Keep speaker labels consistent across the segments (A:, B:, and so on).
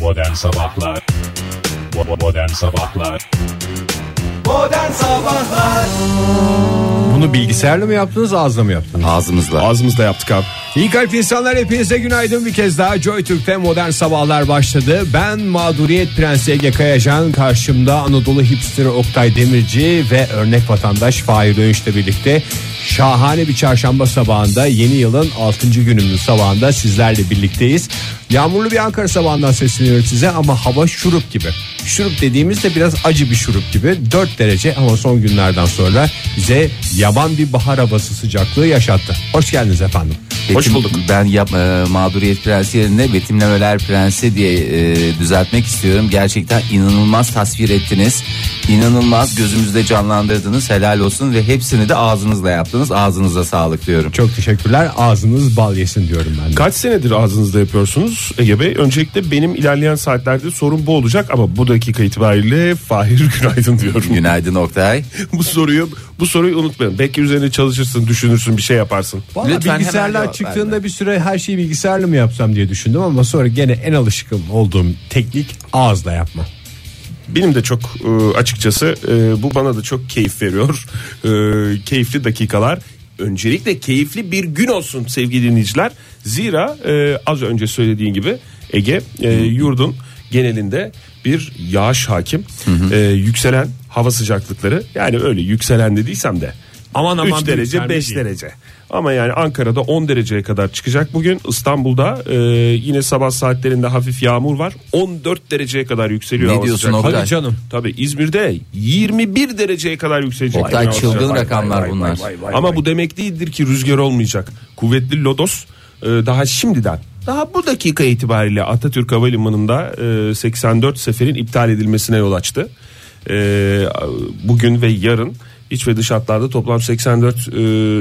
A: Modern Sabahlar Bo- Modern Sabahlar
B: Bunu bilgisayarla mı yaptınız ağızla mı yaptınız?
C: Ağzımızla.
B: Ağzımızda yaptık abi. İyi kalp insanlar hepinize günaydın bir kez daha Joy Türk'te modern sabahlar başladı. Ben mağduriyet prensi Ege Kayacan karşımda Anadolu hipsteri Oktay Demirci ve örnek vatandaş Fahir Öğünç'le birlikte şahane bir çarşamba sabahında yeni yılın 6. günümüzün sabahında sizlerle birlikteyiz. Yağmurlu bir Ankara sabahından sesleniyorum size ama hava şurup gibi. Şurup dediğimizde biraz acı bir şurup gibi 4 derece ama son günlerden sonra bize yaban bir bahar havası sıcaklığı yaşattı. Hoş geldiniz efendim.
C: Betim- Ben yap, e, mağduriyet prensi yerine betimlemeler prensi diye e, düzeltmek istiyorum. Gerçekten inanılmaz tasvir ettiniz. İnanılmaz gözümüzde canlandırdınız. Helal olsun ve hepsini de ağzınızla yaptınız. Ağzınıza sağlık diyorum.
B: Çok teşekkürler. Ağzınız bal yesin diyorum ben de.
D: Kaç senedir ağzınızda yapıyorsunuz Ege Bey? Öncelikle benim ilerleyen saatlerde sorun bu olacak ama bu dakika itibariyle Fahir günaydın diyorum.
C: Günaydın Oktay.
D: bu soruyu bu soruyu unutmayın. Belki üzerine çalışırsın, düşünürsün, bir şey yaparsın.
B: Vallahi
C: Lütfen hemen
B: bilgisayarlar
C: cevap
B: çıktığında
C: verme.
B: bir süre her şeyi bilgisayarla mı yapsam diye düşündüm ama sonra gene en alışkın olduğum teknik ağızla yapma.
D: Benim de çok e, açıkçası e, bu bana da çok keyif veriyor. E, keyifli dakikalar. Öncelikle keyifli bir gün olsun sevgili dinleyiciler. Zira e, az önce söylediğin gibi Ege e, yurdun genelinde bir yağış hakim. E, yükselen hava sıcaklıkları yani öyle yükselen dediysem de
B: Aman aman
D: 3
B: bir
D: derece
B: yükselme
D: 5
B: değil.
D: derece. Ama yani Ankara'da 10 dereceye kadar çıkacak bugün. İstanbul'da e, yine sabah saatlerinde hafif yağmur var. 14 dereceye kadar yükseliyor.
C: Ne
D: hava
C: diyorsun
D: sıcaklığı.
C: Oktay?
B: Hadi canım.
D: Tabii İzmir'de 21 dereceye kadar yükselecek.
C: Oktay
D: Yani
C: çılgın
D: olacak.
C: rakamlar bunlar.
D: Ama bu demek değildir ki rüzgar olmayacak. Kuvvetli lodos e, daha şimdiden daha bu dakika itibariyle Atatürk Havalimanı'nda e, 84 seferin iptal edilmesine yol açtı. E, Bugün ve yarın iç ve dış hatlarda toplam 84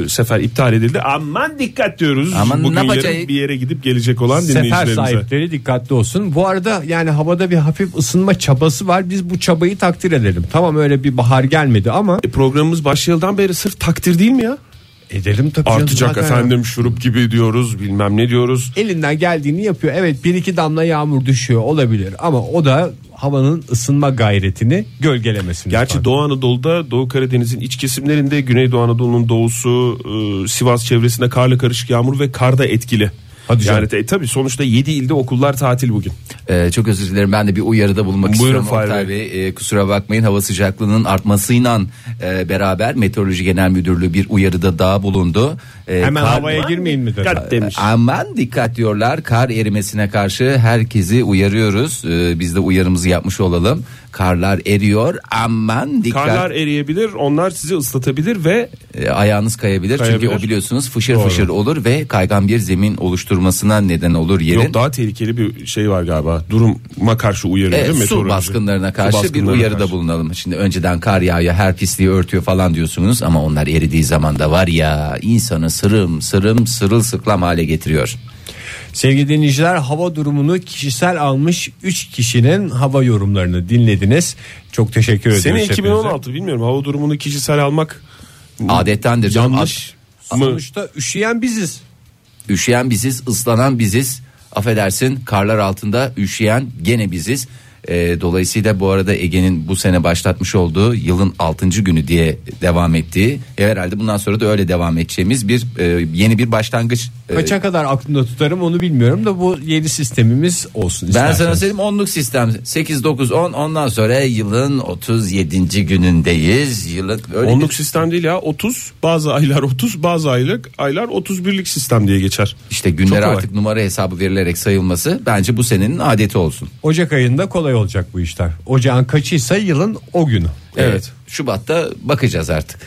D: e, sefer iptal edildi. Aman dikkat diyoruz.
C: Aman ne
D: Bugün
C: yapacağız?
D: yarın bir yere gidip gelecek olan
B: Sefer
D: dinleyicilerimize.
B: sahipleri dikkatli olsun. Bu arada yani havada bir hafif ısınma çabası var. Biz bu çabayı takdir edelim. Tamam öyle bir bahar gelmedi ama
D: E, Programımız başlayalıdan beri sırf takdir değil mi ya?
B: edelim tabii. canım
D: Artacak
B: zaten.
D: efendim şurup gibi diyoruz bilmem ne diyoruz.
B: Elinden geldiğini yapıyor. Evet bir iki damla yağmur düşüyor olabilir ama o da havanın ısınma gayretini gölgelemesini.
D: Gerçi Doğu Anadolu'da Doğu Karadeniz'in iç kesimlerinde Güneydoğu Anadolu'nun doğusu e, Sivas çevresinde karla karışık yağmur ve kar da etkili.
B: Hadi canım.
D: yani te- tabii sonuçta 7 ilde okullar tatil bugün.
C: Ee, çok özür dilerim ben de bir uyarıda bulunmak
D: Buyurun
C: istiyorum
D: Fahri
C: Oktay Bey. Ee, kusura bakmayın hava sıcaklığının artmasıyla e, beraber Meteoroloji Genel Müdürlüğü bir uyarıda daha bulundu. Ee,
B: Hemen
C: kar-
B: havaya girmeyin mi dedi?
D: Dikkat demiş.
C: Aman dikkat diyorlar kar erimesine karşı herkesi uyarıyoruz. Ee, biz de uyarımızı yapmış olalım. Karlar eriyor aman dikkat.
D: Karlar eriyebilir onlar sizi ıslatabilir ve
C: Ee, ayağınız kayabilir. çünkü
D: Kayabilir.
C: o biliyorsunuz fışır fışır olur ve kaygan bir zemin oluşturmasına neden olur yerin.
D: yok daha tehlikeli bir şey var galiba duruma karşı uyarı
C: Evet,
D: değil mi?
C: Ee, E, su
D: Meteoroloji?
C: baskınlarına
D: Su
C: karşı
D: baskınlarına
C: bir uyarıda
D: karşı.
C: bulunalım. Şimdi önceden kar yağıyor her pisliği örtüyor falan diyorsunuz ama onlar eridiği zaman da var ya insanı sırım sırım sırılsıklam hale getiriyor.
B: Sevgili dinleyiciler hava durumunu kişisel almış 3 kişinin hava yorumlarını dinlediniz. Çok teşekkür ediyoruz.
D: Sene
B: hepinize.
D: 2016 bilmiyorum hava durumunu kişisel almak
C: Adettendir.
D: yanlış mı?
B: Sonuçta üşüyen biziz.
C: Üşüyen biziz, ıslanan biziz. Affedersin karlar altında üşüyen gene biziz. Ee, dolayısıyla bu arada Ege'nin bu sene başlatmış olduğu yılın 6. günü diye devam ettiği e, herhalde bundan sonra da öyle devam edeceğimiz bir e, yeni bir başlangıç. e,
B: Kaça kadar aklımda tutarım onu bilmiyorum da bu yeni sistemimiz olsun
C: Ben
B: isterseniz.
C: sana söyleyeyim onluk sistem 8 9 10 ondan sonra yılın 37. günündeyiz. Yılın öyle
D: Onluk
C: bir-
D: sistem değil ya 30 bazı aylar 30 bazı aylık aylar 31'lik sistem diye geçer.
C: işte
D: Çok
C: günler
D: kolay.
C: artık numara hesabı verilerek sayılması bence bu senenin adeti olsun.
B: Ocak ayında kolay olacak bu işler. Ocağın kaçıysa yılın o günü.
C: Evet. Ee, Şubat'ta bakacağız artık.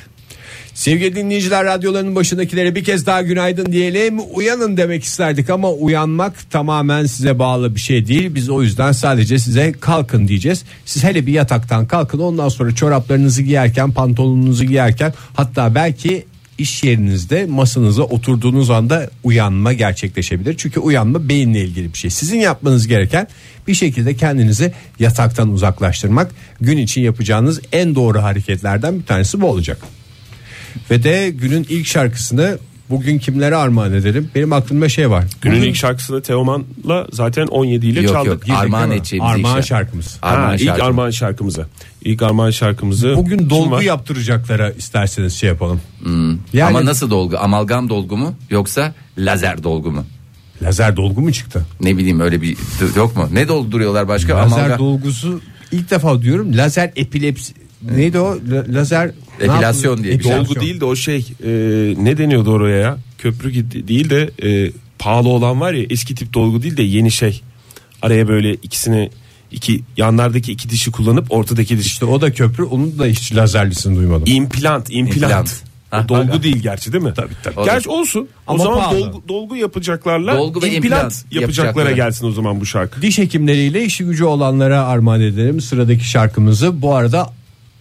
B: Sevgili dinleyiciler radyolarının başındakilere bir kez daha günaydın diyelim. Uyanın demek isterdik ama uyanmak tamamen size bağlı bir şey değil. Biz o yüzden sadece size kalkın diyeceğiz. Siz hele bir yataktan kalkın ondan sonra çoraplarınızı giyerken pantolonunuzu giyerken hatta belki iş yerinizde masanıza oturduğunuz anda uyanma gerçekleşebilir. Çünkü uyanma beyinle ilgili bir şey. Sizin yapmanız gereken bir şekilde kendinizi yataktan uzaklaştırmak. Gün için yapacağınız en doğru hareketlerden bir tanesi bu olacak. Ve de günün ilk şarkısını Bugün kimlere armağan edelim? Benim aklımda şey var.
D: Günün ilk şarkısını Teoman'la zaten 17 ile
C: Yok
D: çaldık.
C: yok armağan
B: ama.
C: edeceğimiz
B: Armağan
C: ilk şarkı.
B: şarkımız.
D: Ha,
C: Armağan
D: ilk
C: şarkı.
D: armağan şarkımızı. İlk armağan şarkımızı.
B: Bugün
D: Kim
B: dolgu
D: var?
B: yaptıracaklara isterseniz şey yapalım. Yani
C: Hmm. Ama nasıl dolgu? Amalgam dolgu mu yoksa lazer dolgu mu?
B: lazer dolgu mu çıktı?
C: Ne bileyim öyle bir yok mu? Ne dolduruyorlar başka?
B: Lazer
C: Amalgam
B: dolgusu ilk defa diyorum. Lazer epilepsi neydi o? La- Lazer ne
C: Epilasyon
B: yapıyor?
C: diye bir şey.
D: Dolgu değil de o şey e, ne deniyordu oraya ya? Köprü gibi değil de e, pahalı olan var ya eski tip dolgu değil de yeni şey. Araya böyle ikisini iki yanlardaki iki dişi kullanıp ortadaki diş.
B: İşte o da köprü. Onun da hiç lazerlisini duymadım.
D: İmplant, implant.
C: İmplant.
D: O dolgu değil gerçi değil mi? Tabii tabii. Gerçi olsun.
B: Ama
D: o zaman
B: pahalı.
D: dolgu, dolgu yapacaklarla
C: Dolgu ve
D: implant,
C: implant
D: yapacaklara,
C: yapacaklara.
D: gelsin o zaman bu şarkı.
B: Diş hekimleriyle işi gücü olanlara armağan edelim sıradaki şarkımızı. Bu arada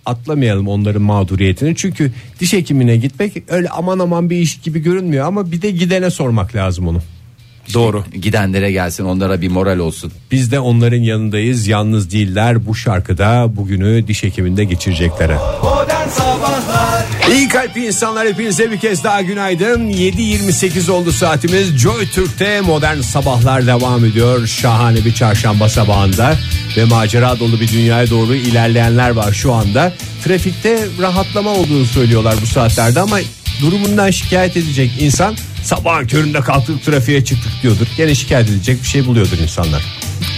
B: atlamayalım onların mağduriyetini. Çünkü diş hekimine gitmek öyle aman aman bir iş gibi görünmüyor ama bir de gidene sormak lazım onu.
D: Doğru.
C: Gidenlere gelsin onlara bir moral olsun.
B: Biz de onların yanındayız. Yalnız değiller bu şarkıda bugünü diş hekiminde geçireceklere. İyi kalpli insanlar hepinize bir kez daha günaydın. 7.28 oldu saatimiz. Joy Türk'te modern sabahlar devam ediyor. Şahane bir çarşamba sabahında ve macera dolu bir dünyaya doğru ilerleyenler var şu anda. Trafikte rahatlama olduğunu söylüyorlar bu saatlerde ama durumundan şikayet edecek insan sabahın köründe kalktık trafiğe çıktık diyordur. Gene şikayet edecek bir şey buluyordur insanlar.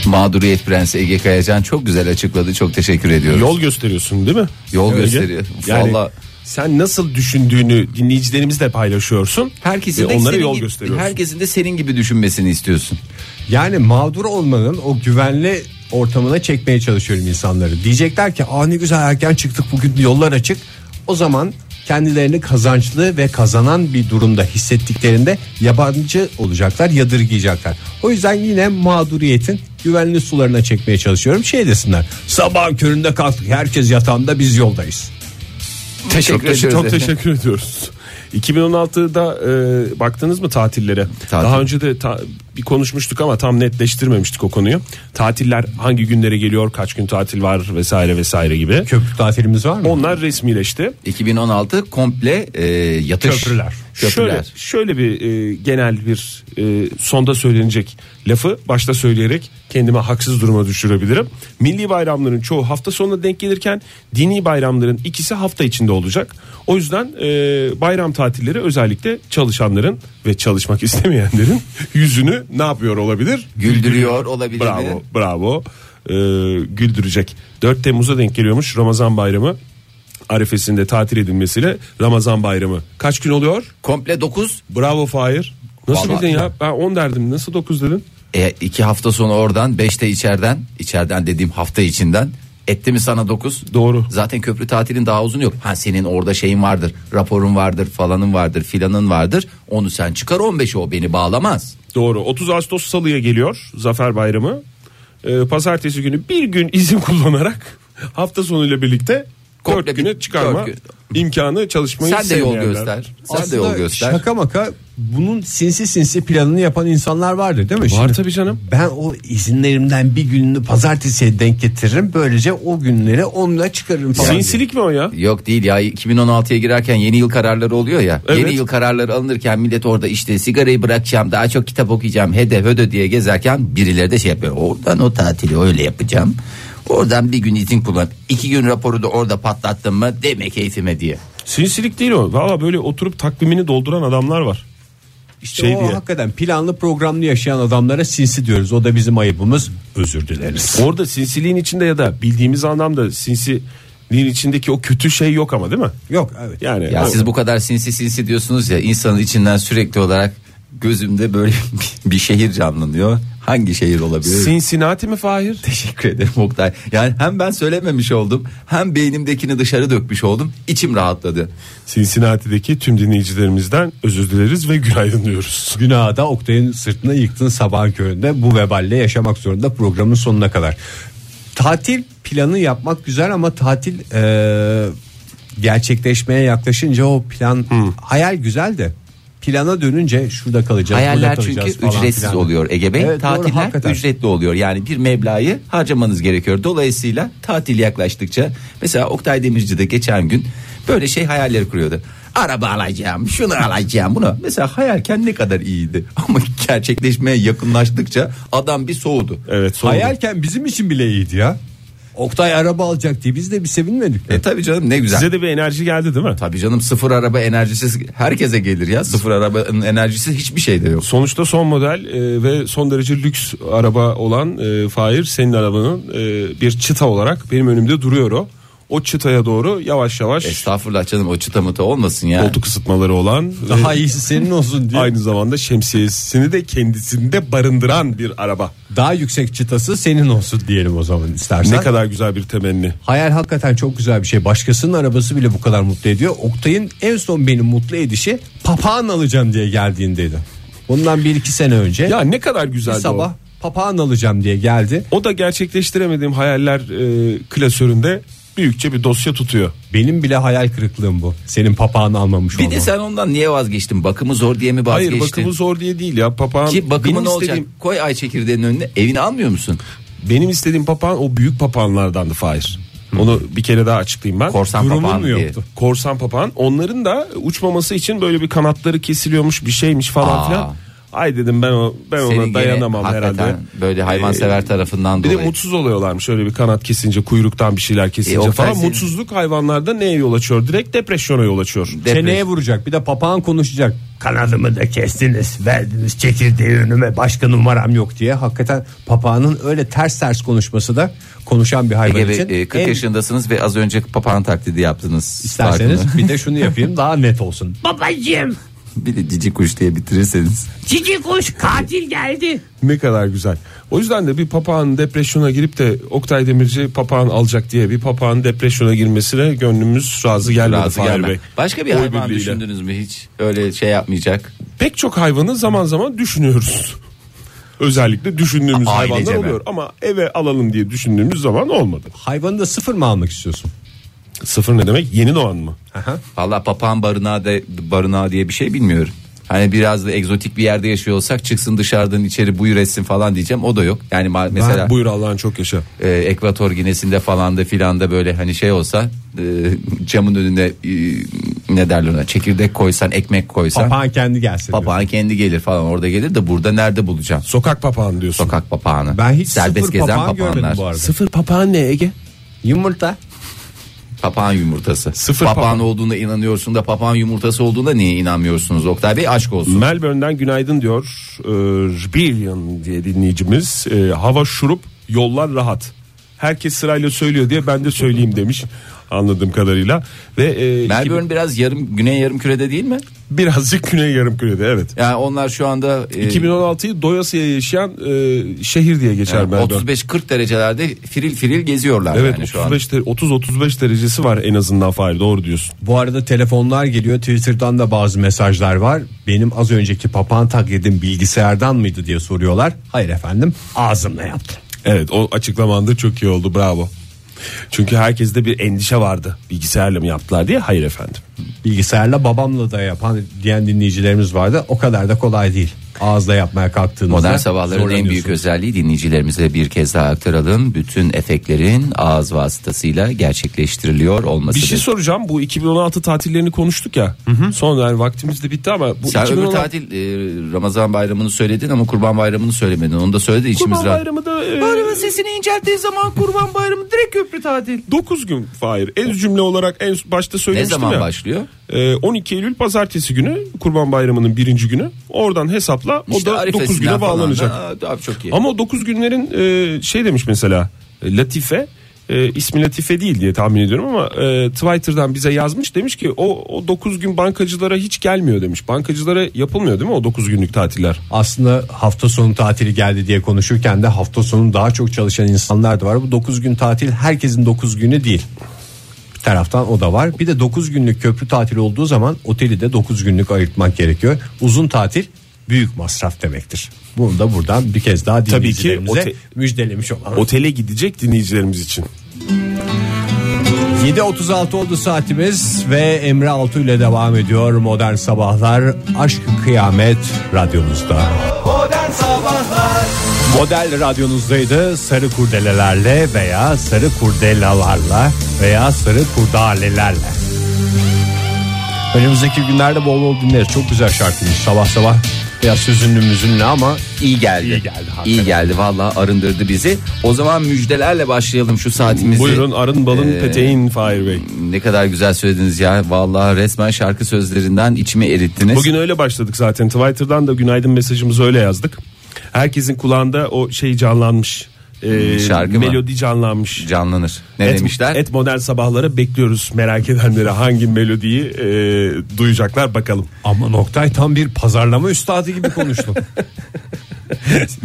C: Mağduriyet Prensi Ege Kayacan çok güzel açıkladı. Çok teşekkür ediyorum.
D: Yol gösteriyorsun değil mi?
C: Yol
D: Ege?
C: gösteriyor.
D: Yani
C: Vallahi-
D: sen nasıl düşündüğünü dinleyicilerimizle paylaşıyorsun.
C: Herkesin
D: ve
C: de
D: onlara
C: senin
D: yol
C: gibi-
D: gösteriyorsun.
C: Herkesin de senin gibi düşünmesini istiyorsun.
B: Yani mağdur olmanın o güvenli ortamına çekmeye çalışıyorum insanları. Diyecekler ki aa ne güzel erken çıktık bugün yollar açık. O zaman kendilerini kazançlı ve kazanan bir durumda hissettiklerinde yabancı olacaklar, yadırgayacaklar. O yüzden yine mağduriyetin güvenli sularına çekmeye çalışıyorum. Şey desinler sabah köründe kalktık herkes yatağında biz yoldayız.
C: Teşekkür
D: Çok,
C: ediyoruz.
D: çok teşekkür ediyoruz. 2016'da e, baktınız mı tatillere?
C: Tatil.
D: Daha önce de ta- bir konuşmuştuk ama tam netleştirmemiştik o konuyu. Tatiller hangi günlere geliyor, kaç gün tatil var vesaire vesaire gibi.
B: Köprü tatilimiz var mı?
D: Onlar resmileşti.
C: 2016 komple e, yatış.
B: Köprüler.
C: Köprüler.
D: Şöyle şöyle bir e, genel bir e, sonda söylenecek lafı başta söyleyerek kendime haksız duruma düşürebilirim. Milli bayramların çoğu hafta sonuna denk gelirken dini bayramların ikisi hafta içinde olacak. O yüzden e, bayram tatilleri özellikle çalışanların ve çalışmak istemeyenlerin yüzünü ne yapıyor olabilir?
C: Güldürüyor olabilir mi?
D: Bravo, bravo. Ee, güldürecek. 4 Temmuz'a denk geliyormuş Ramazan Bayramı. Arifesinde tatil edilmesiyle Ramazan Bayramı. Kaç gün oluyor?
C: Komple 9.
D: Bravo Fahir. Nasıl
C: Vallahi-
D: bildin ya? Ben 10 derdim. Nasıl 9 dedin?
C: E, iki hafta sonu oradan 5'te içeriden. içeriden dediğim hafta içinden. Etti mi sana 9?
D: Doğru.
C: Zaten köprü tatilin daha uzun yok. Ha senin orada şeyin vardır. Raporun vardır falanın vardır filanın vardır. Onu sen çıkar 15'i o beni bağlamaz.
D: Doğru. 30 Ağustos Salı'ya geliyor Zafer Bayramı. Ee, pazartesi günü bir gün izin kullanarak hafta sonuyla birlikte
C: Komple
D: 4
C: bir-
D: güne çıkarma
C: dört
D: imkanı çalışmayı
C: sen de yol
D: sevmeyenler.
C: göster. Sen de
B: Aslında
C: yol göster.
B: Şaka maka bunun sinsi sinsi planını yapan insanlar vardır değil mi?
D: Var tabii canım.
B: Ben o izinlerimden bir gününü pazartesiye denk getiririm. Böylece o günleri onunla çıkarırım falan.
D: Sinsilik mi o ya?
C: Yok değil ya 2016'ya girerken yeni yıl kararları oluyor ya.
D: Evet.
C: Yeni yıl kararları alınırken millet orada işte sigarayı bırakacağım daha çok kitap okuyacağım hede hödö diye gezerken birileri de şey yapıyor. Oradan o tatili öyle yapacağım. Oradan bir gün izin kullan. iki gün raporu da orada patlattım mı deme keyfime diye.
D: Sinsilik değil o. Valla böyle oturup takvimini dolduran adamlar var.
B: İşte
D: şey
B: o
D: diye.
B: hakikaten planlı programlı yaşayan adamlara sinsi diyoruz. O da bizim ayıbımız. Özür dileriz.
D: Orada sinsiliğin içinde ya da bildiğimiz anlamda sinsiliğin içindeki o kötü şey yok ama değil mi?
B: Yok evet.
D: Yani
C: Ya
D: o-
C: siz bu kadar sinsi sinsi diyorsunuz ya insanın içinden sürekli olarak gözümde böyle bir- bir şehir canlanıyor. Hangi şehir olabilir?
D: Cincinnati mi Fahir?
C: Teşekkür ederim Oktay. Yani hem ben söylememiş oldum hem beynimdekini dışarı dökmüş oldum. İçim rahatladı.
D: Cincinnati'deki tüm dinleyicilerimizden özür dileriz ve günaydın diyoruz.
B: Günahı da Oktay'ın sırtına yıktın sabahın köründe. Bu veballe yaşamak zorunda programın sonuna kadar. Tatil planı yapmak güzel ama tatil e, gerçekleşmeye yaklaşınca o plan hayal güzel de plana dönünce şurada kalacağız. burada
C: Hayaller
B: kalacağız
C: çünkü
B: falan
C: ücretsiz
B: filan.
C: oluyor Ege Bey.
B: Evet, doğru,
C: Tatiller
B: hakikaten.
C: ücretli oluyor. Yani bir meblağı harcamanız gerekiyor. Dolayısıyla tatil yaklaştıkça mesela Oktay Demirci de geçen gün böyle şey hayalleri kuruyordu. araba alacağım, şunu alacağım, bunu. Mesela hayalken ne kadar iyiydi ama gerçekleşmeye yakınlaştıkça adam bir soğudu.
D: Evet, soğudu.
B: Hayalken bizim için bile iyiydi ya. Oktay araba alacak diye biz de bir sevinmedik.
C: E tabii canım ne güzel.
D: Size de bir enerji geldi değil mi?
C: Tabii canım sıfır araba enerjisiz herkese gelir ya. Sıfır arabanın enerjisi hiçbir şeyde yok.
D: Sonuçta son model e, ve son derece lüks araba olan e, Fahir senin arabanın e, bir çıta olarak benim önümde duruyor o. O çıtaya doğru yavaş yavaş
C: Estağfurullah canım o çıta mıta olmasın ya.
D: koltuk ısıtmaları olan ve
B: Daha iyisi senin olsun diye.
D: aynı zamanda şemsiyesini de kendisinde barındıran bir araba.
B: Daha yüksek çıtası senin olsun diyelim o zaman istersen.
D: Ne kadar güzel bir temenni.
B: Hayal hakikaten çok güzel bir şey. Başkasının arabası bile bu kadar mutlu ediyor. Oktay'ın en son beni mutlu edişi papağan alacağım diye geldiğindeydi. Bundan bir iki sene önce
D: Ya ne kadar güzel
B: bir sabah papağan alacağım diye geldi.
D: O. o da gerçekleştiremediğim hayaller e, klasöründe büyükçe bir dosya tutuyor.
B: Benim bile hayal kırıklığım bu. Senin papağanı almamış
C: Bir
B: olman.
C: de sen ondan niye vazgeçtin? Bakımı zor diye mi
D: Hayır
C: vazgeçtin?
D: bakımı zor diye değil ya papağan.
C: Ki
D: benim
C: bakımı ne olacak?
D: istediğim,
C: Koy ay çekirdeğinin önüne evini almıyor musun?
D: Benim istediğim papağan o büyük papağanlardandı Fahir. Onu bir kere daha açıklayayım ben.
C: Korsan
D: Durumun
C: papağan
D: mu
C: diye.
D: yoktu? Korsan papağan. Onların da uçmaması için böyle bir kanatları kesiliyormuş bir şeymiş falan
C: Aa.
D: filan. Ay dedim ben o ben
C: Senin
D: ona
C: gene
D: dayanamam
C: hakikaten
D: herhalde. Ee,
C: Böyle hayvansever tarafından
D: Bir de
C: dolayı.
D: mutsuz oluyorlarmış öyle bir kanat kesince kuyruktan bir şeyler
C: E,
D: kesince
C: o
D: falan.
C: felsefe-
D: Mutsuzluk hayvanlarda neye yol açıyor? Direkt depresyona yol açıyor.
C: Depres-
B: Çeneye vuracak bir de papağan konuşacak. Kanadımı da kestiniz verdiniz çekirdeği önüme başka numaram yok diye. Hakikaten papağanın öyle ters ters konuşması da konuşan bir hayvan
C: Ege Bey,
B: için.
C: e, 40
B: en-
C: yaşındasınız ve az önce papağan taklidi yaptınız.
B: İsterseniz
C: Farkında.
B: bir de şunu yapayım daha net olsun.
E: Babacığım
C: bir de cici kuş diye bitirirseniz.
E: cici kuş katil geldi.
D: Ne kadar güzel. O yüzden de bir papağan depresyona girip de Oktay Demirci papağan alacak diye bir papağan depresyona girmesine gönlümüz razı gelmedi
C: Razı
D: Fahir
C: gelme.
D: Bey.
C: Başka bir
D: Oy
C: hayvan
D: birliğiyle.
C: düşündünüz mü hiç? Öyle şey yapmayacak.
D: Pek çok hayvanı zaman zaman düşünüyoruz. Özellikle düşündüğümüz
C: Ailece
D: hayvanlar
C: mi?
D: oluyor ama eve alalım diye düşündüğümüz zaman olmadı.
B: Hayvanı da sıfır mı almak istiyorsun?
D: Sıfır ne demek? Yeni doğan mı?
C: Valla papağan barınağı, de, barınağı diye bir şey bilmiyorum. Hani biraz da egzotik bir yerde yaşıyor olsak çıksın dışarıdan içeri buyur etsin falan diyeceğim. O da yok. Yani ma- mesela
D: Ben- buyur Allah'ın çok yaşa.
C: e, Ekvator Ginesi'nde falan da filan da böyle hani şey olsa e, camın önüne e, ne derler ona çekirdek koysan ekmek koysan
B: Papağan kendi gelsin. diyor.
C: papağan kendi gelir falan orada gelir de burada nerede bulacağım?
D: Sokak papağanı diyorsun.
C: Sokak papağanı.
B: Ben hiç
C: Serbest
B: sıfır
C: gezen
B: papağan görmedim
C: papağanlar.
B: bu arada.
D: Sıfır papağan ne Ege?
B: Yumurta.
C: Papağan yumurtası.
D: Sıfır
C: papağan,
D: papağan.
C: olduğuna inanıyorsun da papağan yumurtası olduğuna niye inanmıyorsunuz Oktay Bey? Aşk olsun.
D: Melbourne'den günaydın diyor. Ee, Billion diye dinleyicimiz. Ee, hava şurup, yollar rahat. Herkes sırayla söylüyor diye ben de söyleyeyim demiş. Anladığım kadarıyla. Ve e,
C: Melbourne biraz yarım güney yarım kürede değil mi?
D: iki- birazcık güney yarım kürede evet.
C: Yani onlar şu anda e,
D: 2016'yı doyasıya yaşayan e, şehir diye geçer
C: yani
D: Melbourne.
C: 35-40 derecelerde firil firil geziyorlar
D: Evet
C: yani şu an.
D: 35 30-35 derecesi var en azından Fahir doğru diyorsun.
B: Bu arada telefonlar geliyor. Twitter'dan da bazı mesajlar var. Benim az önceki papağan taklidim bilgisayardan mıydı diye soruyorlar. Hayır efendim ağzımla yaptım.
D: Evet o açıklamanda çok iyi oldu bravo. Çünkü herkeste bir endişe vardı. Bilgisayarla mı yaptılar diye. Hayır efendim.
B: Bilgisayarla babamla da yapan diyen dinleyicilerimiz vardı. O kadar da kolay değil. Ağızla yapmaya kalktığınızda
C: Modern sabahların en büyük
B: zorlanıyorsunuz.
C: özelliği dinleyicilerimize bir kez daha aktaralım. Bütün efektlerin ağız vasıtasıyla gerçekleştiriliyor olması.
D: Bir şey
C: da-
D: soracağım. Bu 2016 tatillerini konuştuk ya. Son yani vaktimiz de bitti ama bu
C: Sen
D: 2016
C: öbür tatil e, Ramazan bayramını söyledin ama kurban bayramını söylemedin. Onu da söyledi içimiz
D: Kurban
C: rahat.
D: Bayramı da e,
C: sesini incelttiği zaman kurban bayramı direkt köprü tatil.
D: 9 gün Fahir. En cümle olarak en başta
C: Ne
D: söylemiştim
C: zaman
D: ya.
C: başlıyor?
D: E, 12 Eylül pazartesi günü Kurban Bayramı'nın birinci günü. Oradan hesapla o
C: İşte
D: da 9
C: arifesinden
D: güne
C: falan da-
D: bağlanacak.
C: Aa, Abi çok iyi.
D: Ama o 9 günlerin e, şey demiş mesela e, Latife e, ismi Latife değil diye tahmin ediyorum ama e, Twitter'dan bize yazmış demiş ki o, o 9 gün bankacılara hiç gelmiyor demiş. Bankacılara yapılmıyor değil mi o 9 günlük tatiller?
B: Aslında hafta sonu tatili geldi diye konuşurken de hafta sonu daha çok çalışan insanlar da var. Bu 9 gün tatil herkesin 9 günü değil. Bir taraftan o da var. Bir de 9 günlük köprü tatili olduğu zaman oteli de 9 günlük ayırtmak gerekiyor. Uzun tatil büyük masraf demektir. Bunu da buradan bir kez daha
D: ki
B: dinleyicilerimize
D: ote-
B: müjdelemiş olalım.
D: Otele gidecek dinleyicilerimiz için.
B: 7.36 oldu saatimiz ve Emre Altu ile devam ediyor Modern Sabahlar Aşk Kıyamet radyonuzda. Model radyonuzdaydı sarı kurdelelerle veya sarı kurdelalarla veya sarı kurdalelerle. Önümüzdeki günlerde bol bol dinleriz. Çok güzel şarkıymış sabah sabah. Biraz hüzünlü müzünlü ama
C: İyi geldi.
B: İyi geldi hakikaten.
C: İyi geldi vallahi arındırdı bizi. O zaman müjdelerle başlayalım şu saatimizi.
D: Buyurun arın balın
C: Ee,
D: peteğin Fahir Bey.
C: Ne kadar güzel söylediniz ya. Vallahi resmen şarkı sözlerinden içimi erittiniz.
D: Bugün öyle başladık zaten. Twitter'dan da günaydın mesajımızı öyle yazdık. Herkesin kulağında o şey canlanmış. Ee,
C: Şarkı mı?
D: melodi canlanmış.
C: canlanır. Ne
D: et,
C: demişler?
D: Et model sabahlara bekliyoruz merak edenlere hangi melodiyi e, duyacaklar bakalım.
B: ama Noktay tam bir pazarlama üstadı gibi konuştu.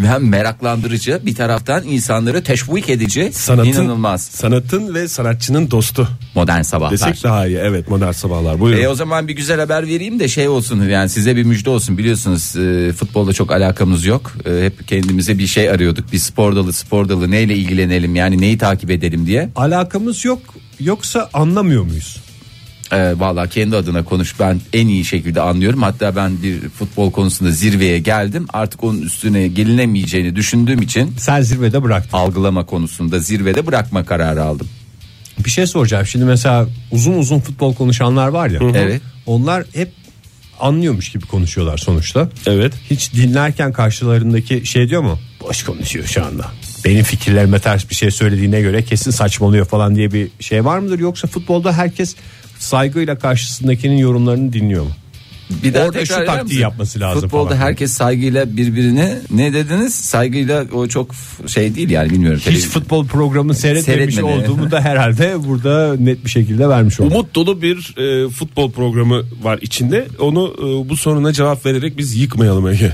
C: Hem meraklandırıcı bir taraftan insanları teşvik edici.
D: Sanatın,
C: inanılmaz.
D: Sanatın ve sanatçının dostu
C: Modern sabahlar.
D: desek daha iyi. Evet model sabahlar buyurun.
C: E o zaman bir güzel haber vereyim de şey olsun yani size bir müjde olsun biliyorsunuz e, futbolla çok alakamız yok E, hep kendimize bir şey arıyorduk bir spor dalı spor dalı neyle ilgilenelim yani neyi takip edelim diye
B: Alakamız yok yoksa anlamıyor muyuz?
C: e, valla kendi adına konuş ben en iyi şekilde anlıyorum hatta ben bir futbol konusunda zirveye geldim artık onun üstüne gelinemeyeceğini düşündüğüm için
B: Sen zirvede bıraktın.
C: algılama konusunda zirvede bırakma kararı aldım
B: Bir şey soracağım şimdi mesela uzun uzun futbol konuşanlar var ya.
C: Evet.
B: Onlar hep anlıyormuş gibi konuşuyorlar sonuçta.
D: Evet.
B: Hiç dinlerken karşılarındaki şey diyor mu? Boş konuşuyor şu anda. Benim fikirlerime ters bir şey söylediğine göre kesin saçmalıyor falan diye bir şey var mıdır? Yoksa futbolda herkes saygıyla karşısındakinin yorumlarını dinliyor mu?
C: Bir daha
B: Orada
C: tekrar
B: şu
C: eder
B: taktiği
C: misin?
B: yapması lazım
C: Futbolda
B: falan.
C: herkes saygıyla birbirini ne dediniz? Saygıyla o çok f- şey değil yani bilmiyorum.
B: Hiç
C: Tabii.
B: futbol programı seyretmemiş
C: Seyretmedi.
B: olduğumu da herhalde burada net bir şekilde vermiş oldum.
D: Umut dolu bir e, futbol programı var içinde. Onu e, bu soruna cevap vererek biz yıkmayalım Ege.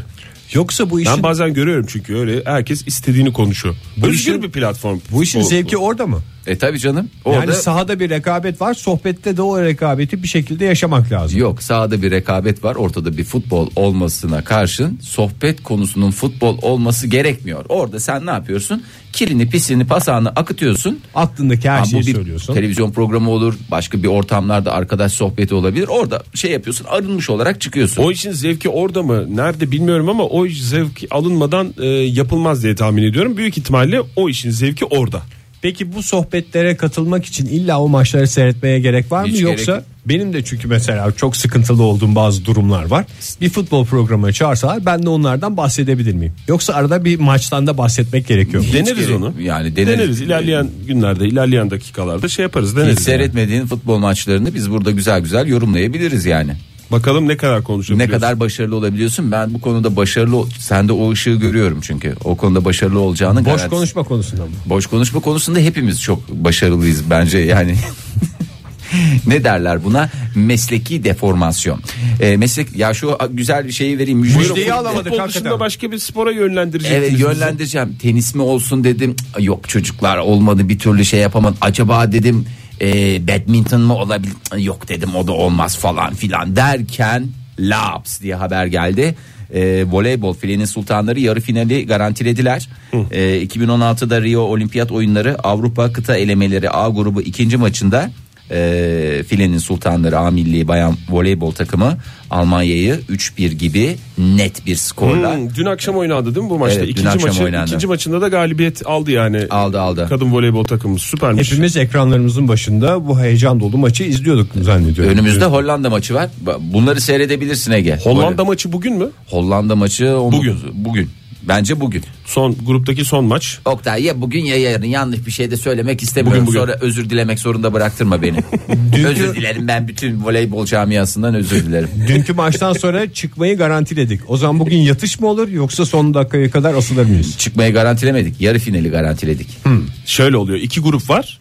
B: Yoksa bu işin
D: Ben bazen görüyorum çünkü öyle herkes istediğini konuşuyor. Bu Özgür
B: işin-
D: bir platform.
B: bu işin
D: futbol.
B: zevki orada mı?
C: E tabii canım. Orada
B: Yani sahada bir rekabet var, sohbette de o rekabeti bir şekilde yaşamak lazım.
C: yok sahada bir rekabet var. Ortada bir futbol olmasına karşın sohbet konusunun futbol olması gerekmiyor. Orada sen ne yapıyorsun? Kilini, pisini, pasağını akıtıyorsun.
B: Aklındaki her
C: Ha,
B: şeyi
C: bu bir
B: söylüyorsun.
C: televizyon programı olur. Başka bir ortamlarda arkadaş sohbeti olabilir. Orada şey yapıyorsun. Arınmış olarak çıkıyorsun.
D: O işin zevki orada mı? Nerede bilmiyorum ama o iş zevki alınmadan e, yapılmaz diye tahmin ediyorum. Büyük ihtimalle o işin zevki orada.
B: Peki bu sohbetlere katılmak için illa o maçları seyretmeye gerek var mı
C: Hiç
B: yoksa
C: gerek-
B: benim de çünkü mesela çok sıkıntılı olduğum bazı durumlar var. Bir futbol programına çağırsalar ben de onlardan bahsedebilir miyim? Yoksa arada bir maçtan da bahsetmek gerekiyor. mu?
D: deneriz
C: gerek-
D: onu.
C: yani deneriz.
D: ilerleyen günlerde, ilerleyen dakikalarda şey yaparız deneriz.
C: Hiç seyretmediğin futbol maçlarını biz burada güzel güzel yorumlayabiliriz yani.
D: yani. Bakalım ne kadar
C: Ne
D: konuşabiliyoruz.
C: kadar başarılı olabiliyorsun? Ben bu konuda başarılı ol- sende o ışığı görüyorum çünkü. O konuda başarılı olacağını
B: Boş konuşma konusunda mı?
C: Boş konuşma konusunda hepimiz çok başarılıyız bence yani. ne derler buna? Mesleki deformasyon. Ee, meslek ya şu a- güzel bir şeyi vereyim. Müjde
B: Buyurun. Müjdeyi alamadık
D: Futbol
B: hakikaten.
D: dışında başka bir spora yönlendirecektiniz.
C: Evet
D: bizi.
C: yönlendireceğim. Tenis mi olsun dedim. Yok çocuklar olmadı bir türlü şey yapamadım. Acaba dedim e, badminton mu olabilir? Yok dedim o da olmaz falan filan derken laps diye haber geldi. E, voleybol filenin sultanları yarı finali garantilediler. E, 2016'da Rio Olimpiyat Oyunları Avrupa Kıta Elemeleri A grubu ikinci maçında e, filenin sultanları A milli bayan voleybol takımı Almanya'yı 3-1 gibi net bir skorla
D: Hmm, dün akşam oynandı değil mi bu maçta?
C: Evet, dün
D: ikinci
C: akşam
D: maçı,
C: oynandı.
D: ikinci maçında da galibiyet aldı yani.
C: Aldı, aldı.
D: Kadın voleybol takımı süpermiş.
B: Hepimiz ekranlarımızın başında bu heyecan dolu maçı izliyorduk zannediyorum.
C: Önümüzde Hollanda maçı var. Ba- Bunları seyredebilirsin Ege.
D: Hollanda
C: Böyle-
D: maçı bugün mü?
C: Hollanda maçı on-
D: Bugün.
C: Bugün. Bence bugün.
D: Son gruptaki son maç.
C: Oktay ya bugün ya yarın yanlış bir şey de söylemek istemiyorum.
D: Bugün, bugün.
C: Sonra özür dilemek zorunda bıraktırma beni. özür dilerim ben bütün voleybol camiasından özür dilerim.
B: Dünkü maçtan sonra çıkmayı garantiledik. O zaman bugün yatış mı olur yoksa son dakikaya kadar asılır mıyız?
C: Çıkmayı garantilemedik. Yarı finali garantiledik.
D: Şöyle oluyor. iki grup var.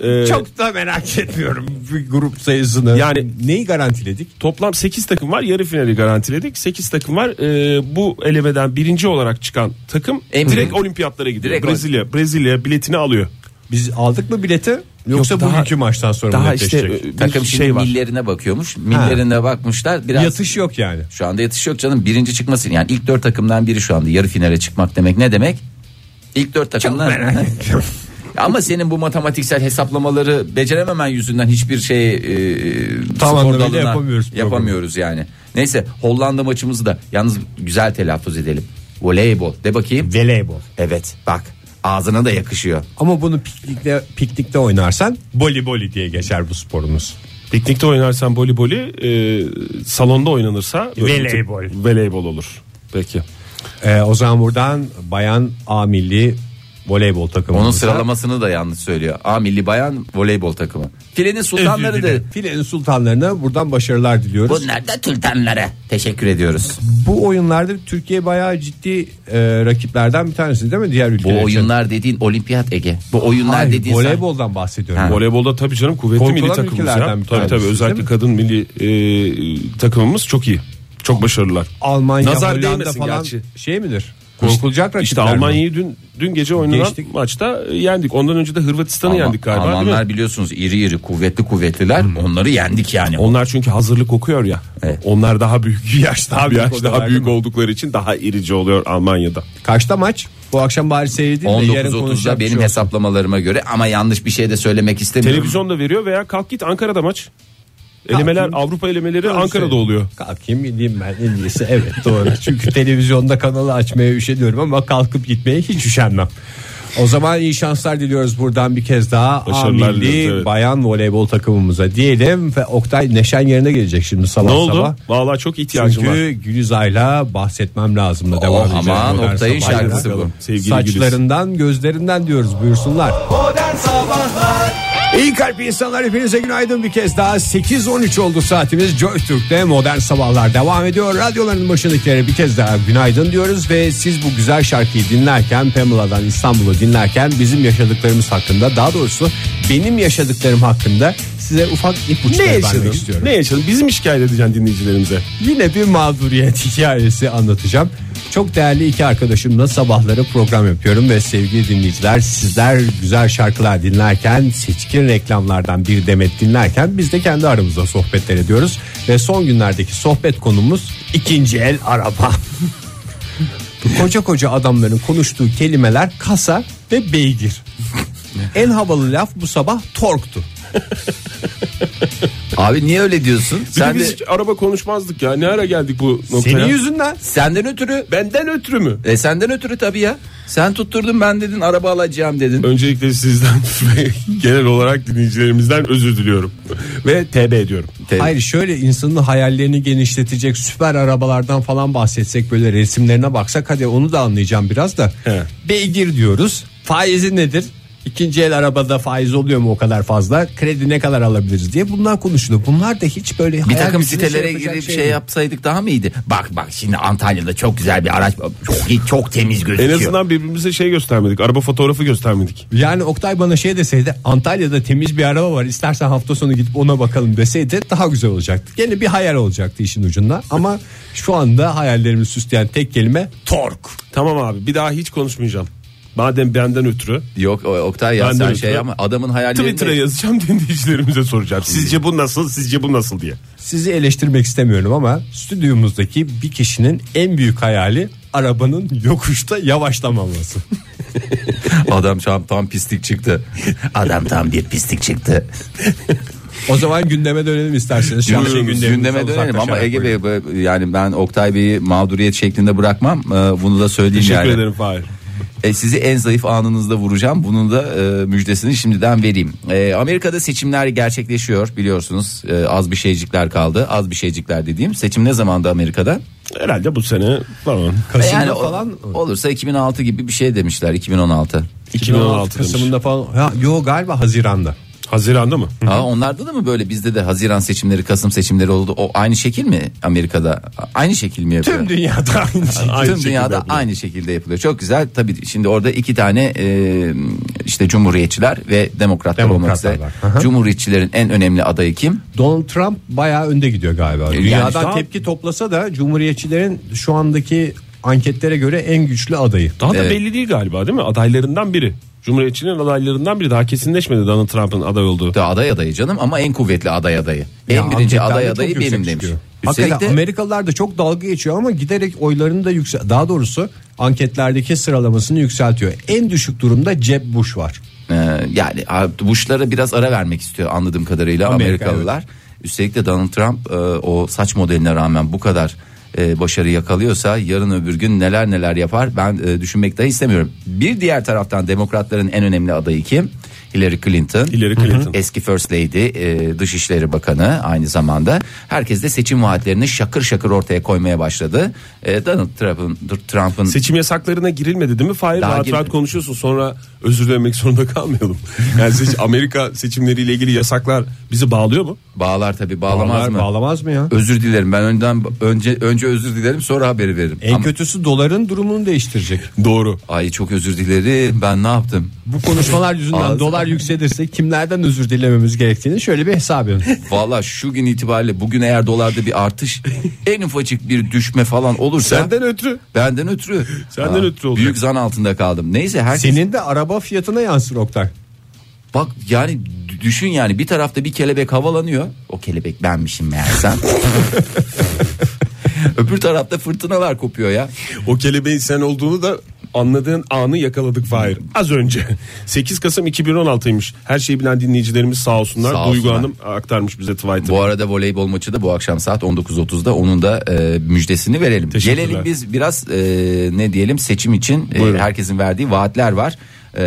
D: Ee,
B: Çok da merak etmiyorum bir grup sayısını. Yani
D: Yani-
B: neyi garantiledik?
D: Toplam 8 takım var. Yarı finali garantiledik. 8 takım var. Ee, bu elemeden birinci olarak çıkan takım
C: En
D: direkt
C: büyük.
D: olimpiyatlara gidiyor.
C: Direkt
D: Brezilya Brezilya biletini alıyor.
B: Biz aldık mı bileti yoksa
D: Yok,
B: bu
D: daha-
B: bugünkü maçtan sonra mı
D: daha
B: netleşecek?
D: işte, e, Bir
C: Takım şimdi
D: şey var.
C: millerine bakıyormuş. Millerine bakmışlar. Biraz
B: Yatış yok yani.
C: Şu anda yatış yok canım. Birinci çıkmasın. Yani ilk dört takımdan biri şu anda yarı finale çıkmak demek ne demek? İlk dört takımdan. Ama senin bu matematiksel hesaplamaları becerememen yüzünden hiçbir şey e,
B: Tam
C: spor
B: anlamıyla
C: dalına
B: yapamıyoruz programı.
C: Yapamıyoruz yani. Neyse Hollanda maçımızı da yalnız güzel telaffuz edelim. Voleybol de bakayım.
B: Voleybol.
C: Evet bak ağzına da yakışıyor.
B: Ama bunu piknikte, piknikte oynarsan boli boli diye geçer bu sporumuz.
D: Piknikte oynarsan voleybolü e, salonda oynanırsa böyle
F: Voleybol.
D: tip- voleybol olur. Peki.
B: Ee, o zaman buradan bayan A milli voleybol takımımıza.
C: Onun sıralamasını da yanlış söylüyor. A milli bayan voleybol takımı. Filenin sultanları da.
B: Filenin sultanlarına buradan başarılar diliyoruz.
C: Bunlar da sultanlara. Teşekkür ediyoruz.
B: Bu oyunlarda Türkiye bayağı ciddi e, rakiplerden bir tanesi değil mi diğer ülkeler
C: Bu
B: için?
C: oyunlar dediğin olimpiyat Ege. Bu oyunlar
B: Hayır,
C: dediğin sen-
B: voleyboldan bahsediyorum.
C: Ha.
D: Voleybolda tabii canım kuvvetli
B: Korkulan
D: milli takımımız ya.
B: ülkelerden bir
D: Tabii tabii
B: tanesi, değil
D: özellikle
B: mi?
D: kadın milli e, takımımız çok iyi. Çok başarılılar.
B: Almanya,
D: Nazar
B: Hollanda
D: değmesin
B: falan
D: gerçi.
B: şey midir? Korkulacak rakipler
D: İşte
B: mi?
D: Almanya'yı dün dün gece oynanan
B: Geçtik.
D: maçta e, yendik. Ondan önce de Hırvatistan'ı
C: Alman-
D: yendik galiba. değil mi? Hmm.
C: Almanlar biliyorsunuz iri iri kuvvetli kuvvetliler. Onları yendik yani.
D: Onlar çünkü hazırlık okuyor ya.
C: Evet.
D: Onlar daha büyük yaş daha büyük, yaş,
B: oluyorlar,
D: daha büyük
B: değil
D: oldukları için daha irici oluyor Almanya'da.
B: Kaçta maç? Bu akşam bari seyredeyim de yarın
C: 19.30'da
B: konuşacak bir
C: benim
B: şey yok.
C: hesaplamalarıma göre ama yanlış bir şey de söylemek istemiyorum.
D: Televizyonda veriyor veya kalk git Ankara'da maç. Elemeler Avrupa elemeleri
B: şey.
D: Ankara'da oluyor.
B: Kalkayım gideyim ben en iyisi evet doğru. Çünkü televizyonda kanalı açmaya üşeniyorum ama kalkıp gitmeye hiç üşenmem. O zaman iyi şanslar diliyoruz buradan bir kez daha.
D: Başarılar
B: A milli
D: diliyoruz, evet.
B: bayan voleybol takımımıza diyelim ve Oktay Neşen yerine gelecek şimdi sabah
D: Ne oldu?
B: sabah.
D: Vallahi çok ihtiyacım var.
B: Çünkü Gülizay'la bahsetmem lazım da
C: Oh,
B: devam edeceğiz.
C: aman
B: Modern
C: Oktay'ın
B: Sabah'la.
C: şarkısı bu.
D: Sevgili
B: Saçlarından gözlerinden diyoruz buyursunlar. İyi kalp insanlar hepinize günaydın bir kez daha 8.13 oldu saatimiz Joy Türk'te modern sabahlar devam ediyor Radyoların başındakilere bir kez daha günaydın diyoruz Ve siz bu güzel şarkıyı dinlerken Pamela'dan İstanbul'u dinlerken Bizim yaşadıklarımız hakkında daha doğrusu Benim yaşadıklarım hakkında Size ufak ipuçları
D: Ne
B: vermek
D: yaşadın?
B: istiyorum
D: Ne yaşadın? Bizim şikayet edeceksin dinleyicilerimize.
B: Yine bir mağduriyet hikayesi anlatacağım. Çok değerli iki arkadaşımla sabahları program yapıyorum ve sevgili dinleyiciler sizler güzel şarkılar dinlerken seçkin reklamlardan bir demet dinlerken biz de kendi aramızda sohbetler ediyoruz. Ve son günlerdeki sohbet konumuz ikinci el araba. koca koca adamların konuştuğu kelimeler kasa ve beygir. en havalı laf bu sabah torktu.
C: Abi niye öyle diyorsun?
D: Bir de
C: Sen de,
D: biz hiç araba konuşmazdık ya. Ne ara geldik bu noktaya?
B: Senin yüzünden
C: senden ötürü
D: Benden ötürü mü?
C: E senden ötürü tabii ya. Sen tutturdun ben dedin araba alacağım dedin.
D: Öncelikle sizden ve genel olarak dinleyicilerimizden özür diliyorum. ve TB ediyorum.
C: Te-
B: Hayır şöyle insanın hayallerini genişletecek süper arabalardan falan bahsetsek böyle resimlerine baksak hadi onu da anlayacağım biraz da.
D: He.
B: Beygir diyoruz. Faizi nedir? İkinci el arabada faiz oluyor mu o kadar fazla? Kredi ne kadar alabiliriz diye bunlar konuşuluyor. Bunlar da hiç böyle
C: Bir
B: hayal
C: takım
B: gücüne
C: sitelere
B: yapacak
C: girip şey,
B: değil.
C: yapsaydık daha mı iyiydi? Bak bak şimdi Antalya'da çok güzel bir araç çok iyi, çok temiz
D: En
C: gözüküyor.
D: azından birbirimize şey göstermedik. Araba fotoğrafı göstermedik.
B: Yani Oktay bana şey deseydi Antalya'da temiz bir araba var istersen hafta sonu gidip ona bakalım deseydi daha güzel olacaktı. Gene bir hayal olacaktı işin ucunda ama şu anda hayallerimi süsleyen tek kelime tork.
D: Tamam abi bir daha hiç konuşmayacağım. Madem benden ötürü
C: Yok o- Oktay ya
D: Ben de
C: sen
D: öyle
C: şey
D: diyorum.
C: ama adamın hayallerini
D: Twitter'a yazacağım dinleyicilerimize soracağım. Sizce bu nasıl? Sizce bu nasıl diye.
B: Sizi eleştirmek istemiyorum ama stüdyomuzdaki bir kişinin en büyük hayali arabanın yokuşta yavaşlamaması.
C: adam tam, tam pislik çıktı. adam tam bir pislik çıktı.
B: O zaman gündeme dönelim isterseniz. Şu an şey
C: Gündeme,
B: gündemimizden
C: dönelim ama
B: uzaklaşarak
C: Ege
B: buyurun.
C: Bey bu- yani ben Oktay Bey'i mağduriyet şeklinde bırakmam. Ee, Bunu da söyleyeyim
D: Teşekkür
C: yani.
D: ederim Fahir.
C: E, sizi en zayıf anınızda vuracağım. Bunun da e, müjdesini şimdiden vereyim. E, Amerika'da seçimler gerçekleşiyor biliyorsunuz. E, az bir şeycikler kaldı. Az bir şeycikler dediğim. Seçim ne zamandı Amerika'da?
D: Herhalde bu sene falan.
B: Kasım'da
C: Yani o-
B: falan
C: olursa 2006 gibi bir şey demişler 2016.
D: 2016 demiş.
B: Kasım'ında falan. Ha, yo galiba Haziran'da.
D: Haziranda mı?
C: Aa, onlarda da mı böyle bizde de Haziran seçimleri Kasım seçimleri oldu. O aynı şekil mi Amerika'da? Aynı şekil mi yapıyor?
B: Tüm dünyada aynı şey.
D: Aynı
C: Tüm
D: şekilde
C: dünyada
D: yapılıyor.
C: aynı şekilde yapılıyor. Çok güzel. Tabii şimdi orada iki tane e, işte cumhuriyetçiler ve demokratlar, olmak
B: Demokratlar
C: üzere.
B: var. Aha.
C: Cumhuriyetçilerin en önemli adayı kim?
B: Donald Trump bayağı önde gidiyor
C: E,
B: galiba. Dünyadan
D: daha-
B: tepki toplasa da Cumhuriyetçilerin şu andaki anketlere göre en güçlü adayı.
D: Daha da
C: Evet.
D: belli değil galiba değil mi? Adaylarından biri. Cumhuriyetçinin adaylarından biri. Daha kesinleşmedi Donald Trump'ın aday olduğu.
C: Da aday adayı canım ama en kuvvetli aday adayı.
B: Ya
C: en birinci
B: anketlerde
C: aday
B: çok
C: adayı
B: yüksek
C: benim demiş.
B: çıkıyor.
C: Üstelik
B: Hakikaten
C: de
B: Amerikalılar da çok dalga geçiyor ama giderek oylarını da yüksel daha doğrusu anketlerdeki sıralamasını yükseltiyor. En düşük durumda Jeb Bush var.
C: e, yani Bush'lara biraz ara vermek istiyor anladığım kadarıyla
B: Amerika,
C: Amerikalılar. Üstelik de Donald Trump e, o saç modeline rağmen bu kadar e, başarı yakalıyorsa yarın öbür gün neler neler yapar ben e, düşünmek dahi istemiyorum. Bir diğer taraftan demokratların en önemli adayı kim? Hillary Clinton.
D: Hillary Clinton.
C: Eski First Lady, e, Dışişleri Bakanı aynı zamanda. Herkes de seçim vaatlerini şakır şakır ortaya koymaya başladı. E, Donald Trump'ın Trump'ın
D: Seçim yasaklarına girilmedi değil mi? Fahir
C: Daha
D: rahat rahat
C: girmedi.
D: konuşuyorsun sonra özür dilemek zorunda kalmayalım. Yani seç- Amerika seçimleriyle ilgili yasaklar bizi bağlıyor mu?
C: bağlar tabii bağlamaz
B: Bağlar,
C: mı?
B: Bağlamaz mı ya?
C: Özür dilerim. Ben önden önce önce özür dilerim sonra haberi veririm.
B: En
C: Ama-
B: kötüsü doların durumunu değiştirecek.
D: Doğru.
C: Ay çok özür dilerim. Ben ne yaptım?
B: Bu konuşmalar yüzünden
C: Ağzı-
B: dolar yükselirse kimlerden özür dilememiz gerektiğini şöyle bir hesap edin.
C: Valla şu gün itibariyle bugün eğer dolarda bir artış en ufacık bir düşme falan olursa
D: Senden ötürü.
C: benden ötürü.
D: Senden ötürü olacak.
C: Büyük zan altında kaldım. Neyse herkes
B: Senin de araba fiyatına yansır Oktay.
C: Bak yani d- düşün yani bir tarafta bir kelebek havalanıyor. O kelebek benmişim meğersem. Öbür tarafta fırtınalar kopuyor ya.
D: O kelebeğin sen olduğunu da anladığın anı yakaladık Fahir. Az önce 8 Kasım 2016'ymış. Her şeyi bilen dinleyicilerimiz sağ olsunlar.
C: Sağ
D: Duygu
C: olsunlar.
D: Hanım aktarmış bize Twitter'da.
C: Bu arada voleybol maçı da bu akşam saat 19.30'da onun da e, müjdesini verelim.
D: Teşekkürler.
C: Gelelim biz biraz e, ne diyelim seçim için e,
D: Buyurun.
C: herkesin verdiği vaatler var. E,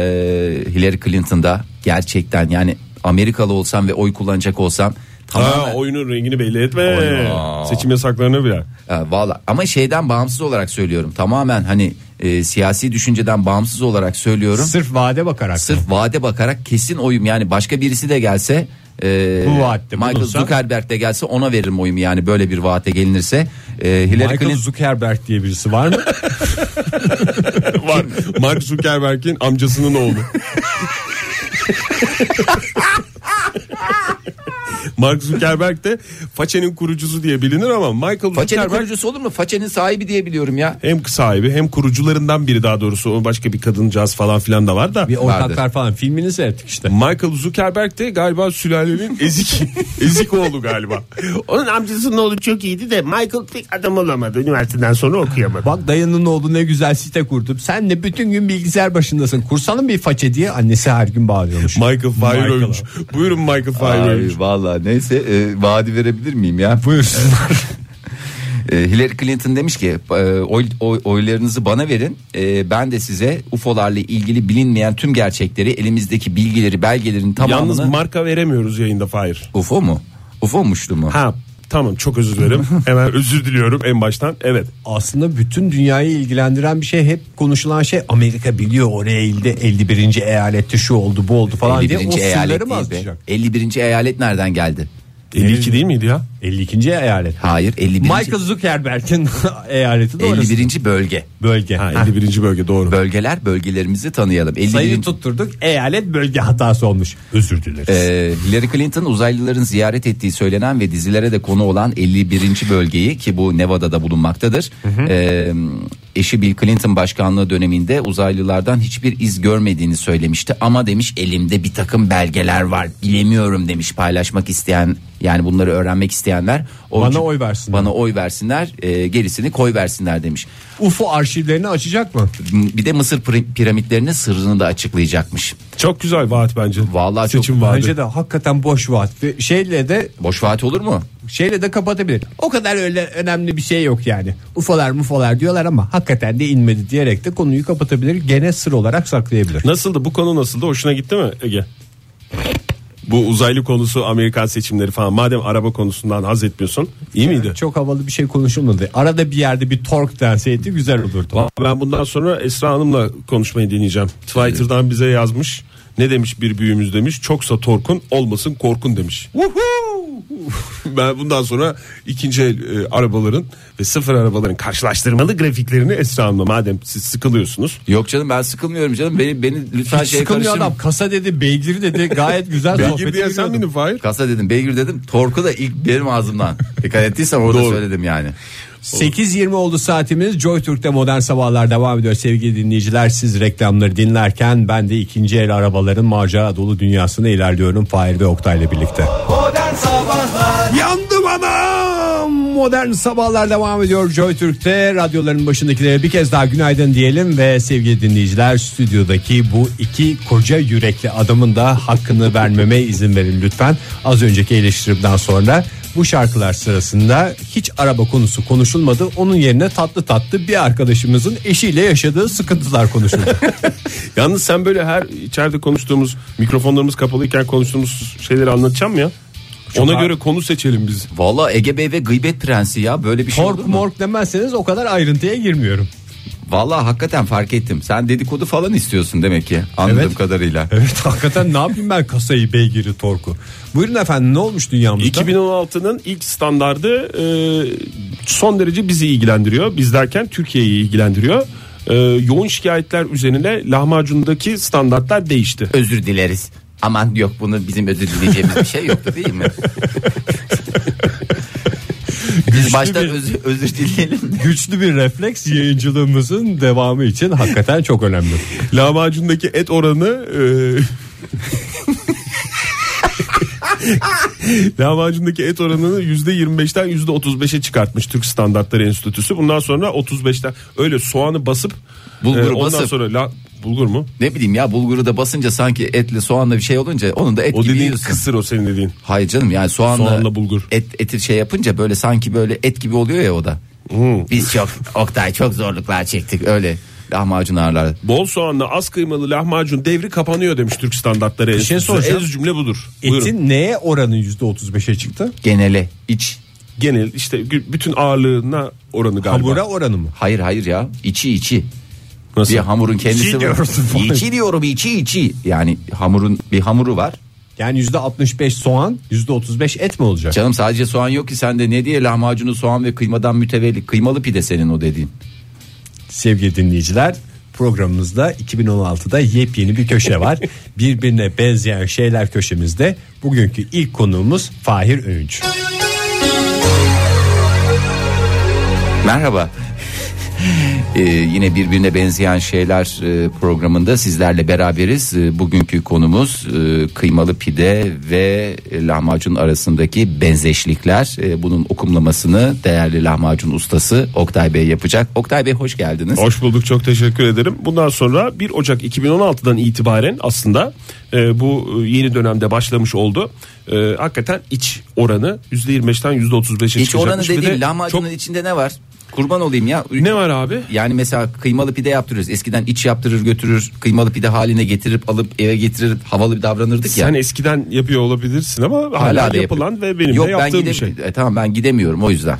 C: Hillary Clinton'da gerçekten yani Amerikalı olsam ve oy kullanacak olsam
D: Ha,
C: tamamen
D: oyunun rengini belli etme.
C: Oyna.
D: Seçim yasaklarına bile.
C: E, Valla ama şeyden bağımsız olarak söylüyorum tamamen hani e, siyasi düşünceden bağımsız olarak söylüyorum.
B: Sırf vade bakarak.
C: Sırf vade bakarak kesin oyum yani başka birisi de gelse e,
B: Bu vaatte
C: Michael
B: bulunsa-
C: Zuckerberg de gelse ona veririm oyumu yani böyle bir vaate gelinirse. E, Hillary
B: Michael
C: Clinton-
B: Zuckerberg diye birisi var mı?
D: Var. Mark Zuckerberg'in amcasının oğlu. Mark Zuckerberg de Façe'nin kurucusu diye bilinir ama Michael
C: Façenin
D: Zuckerberg
C: kurucusu olur mu? Façenin sahibi diye biliyorum ya.
D: hem sahibi hem kurucularından biri daha doğrusu o başka bir kadıncağız falan filan da var da
B: bir ortaklar falan filmini seyrettik işte.
D: Michael Zuckerberg de galiba sülalenin ezik ezik oğlu galiba.
F: Onun amcasının oğlu çok iyiydi de Michael pek adam olamadı. Üniversiteden sonra okuyamadı.
B: Bak dayının oğlu ne güzel site kurdum. Sen de bütün gün bilgisayar başındasın. Kursanın bir façe diye annesi her gün bağırıyormuş.
D: Michael Fire
B: Michael.
D: ölmüş. Buyurun Michael Fire
C: Ay,
D: ölmüş.
C: vallahi neyse e, vaadi verebilir miyim ya? Buyursunlar. Hillary Clinton demiş ki e, oy, oy- oylarınızı bana verin E, ben de size UFO'larla ilgili bilinmeyen tüm gerçekleri elimizdeki bilgileri belgelerin
D: Yalnız
C: tamamını
D: marka veremiyoruz yayında Fire.
C: UFO mu? UFO'muştu mu?
D: Ha tamam çok özür dilerim. Hemen özür diliyorum en baştan. Evet.
B: Aslında bütün dünyayı ilgilendiren bir şey hep konuşulan şey Amerika biliyor oraya ildi 51. eyalette şu oldu bu oldu falan diye o
C: 51.
B: sırları
C: eyalet
B: mı
C: değil be.
B: azlayacak?
C: 51. eyalet nereden geldi? Ee,
D: 52 değil miydi ya?
B: 52. eyalet.
C: Hayır 51.
B: Michael Zuckerberg'in eyaleti de orası.
C: 51. bölge.
B: bölge.
D: Ha,
B: Ha,
D: 51. bölge doğru.
C: Bölgeler bölgelerimizi tanıyalım. 51.
B: Sayıyı tutturduk. Eyalet bölge hatası olmuş. Özür dileriz.
C: Ee, Hillary Clinton uzaylıların ziyaret ettiği söylenen ve dizilere de konu olan 51. bölgeyi ki bu Nevada'da bulunmaktadır. Ee, eşi Bill Clinton başkanlığı döneminde uzaylılardan hiçbir iz görmediğini söylemişti ama demiş elimde bir takım belgeler var bilemiyorum demiş paylaşmak isteyen yani bunları öğrenmek isteyenler o
B: Bana
C: için-
B: oy versinler.
C: bana oy versinler e, gerisini koy versinler demiş
B: UFO arşivlerini açacak mı?
C: bir de Mısır pir- piramitlerinin sırrını da açıklayacakmış
D: Çok güzel vaat bence.
C: Vallahi çok-
D: Seçim vaadi.
B: Bence de hakikaten boş vaat. Ve şeyle de
C: boş vaat olur mu
B: şeyle de kapatabilir. O kadar öyle önemli bir şey yok yani. Ufolar mufolar diyorlar ama hakikaten de inmedi diyerek de konuyu kapatabilir. Gene sır olarak saklayabilir.
D: Nasıldı bu konu nasıldı? Hoşuna gitti mi Ege? Bu uzaylı konusu Amerikan seçimleri falan. Madem araba konusundan haz etmiyorsun. iyi miydi?
B: Çok havalı bir şey konuşulmadı. Arada bir yerde bir tork denseydi güzel olurdu.
D: Ben bundan sonra Esra Hanım'la konuşmayı deneyeceğim. Twitter'dan bize yazmış. Ne demiş bir büyüğümüz demiş. Çoksa torkun olmasın korkun demiş. ben bundan sonra ikinci el e, arabaların ve sıfır arabaların karşılaştırmalı grafiklerini Esra Hanım'la madem siz sıkılıyorsunuz.
C: Yok canım ben sıkılmıyorum canım. Beni beni lütfen
B: Hiç
C: şey
B: sıkılmıyor
C: karıştırma.
B: adam. Kasa dedi, beygir dedi. Gayet güzel
D: Beygir diye
B: biliyordum.
D: sen miydin Fahir?
C: Kasa dedim beygir dedim. Torku da ilk benim ağzımdan. Dikkat ettiysen orada
D: Doğru.
C: söyledim yani.
B: 8.20 oldu saatimiz. Joy Türk'te modern sabahlar devam ediyor sevgili dinleyiciler. Siz reklamları dinlerken ben de ikinci el arabaların macera dolu dünyasına ilerliyorum. Fahir ve Oktay ile birlikte. Yandım anam. Modern sabahlar devam ediyor Joy Türk'te. Radyoların başındakilere bir kez daha günaydın diyelim ve sevgili dinleyiciler stüdyodaki bu iki koca yürekli adamın da hakkını vermeme izin verin lütfen. Az önceki eleştirimden sonra bu şarkılar sırasında hiç araba konusu konuşulmadı. Onun yerine tatlı tatlı bir arkadaşımızın eşiyle yaşadığı sıkıntılar konuşuldu.
D: Yalnız sen böyle her içeride konuştuğumuz mikrofonlarımız kapalıyken konuştuğumuz şeyleri anlatacağım ya. Ona
B: ha-
D: göre konu seçelim biz.
C: Valla Ege Bey ve gıybet prensi ya böyle bir şey olur
B: Mork
C: mu?
B: mork demezseniz o kadar ayrıntıya girmiyorum.
C: Valla hakikaten fark ettim. Sen dedikodu falan istiyorsun demek ki anladığım
B: Evet.
C: kadarıyla.
B: Evet hakikaten ne yapayım ben kasayı beygiri torku. Buyurun efendim ne olmuş dünyamızda?
D: 2016'nın ilk standardı e, son derece bizi ilgilendiriyor. Biz derken Türkiye'yi ilgilendiriyor. E, yoğun şikayetler üzerine lahmacundaki standartlar değişti.
C: Özür dileriz. Aman yok bunu bizim özür dileyeceğimiz bir şey yoktu değil mi? Biz baştan
B: bir-
C: özür, özür dileyelim.
B: Güçlü bir refleks yayıncılığımızın devamı için hakikaten çok önemli.
D: Lahmacundaki et oranı e, lahmacundaki et oranını %25'ten %35'e çıkartmış Türk Standartları Enstitüsü. Bundan sonra 35'ten öyle soğanı basıp e,
C: Bulguru
D: ondan
C: basıp.
D: sonra la, bulgur mu?
C: Ne bileyim ya bulguru da basınca sanki etli soğanla bir şey olunca onun da et
D: O
C: gibi
D: dediğin
C: yiyorsun.
D: kısır o senin dediğin.
C: Hayır canım yani soğanla,
D: Soğanla bulgur.
C: Et, eti şey yapınca böyle sanki böyle et gibi oluyor ya o da.
D: Hmm.
C: Biz çok Oktay çok zorluklar çektik öyle lahmacun ağırlar.
D: Bol soğanlı az kıymalı lahmacun devri kapanıyor demiş Türk Standartları Enstitüsü.
C: şey
B: soracağım.
D: Ez cümle budur. Buyurun.
B: Etin neye oranı %35'e çıktı?
C: Genele iç.
D: Genel işte gü- bütün ağırlığına oranı galiba.
B: Hamura oranı mı?
C: Hayır hayır ya içi içi.
D: Nasıl?
C: Bir hamurun kendisi
B: İçi
C: var.
B: diyorsun.
C: İçi diyorum içi içi. Yani hamurun bir hamuru var.
B: Yani %65 soğan %35 et mi olacak?
C: Canım sadece soğan yok ki sende ne diye lahmacunu soğan ve kıymadan mütevelli. Kıymalı pide senin o dediğin.
B: Sevgili dinleyiciler programımızda 2016'da yepyeni bir köşe var. Birbirine benzeyen şeyler köşemizde. Bugünkü ilk konuğumuz Fahir Öğünç.
C: Merhaba. Ee, yine birbirine benzeyen şeyler e, programında sizlerle beraberiz. E, bugünkü konumuz e, kıymalı pide ve e, lahmacun arasındaki benzeşlikler. E, bunun okumlamasını değerli lahmacun ustası Oktay Bey yapacak. Oktay Bey hoş geldiniz.
D: Hoş bulduk çok teşekkür ederim. Bundan sonra 1 Ocak 2016'dan itibaren aslında e, bu e, yeni dönemde başlamış oldu. E, hakikaten iç oranı %25'ten %35'e çıkacakmış.
C: İç oranı
D: Ve de
C: dediğim lahmacunun
D: çok-
C: içinde ne var? Kurban olayım ya.
D: Ne var abi?
C: Yani mesela kıymalı pide yaptırıyoruz. Eskiden iç yaptırır götürür kıymalı pide haline getirip alıp eve getirir havalı bir davranırdık ya.
D: Sen eskiden yapıyor olabilirsin ama hala,
C: Hala da
D: yapılan
C: yapıyorum.
D: ve benim
C: Yok,
D: de
C: ben
D: yaptığım bir
C: gidem-
D: şey.
C: E, tamam ben gidemiyorum o yüzden.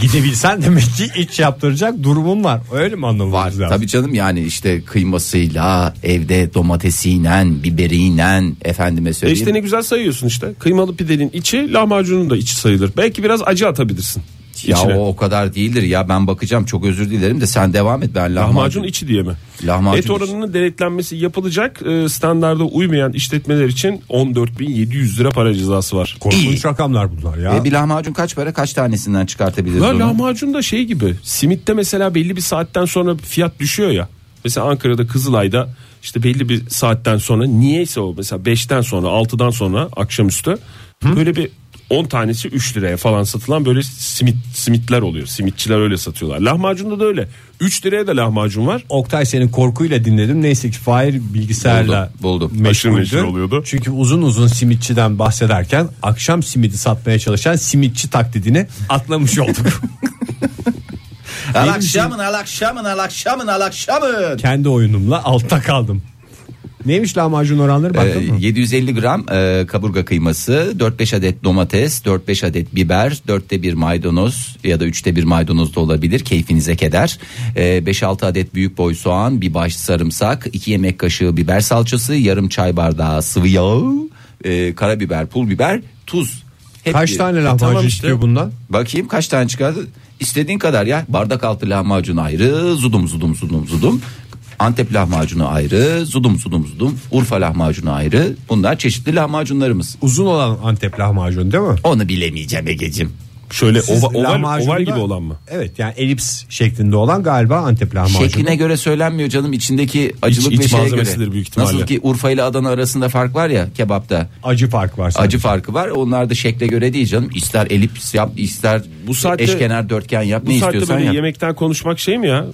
B: Gidebilsen demek ki iç yaptıracak durumun var. Öyle mi anlamamız
C: Var
B: lazım?
C: tabii canım yani işte kıymasıyla evde domatesiyle biberiyle efendime
D: E
C: söyleyeyim.
D: işte ne güzel sayıyorsun işte. Kıymalı pidenin içi lahmacunun da içi sayılır. Belki biraz acı atabilirsin.
C: ya
D: içine.
C: o o kadar değildir ya ben bakacağım çok özür dilerim de sen devam et ben lahmacun.
D: Lahmacun içi diye mi?
C: Lahmacun
D: Et oranının denetlenmesi yapılacak. E, standarda uymayan işletmeler için 14.700 lira para cezası var.
B: Korkunç rakamlar bunlar ya.
C: E, bir lahmacun kaç para kaç tanesinden çıkartabiliriz
D: La
C: onu?
D: lahmacun da şey gibi. Simitte mesela belli bir saatten sonra fiyat düşüyor ya. Mesela Ankara'da Kızılay'da işte belli bir saatten sonra niyeyse o mesela 5'ten sonra 6'dan sonra akşamüstü böyle bir 10 tanesi 3 liraya falan satılan böyle simit simitler oluyor. Simitçiler öyle satıyorlar. Lahmacunda da öyle. 3 liraya da lahmacun var.
B: Oktay senin korkuyla dinledim. Neyse ki Fahir bilgisayarla
C: Buldum, buldum.
B: meşguldü.
D: Aşırı meşgul oluyordu.
B: Çünkü uzun uzun simitçiden bahsederken akşam simidi satmaya çalışan simitçi taklidini atlamış olduk.
C: Al akşamın al akşamın al akşamın al akşamın.
B: Kendi oyunumla altta kaldım. Neymiş lahmacun oranları baktın
C: Ee,
B: mı?
C: 750 gram e, kaburga kıyması, 4-5 adet domates, 4-5 adet biber, 4'te 1 maydanoz ya da 3'te 1 maydanoz da olabilir keyfinize keder. Ee, 5-6 adet büyük boy soğan, bir baş sarımsak, 2 yemek kaşığı biber salçası, yarım çay bardağı sıvı yağ, e, karabiber, pul biber, tuz. Hep
B: Kaç
C: bir-
B: tane
C: E,
B: lahmacun
C: tamam işte.
B: istiyor bundan?
C: Bakayım kaç tane çıkardı? İstediğin kadar ya. Bardak altı lahmacun ayrı, zudum zudum zudum zudum. Antep lahmacunu ayrı, zudum zudum zudum. Urfa lahmacunu ayrı. Bunlar çeşitli lahmacunlarımız.
B: Uzun olan Antep lahmacun değil mi?
C: Onu bilemeyeceğim Ege'cim.
D: Şöyle
B: Siz
D: ova- oval,
B: lahmacunda-
D: oval gibi olan mı?
B: Evet yani elips şeklinde olan galiba Antep lahmacunu.
C: Şekline göre söylenmiyor canım içindeki acılık
D: iç
C: ve şeye
D: malzemesidir
C: göre.
D: büyük ihtimalle.
C: Nasıl ki Urfa ile Adana arasında fark var ya kebapta.
B: Acı fark var. sadece.
C: Acı farkı var. Onlar da şekle göre değil canım. İster elips yap, ister
D: Bu saatte-
C: eşkenar dörtgen yap,
D: Bu
C: ne
D: saatte
C: istiyorsan
D: böyle
C: yap.
D: yemekten konuşmak şey mi ya?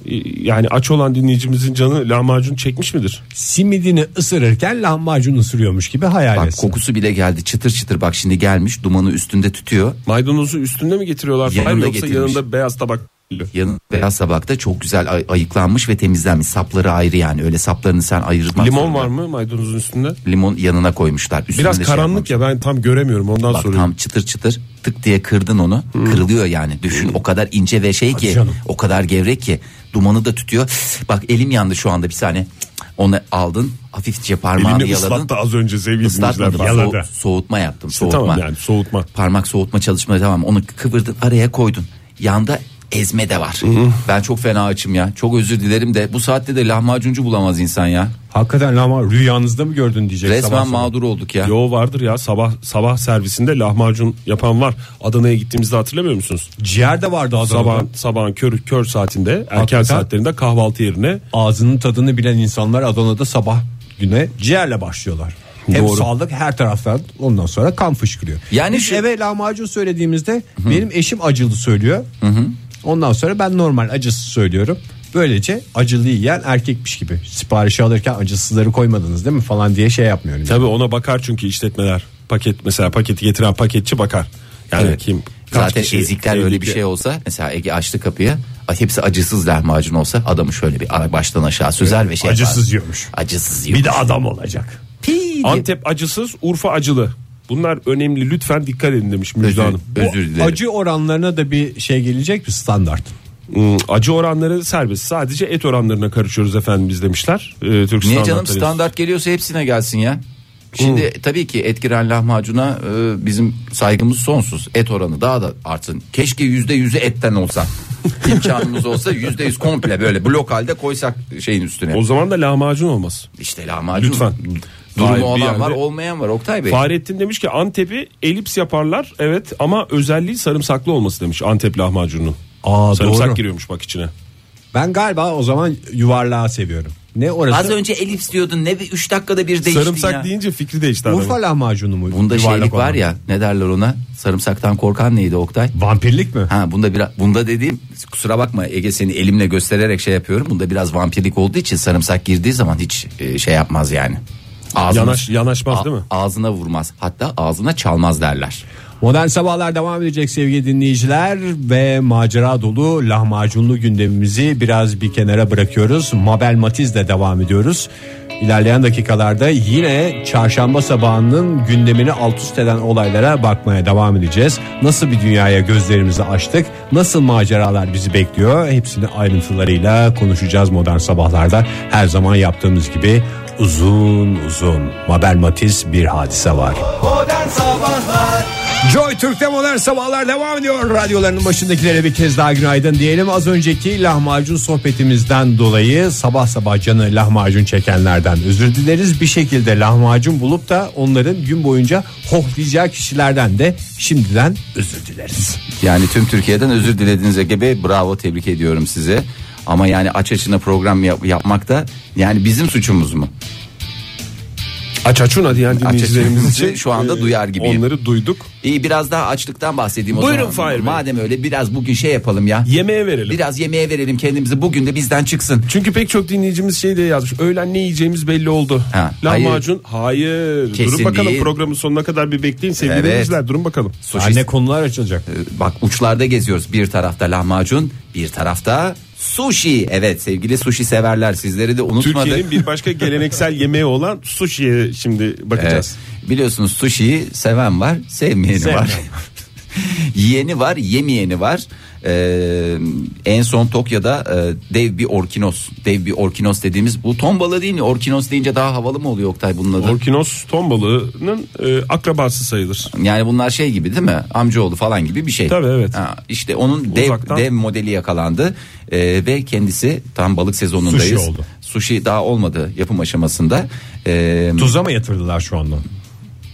D: Yani aç olan dinleyicimizin canı lahmacun çekmiş midir?
B: Simidini ısırırken lahmacun ısırıyormuş gibi hayal
C: Bak
B: etsin.
C: kokusu bile geldi. Çıtır çıtır bak şimdi gelmiş. Dumanı üstünde tütüyor.
D: Maydanozu üstünde mi getiriyorlar? Fahir,
C: Yanında
D: yoksa
C: getirmiş.
D: yanında beyaz tabak.
C: Yanı beyaz tabakta çok güzel ay- ayıklanmış ve temizlenmiş. Sapları ayrı yani. Öyle saplarını sen ayırmak
D: Limon
C: zorunda.
D: var mı maydanozun üstünde?
C: Limon yanına koymuşlar. Üstünde
D: Biraz
C: şey yapmamış.
D: karanlık ya ben tam göremiyorum ondan
C: Bak
D: soruyorum.
C: tam çıtır çıtır tık diye kırdın onu.
D: Hmm.
C: Kırılıyor yani. Düşün o kadar ince ve şey ki
B: canım.
C: o kadar gevrek ki dumanı da tütüyor. Bak elim yandı şu anda bir saniye. Onu aldın hafifçe parmağını
D: Elini
C: yaladın.
D: ıslattı az önce sevgili dinleyiciler.
C: Islatmadım.
D: falan.
C: Soğu- soğutma yaptım.
D: İşte
C: soğutma.
D: tamam yani soğutma.
C: Parmak soğutma çalışmaları tamam. Onu kıvırdın araya koydun. Yanda ezme de var. Ben çok fena açım ya. Çok özür dilerim de bu saatte de lahmacuncu bulamaz insan ya.
B: Hakikaten lahmacun rüyanızda mı gördün diyecek.
C: Resmen
B: sabah sabah.
C: mağdur olduk ya.
D: Yo vardır ya sabah sabah servisinde lahmacun yapan var. Adana'ya gittiğimizde hatırlamıyor musunuz?
B: Ciğer de vardı adamın.
D: Sabah sabahın kör kör saatinde erken
B: Hakikaten.
D: saatlerinde kahvaltı yerine
B: Ağzının tadını bilen insanlar Adana'da sabah güne ciğerle başlıyorlar. Hem
D: Doğru.
B: sağlık her taraftan ondan sonra kan fışkırıyor.
C: Yani
B: Biz
C: şu-
B: eve lahmacun söylediğimizde benim eşim acılı söylüyor. Ondan sonra ben normal acısı söylüyorum. Böylece acılıyı yiyen erkekmiş gibi. Siparişi alırken acısızları koymadınız değil mi falan diye şey yapmıyorum.
D: tabi ona bakar çünkü işletmeler. Paket mesela paketi getiren paketçi bakar. Yani
C: Evet.
D: kim kaç
C: Zaten
D: kişi
C: ezikler öyle bir
D: tehlike-
C: şey olsa mesela Ege açtı kapıyı a- hepsi acısız lahmacun olsa adamı şöyle bir ara- baştan aşağı süzer ve şey
B: acısız
C: yapar.
B: yiyormuş.
C: Acısız
B: Bir
C: yiyormuş.
B: de adam olacak.
C: Pii diye.
D: Antep acısız, Urfa acılı. Bunlar önemli lütfen dikkat edin demiş Müjde
C: özür,
D: Hanım.
C: özür dilerim.
B: Acı oranlarına da bir şey gelecek mi standart?
D: Hmm, acı oranları serbest. Sadece et oranlarına karışıyoruz efendim biz demişler. Ee, Türk
C: Niye canım
D: standartları.
C: standart geliyorsa hepsine gelsin ya. Şimdi tabii ki et giren lahmacuna e, bizim saygımız sonsuz. Et oranı daha da artsın. Keşke yüzde yüzü etten olsa. İmkanımız olsa yüzde yüz komple böyle blok halde koysak şeyin üstüne.
D: O zaman da lahmacun olmaz.
C: işte lahmacun.
D: Lütfen.
C: Durumu
D: Hayır, bir
C: olan var
D: yerde-
C: olmayan var Oktay Bey.
D: Fahrettin demiş ki Antep'i elips yaparlar. Evet ama özelliği sarımsaklı olması demiş Antep lahmacununun.
B: Aa,
D: Sarımsak
B: doğru.
D: giriyormuş bak içine.
B: Ben galiba o zaman yuvarlağı seviyorum. Ne orası?
C: Az önce elips diyordun ne 3 dakikada bir değiştin
D: Sarımsak
C: ya.
D: deyince fikri değişti adamın.
B: Urfa lahmacunu mu?
C: Bunda
B: yuvarlak
C: şeylik var
B: olan?
C: ya ne derler ona sarımsaktan korkan neydi Oktay?
B: Vampirlik mi?
C: Ha bunda biraz bunda dediğim kusura bakma Ege seni elimle göstererek şey yapıyorum. Bunda biraz vampirlik olduğu için sarımsak girdiği zaman hiç e, şey yapmaz yani. Ağzına,
D: Yanaş- yanaşmaz değil mi?
C: Ağzına vurmaz. Hatta ağzına çalmaz derler.
B: Modern sabahlar devam edecek sevgili dinleyiciler ve macera dolu lahmacunlu gündemimizi biraz bir kenara bırakıyoruz. Mabel Matiz'le devam ediyoruz. İlerleyen dakikalarda yine çarşamba sabahının gündemini alt üst eden olaylara bakmaya devam edeceğiz. Nasıl bir dünyaya gözlerimizi açtık? Nasıl maceralar bizi bekliyor? Hepsini ayrıntılarıyla konuşacağız modern sabahlarda. Her zaman yaptığımız gibi uzun uzun Mabel Matiz bir hadise var. Joy Türk'te modern sabahlar devam ediyor. Radyolarının başındakilere bir kez daha günaydın diyelim. Az önceki lahmacun sohbetimizden dolayı sabah sabah canı lahmacun çekenlerden özür dileriz. Bir şekilde lahmacun bulup da onların gün boyunca hohlayacağı kişilerden de şimdiden özür dileriz.
C: Yani tüm Türkiye'den özür dilediğiniz Ege Bey bravo tebrik ediyorum size. Ama yani aç açına program yap- yapmak da yani bizim suçumuz mu?
D: Aç açuna diyen
C: açuna
D: dinleyicilerimiz için.
C: şu anda
D: e,
C: duyar gibiyim.
D: Onları duyduk.
C: İyi biraz daha açlıktan bahsedeyim o
D: Buyurun
C: zaman.
D: Fahir Bey.
C: Madem öyle biraz bugün şey yapalım ya.
D: Yemeğe verelim.
C: Biraz yemeğe verelim kendimizi bugün de bizden çıksın.
D: Çünkü pek çok dinleyicimiz şey diye yazmış. Öğlen ne yiyeceğimiz belli oldu.
C: Ha,
D: Lahmacun. Hayır.
C: Kesin
D: Durun bakalım
C: değil.
D: programın sonuna kadar bir bekleyin sevgili
C: Evet.
D: dinleyiciler. Durun bakalım.
C: Sosis-
B: Anne konular açılacak.
C: Bak uçlarda geziyoruz. Bir tarafta lahmacun, bir tarafta sushi. Evet sevgili sushi severler sizleri de unutmadık.
D: Türkiye'nin bir başka geleneksel yemeği olan sushi'ye şimdi bakacağız.
C: Evet. Biliyorsunuz sushi'yi seven var, sevmeyeni var. Yiyeni var, yemeyeni var. Ee, en son Tokyo'da e, dev bir orkinos, dev bir orkinos dediğimiz bu ton balığı değil mi? Orkinos deyince daha havalı mı oluyor Oktay bunun adı?
D: Orkinos ton balığının e, akrabası sayılır.
C: Yani bunlar şey gibi değil mi? Amcaoğlu falan gibi bir şey.
D: Tabii, evet.
C: Ha, işte onun dev,
D: Uzaktan.
C: dev modeli yakalandı Ee, ve kendisi tam balık sezonundayız.
B: Sushi oldu.
C: Sushi daha olmadı yapım aşamasında. Ee,
B: Tuza mı yatırdılar şu anda?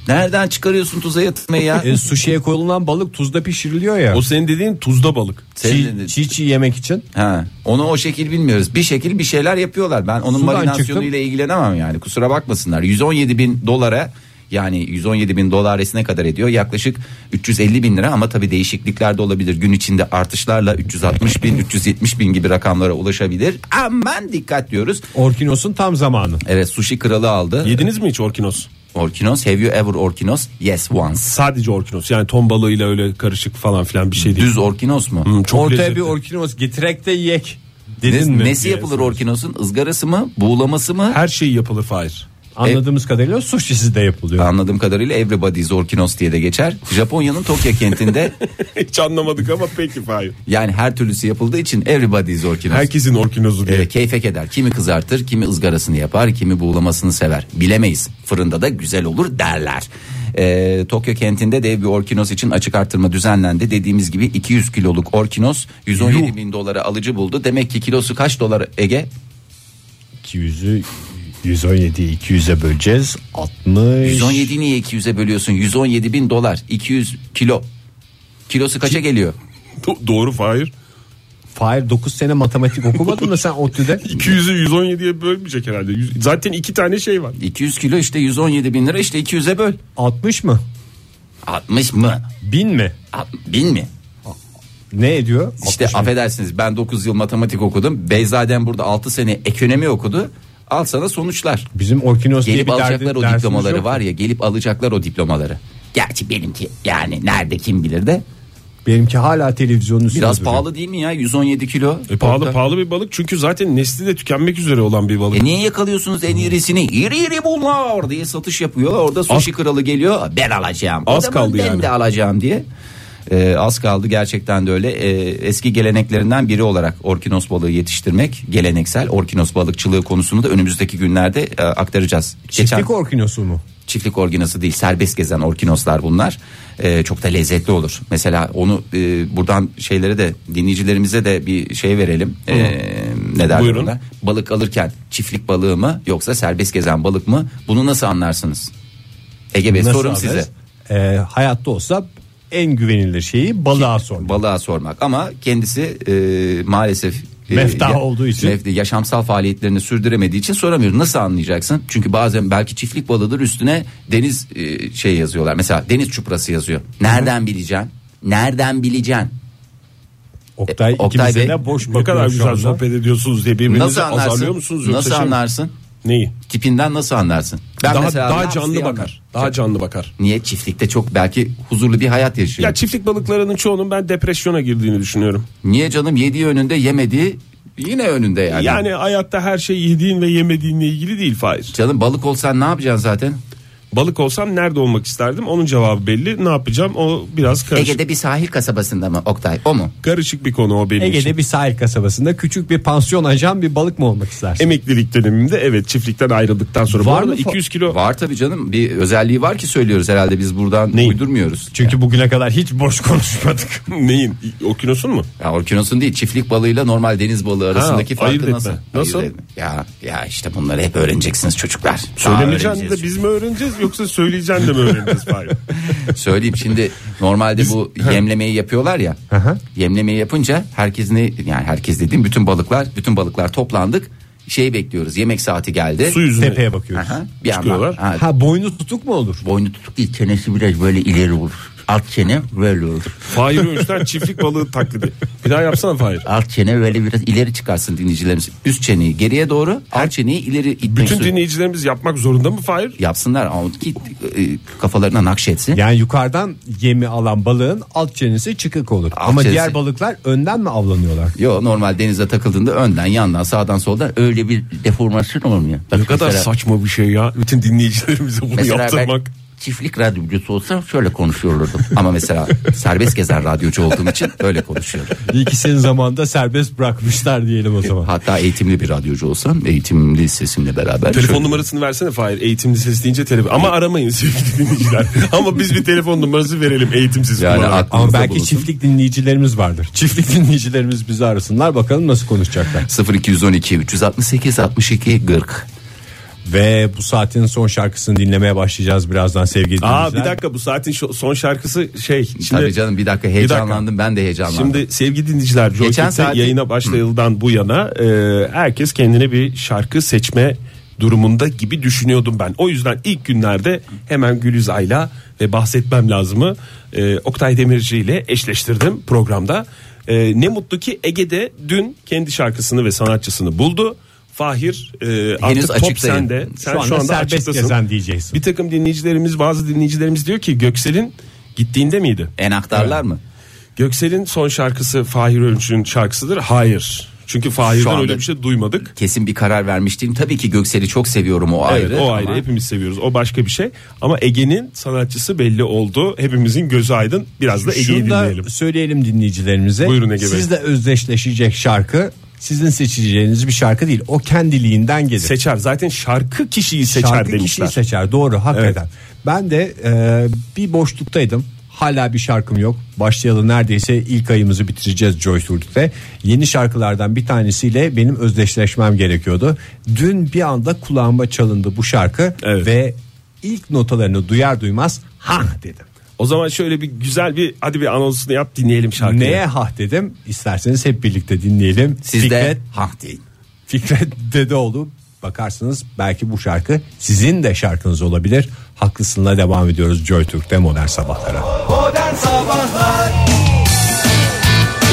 C: Nereden çıkarıyorsun tuza yatırmayı ya?
B: E, sushi'ye koyulan balık tuzda pişiriliyor ya.
D: O senin dediğin tuzda balık.
C: Senin
B: Çiğ,
C: de-
B: çiğ çiğ yemek için.
C: Ha, onu o şekil bilmiyoruz. Bir şekil bir şeyler yapıyorlar. Ben onun
B: Sudan
C: marinasyonu
B: çıktım.
C: ile ilgilenemem yani. Kusura bakmasınlar. 117 bin dolara yani 117 bin dolaresine kadar ediyor. Yaklaşık 350 bin lira ama tabii değişiklikler de olabilir. Gün içinde artışlarla 360 bin, 370 bin gibi rakamlara ulaşabilir. Aman dikkat diyoruz.
B: Orkinos'un tam zamanı.
C: Evet sushi kralı aldı.
D: Yediniz mi hiç orkinos?
C: Orkinos. Have you ever orkinos? Yes once.
D: Sadece orkinos yani ton balığıyla öyle karışık falan filan bir şey değil.
C: Düz orkinos mu?
D: Hmm, çok
B: Ortaya
D: lezzetli.
B: bir orkinos getirek de yek. Dedin
C: Ne-
B: mi?
C: nesi yapılır orkinosun? Izgarası mı? Buğulaması mı?
D: Her şey yapılır Fahir.
B: Anladığımız kadarıyla sushi'si de yapılıyor.
C: Anladığım kadarıyla Everybody's Orkinos diye de geçer. Japonya'nın Tokyo kentinde
D: hiç anlamadık ama peki Fahir.
C: yani her türlüsü yapıldığı için Everybody's Orkinos.
D: Herkesin orkinozu diye.
C: Ee, keyfek eder. Kimi kızartır, kimi ızgarasını yapar, kimi buğulamasını sever. Bilemeyiz. Fırında da güzel olur derler. Ee, Tokyo kentinde dev bir orkinos için açık artırma düzenlendi. Dediğimiz gibi 200 kiloluk orkinos 117 bin dolara alıcı buldu. Demek ki kilosu kaç dolar Ege?
B: 200'ü 117'yi 200'e böleceğiz. 60.
C: 117 niye 200'e bölüyorsun? 117 bin dolar. 200 kilo. Kilosu kaça geliyor?
D: Do- doğru Fahir.
B: Fahir 9 sene matematik okumadın da sen ODTÜ'de.
D: 200'ü 117'ye bölmeyecek herhalde. Yüz- Zaten iki tane şey var.
C: 200 kilo işte 117 bin lira işte 200'e böl.
B: 60 mı?
C: 60 mı?
B: 1000 mi?
C: Alt- Bin mi?
B: Ne ediyor?
C: İşte
B: 60 mı?
C: affedersiniz ben 9 yıl matematik okudum. Beyzaden burada 6 sene ekonomi okudu. Al sana sonuçlar.
B: Bizim Orkinos diye
C: Gelip
B: bir
C: alacaklar
B: derdi,
C: o
B: dersimiz
C: diplomaları
B: yok.
C: var ya gelip alacaklar o diplomaları. Gerçi benimki yani nerede kim bilir de
B: Benimki hala televizyonun üstünde
C: biraz
B: duruyor.
C: pahalı değil mi ya 117 kilo.
D: E, pahalı pahalı bir balık çünkü zaten nesli de tükenmek üzere olan bir balık.
C: E niye yakalıyorsunuz en irisini? İri iri bunlar diye satış yapıyorlar. Orada sushi kralı geliyor. Ben alacağım. O
D: Az
C: zaman
D: kaldı
C: ben
D: yani.
C: de alacağım diye. E, az kaldı gerçekten de öyle. E, eski geleneklerinden biri olarak orkinos balığı yetiştirmek geleneksel orkinos balıkçılığı konusunu da önümüzdeki günlerde e, aktaracağız. Geçen
B: Çiftlik Orkinos'u mu?
C: çiftlik orkinosu değil serbest gezen orkinoslar bunlar. E, çok da lezzetli olur. Mesela onu e, buradan şeylere de dinleyicilerimize de bir şey verelim. E, ne derler
D: Buyurun.
C: ona? Balık alırken çiftlik balığı mı yoksa serbest gezen balık mı? Bunu nasıl anlarsınız? Ege Bey
B: Nasıl
C: sorum
B: haber?
C: E, size.
B: Ee, hayatta olsa en güvenilir şeyi balığa sor.
C: Balığa sormak ama kendisi e, maalesef e,
B: Mefta olduğu için.
C: mef- yaşamsal faaliyetlerini sürdüremediği için soramıyoruz. Nasıl anlayacaksın? Çünkü bazen belki çiftlik balığıdır üstüne deniz e, şey yazıyorlar. Mesela deniz çuprası yazıyor. Nereden bileceksin? Nereden bileceksin?
B: Oktay,
C: E, Oktay
B: ikimize
C: Bey,
B: de boş
D: Ne kadar
B: bakıyor şu
D: güzel
B: anda.
D: sohbet ediyorsunuz diye birbirinizi
C: Nasıl
D: azarlıyor
C: anlarsın?
D: musunuz? Yoksa
C: nasıl
D: şey-
C: anlarsın?
D: Neyi?
C: Tipinden nasıl anlarsın?
D: daha
C: mesela
D: daha
C: laps
D: canlı
C: diye
D: bakar.
C: anlarım.
D: Daha canlı bakar.
C: Niye çiftlikte çok belki huzurlu bir hayat yaşıyor.
D: Ya çiftlik balıklarının çoğunun ben depresyona girdiğini düşünüyorum.
C: Niye canım yediği önünde yemediği yine önünde yani.
D: Yani hayatta her şey yediğin ve yemediğinle ilgili değil Faiz.
C: Canım balık olsan ne yapacaksın zaten?
D: Balık olsam nerede olmak isterdim? Onun cevabı belli. Ne yapacağım? O biraz karışık.
C: Ege'de bir sahil kasabasında mı Oktay o mu?
D: Karışık bir konu o benim için.
B: Ege'de bir sahil kasabasında küçük bir pansiyon açan bir balık mı olmak istersin?
C: E-
D: Emeklilik dönemimde evet çiftlikten ayrıldıktan sonra.
B: Var
D: Var mı?
B: mı fa-
D: 200 kilo.
C: Var tabii canım bir özelliği var ki söylüyoruz herhalde biz buradan
D: Neyin?
C: uydurmuyoruz.
B: Çünkü bugüne kadar hiç boş konuşmadık.
D: Neyin? Okinosun mu?
C: Ya orkinosun değil çiftlik balığıyla normal deniz balığı arasındaki
D: Ha, ayırt
C: farkı
D: etme.
C: nasıl?
D: Nasıl?
C: Ayırt etme. Ya ya işte bunları hep öğreneceksiniz çocuklar. Daha
D: Söylemeyeceğim
C: öğreneceğiz.
D: de biz mi öğreneceğiz yoksa söyleyeceğim de mi öğreneceğiz Fahir?
C: Söyleyeyim şimdi normalde bu yemlemeyi yapıyorlar ya. yemlemeyi yapınca herkes ne yani herkes dediğim bütün balıklar bütün balıklar toplandık. Şeyi bekliyoruz yemek saati geldi.
D: Su yüzüne.
B: Tepeye bakıyoruz.
C: Aha, bir yandan.
D: Çıkıyorlar.
C: Ha,
B: Ha boynu tutuk mu olur?
C: boynu tutuk değil çenesi biraz böyle ileri olur. Alt çene böyle olur.
D: Fahir Öğünç'ten çiftlik balığı taklidi. Bir daha yapsana Fahir.
C: alt çene böyle biraz ileri çıkarsın dinleyicilerimiz. Üst çeneyi geriye doğru, alt çeneyi ileri itmek
D: Bütün
C: zorunda.
D: dinleyicilerimiz yapmak zorunda mı Fahir?
C: yapsınlar ama ki e, kafalarına nakşetsin.
B: Yani yukarıdan yemi alan balığın alt çenesi çıkık olur. Ama
C: çenesi-
B: diğer balıklar önden mi avlanıyorlar?
C: Yo normal denize takıldığında önden yandan sağdan soldan öyle bir deformasyon olmuyor. Bak
D: Ne kadar
C: mesela-
D: saçma bir şey ya. Bütün dinleyicilerimize bunu
C: mesela ben
D: yaptırmak.
C: çiftlik radyocusu olsam şöyle konuşuyor olurdum. Ama mesela serbest gezen radyocu olduğum için öyle konuşuyorum.
B: İyi ki senin zamanında serbest bırakmışlar diyelim o zaman.
C: Hatta eğitimli bir radyocu olsam eğitimli sesimle beraber.
D: Telefon
C: şöyle-
D: numarasını versene Fahir. Eğitimli ses deyince telefon. Ama aramayın sevgili dinleyiciler. Ama biz bir telefon numarası verelim eğitimsiz
C: Yani
D: numara.
C: ak-
B: Ama
C: aklınızda
B: belki
C: bulunsun.
B: çiftlik dinleyicilerimiz vardır. Çiftlik dinleyicilerimiz bizi arasınlar bakalım nasıl konuşacaklar.
C: 0212 368 62 40.
B: Ve bu saatin son şarkısını dinlemeye başlayacağız birazdan sevgili
D: Aa
B: dinleyiciler.
D: bir dakika bu saatin şo- son şarkısı şey. Şimdi,
C: Tabii canım bir dakika heyecanlandım ben de heyecanlandım.
D: Şimdi sevgili dinleyiciler Joytürk'te
C: saati-
D: yayına başlayıldan bu yana e, herkes kendine bir şarkı seçme durumunda gibi düşünüyordum ben. O yüzden ilk günlerde hemen Gülizay'la ve bahsetmem lazımı e, Oktay Demirci ile eşleştirdim programda. E, ne mutlu ki Ege'de dün kendi şarkısını ve sanatçısını buldu. Fahir e, artık top
C: açıktayım.
D: sende. Sen şu
B: şu
D: anda,
B: anda, serbest
D: açıktasın.
B: gezen diyeceksin.
D: Bir takım dinleyicilerimiz bazı dinleyicilerimiz diyor ki Göksel'in gittiğinde miydi?
C: En aktarlar mı?
D: Göksel'in son şarkısı Fahir Öğünç'ün şarkısıdır. Hayır. Çünkü
C: Şu
D: Fahir'den
C: anda-
D: öyle bir şey duymadık.
C: Kesin bir karar vermiştim. Tabii ki Göksel'i çok seviyorum o ayrı.
D: evet, o ayrı
C: ama
D: hepimiz seviyoruz. O başka bir şey. Ama Ege'nin sanatçısı belli oldu. Hepimizin gözü aydın. Biraz da Ege'yi
B: Şunu da
D: dinleyelim.
B: söyleyelim dinleyicilerimize.
D: Buyurun Ege Bey.
B: Sizle özdeşleşecek şarkı sizin seçeceğiniz bir şarkı değil. O kendiliğinden gelir.
D: Seçer. Zaten şarkı kişiyi seçer
B: şarkı
D: demişler.
B: kişiyi seçer doğru hakikaten. Ben de e, bir boşluktaydım. Hala bir şarkım yok. Başlayalı neredeyse ilk ayımızı bitireceğiz Joy Türk'te. Yeni şarkılardan bir tanesiyle benim özdeşleşmem gerekiyordu. Dün bir anda kulağıma çalındı bu şarkı
D: Evet.
B: ve ilk notalarını duyar duymaz ha dedim.
D: O zaman şöyle bir güzel bir hadi bir anonsunu yap dinleyelim şarkıyı.
B: Neye ha dedim? İsterseniz hep birlikte dinleyelim.
C: Siz
B: Fikret,
C: de ha deyin.
B: Fikret Dedeoğlu bakarsınız belki bu şarkı sizin de şarkınız olabilir. Haklısınla devam ediyoruz Joy Türk'te modern sabahlara.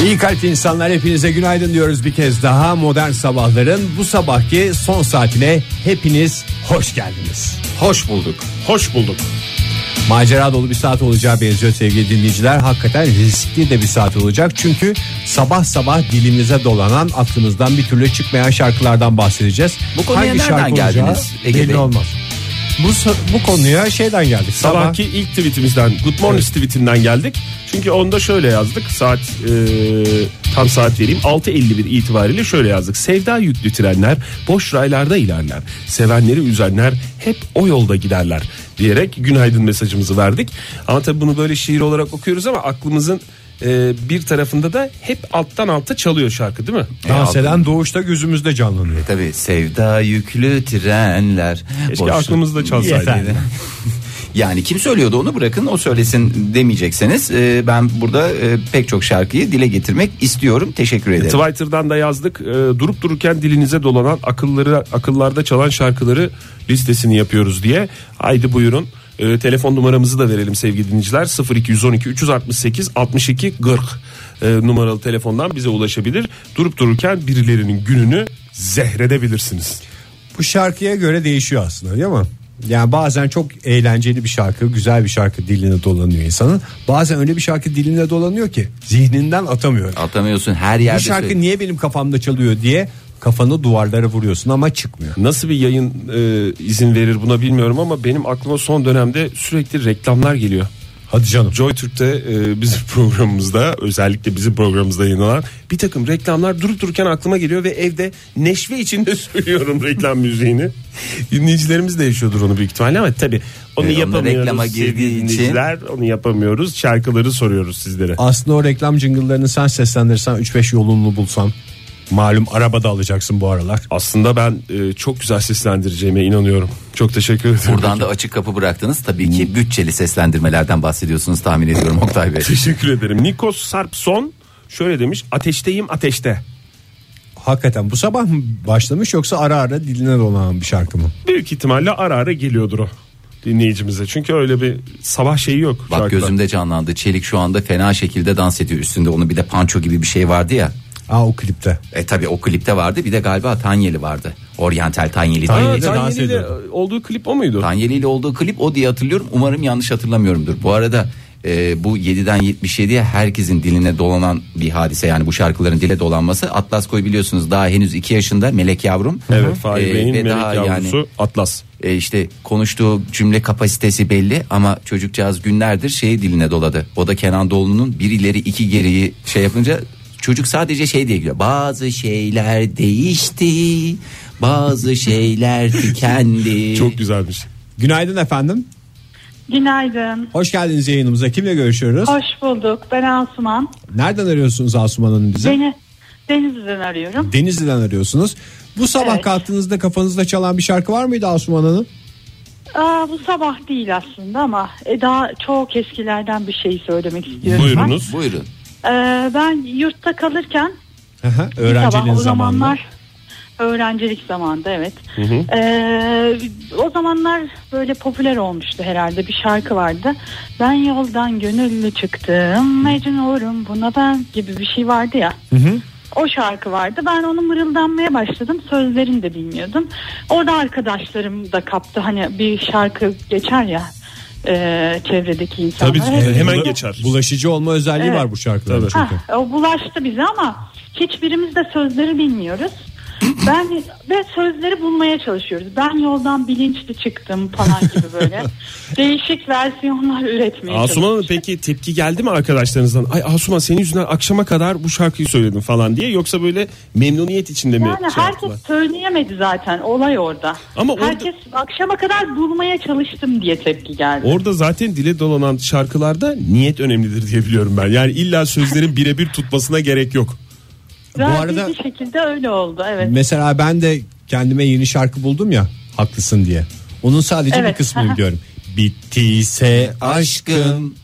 B: İyi kalp insanlar hepinize günaydın diyoruz bir kez daha modern sabahların bu sabahki son saatine hepiniz hoş geldiniz.
C: Hoş bulduk.
D: Hoş bulduk.
B: Macera dolu bir saat olacağı benziyor sevgili dinleyiciler. Hakikaten riskli de bir saat olacak. Çünkü sabah sabah dilimize dolanan aklımızdan bir türlü çıkmayan şarkılardan bahsedeceğiz.
C: Bu konuya nereden geldiniz
B: olacağı
C: Ege
B: belli
C: Bey?
B: olmaz. Bu, sa- bu konuya şeyden geldik. Sabah,
D: Sabahki ilk tweetimizden Good Morning tweetinden geldik. Çünkü onda şöyle yazdık. Saat e, tam saat vereyim. 6.51 itibariyle şöyle yazdık. Sevda yüklü trenler boş raylarda ilerler. Sevenleri üzenler hep o yolda giderler diyerek günaydın mesajımızı verdik. Ama tabii bunu böyle şiir olarak okuyoruz ama aklımızın e, bir tarafında da hep alttan alta çalıyor şarkı değil mi?
B: dans eden doğuşta gözümüzde canlanıyor.
C: Tabii sevda yüklü trenler.
D: Keşke
C: Boşluk-
D: aklımızda çalsaydı.
B: Yeter.
C: Yani kim söylüyordu onu bırakın o söylesin demeyecekseniz e, ben burada e, pek çok şarkıyı dile getirmek istiyorum. Teşekkür ederim.
D: Twitter'dan da yazdık. Ee, durup dururken dilinize dolanan akılları akıllarda çalan şarkıları listesini yapıyoruz diye. Haydi buyurun. Ee, telefon numaramızı da verelim sevgili dinleyiciler. 0212 368 62 40 ee, numaralı telefondan bize ulaşabilir. Durup dururken birilerinin gününü zehredebilirsiniz.
B: Bu şarkıya göre değişiyor aslında değil mi? Yani bazen çok eğlenceli bir şarkı, güzel bir şarkı diline dolanıyor insanın. Bazen öyle bir şarkı diline dolanıyor ki zihninden atamıyor.
C: Atamıyorsun her yerde.
B: Bu şarkı
C: söyle-
B: niye benim kafamda çalıyor diye kafanı duvarlara vuruyorsun ama çıkmıyor.
D: Nasıl bir yayın e, izin verir buna bilmiyorum ama benim aklıma son dönemde sürekli reklamlar geliyor.
B: Hadi canım.
D: Joy Türk'te e, bizim programımızda özellikle bizim programımızda yayınlanan bir takım reklamlar durup dururken aklıma geliyor ve evde neşve içinde söylüyorum reklam müziğini. Dinleyicilerimiz de yaşıyordur onu büyük ihtimalle ama tabii onu
C: E, onu
D: yapamıyoruz.
C: reklama girdiği
D: sevgili
C: için-
D: dinleyiciler, onu yapamıyoruz. Şarkıları soruyoruz sizlere.
B: Aslında o reklam jingle'larını sen seslendirsen 3-5 yolunu bulsam. Malum arabada alacaksın bu aralar.
D: Aslında ben e, çok güzel seslendireceğime inanıyorum. Çok teşekkür ederim.
C: Buradan da açık kapı bıraktınız. Tabii ki bütçeli seslendirmelerden bahsediyorsunuz tahmin ediyorum Oktay Bey.
D: Teşekkür ederim. Nikos Sarpson şöyle demiş. Ateşteyim ateşte.
B: Hakikaten bu sabah mı başlamış yoksa ara ara diline dolanan bir şarkı mı?
D: Büyük ihtimalle ara ara geliyordur o dinleyicimize. Çünkü öyle bir sabah şeyi yok.
C: Bak
D: şarkıda.
C: gözümde canlandı. Çelik şu anda fena şekilde dans ediyor üstünde. Onun bir de panço gibi bir şey vardı ya.
B: Aa o klipte.
C: E tabi o klipte vardı. Bir de galiba Tanyeli vardı. Oriental Tanyeli.
D: Ha,
C: Tanyeli.
B: Tanyeli.
D: Tanyeli'de
B: dans ediyordu.
D: olduğu klip o muydu?
C: Tanyeli ile olduğu klip o diye hatırlıyorum. Umarım yanlış hatırlamıyorumdur. Bu arada e, bu 7'den 77'ye herkesin diline dolanan bir hadise. Yani bu şarkıların dile dolanması. Atlas Koy biliyorsunuz daha henüz 2 yaşında. Melek yavrum.
D: Evet Fahir
C: E,
D: Bey'in
C: ve
D: melek
C: daha
D: yavrusu
C: yani-
D: Atlas.
C: E, işte konuştuğu cümle kapasitesi belli ama çocukcağız günlerdir şeyi diline doladı. O da Kenan Doğulu'nun bir ileri iki geriyi şey yapınca çocuk sadece şey diye gülüyor. Bazı şeyler değişti, bazı şeyler tükendi.
D: Çok güzelmiş.
B: Günaydın efendim.
G: Günaydın.
B: Hoş geldiniz yayınımıza. Kimle görüşüyoruz?
G: Hoş bulduk. Ben Asuman.
B: Nereden arıyorsunuz Asuman Hanım bizi?
G: Beni Denizli'den arıyorum.
B: Denizli'den arıyorsunuz. Bu sabah
G: Evet.
B: kalktığınızda kafanızda çalan bir şarkı var mıydı Asuman Hanım?
G: Aa, bu sabah değil aslında ama e, daha çok eskilerden bir şey söylemek istiyorum.
D: Buyurunuz.
C: Buyurun.
G: Ben. Ee, ben yurtta kalırken
B: Aha,
G: bir
B: Öğrenciliğin
G: sabah o
B: zamanında.
G: zamanlar öğrencilik zamanında evet. Ee, o zamanlar böyle popüler olmuştu herhalde bir şarkı vardı. Ben yoldan gönüllü çıktım. Mecnurum buna ben gibi bir şey vardı ya. O şarkı vardı. Ben onu mırıldanmaya başladım. Sözlerini de bilmiyordum. Orada arkadaşlarım da kaptı. Hani bir şarkı geçer ya e, çevredeki insanlar.
D: Tabii
G: Hep-
D: Evet. hemen geçer.
B: Bulaşıcı olma özelliği
G: Evet. Ah,
B: var bu şarkıda
D: Tabii.
B: çünkü.
G: Ha, o bulaştı bize ama hiçbirimiz de sözleri bilmiyoruz. Ben ve sözleri bulmaya çalışıyoruz. Ben yoldan bilinçli çıktım falan gibi böyle. Değişik versiyonlar üretmeye
D: Asuman Hanım
G: çalıştık.
D: peki tepki geldi mi arkadaşlarınızdan? Ay Asuman senin yüzünden akşama kadar bu şarkıyı söyledim falan diye. Yoksa böyle memnuniyet içinde mi?
G: Yani
D: şey
G: herkes
D: yaptılar?
G: söyleyemedi zaten olay orada.
D: Ama orada-
G: Herkes akşama kadar bulmaya çalıştım diye tepki geldi.
D: Orada zaten dile dolanan şarkılarda niyet önemlidir diye biliyorum ben. Yani illa sözlerin birebir tutmasına gerek yok.
G: Verdiği
B: arada-
G: bir şekilde öyle oldu evet.
B: Mesela ben de kendime yeni şarkı buldum ya haklısın diye. Onun sadece bir
G: Evet.
B: kısmını biliyorum. Bittiyse aşkım.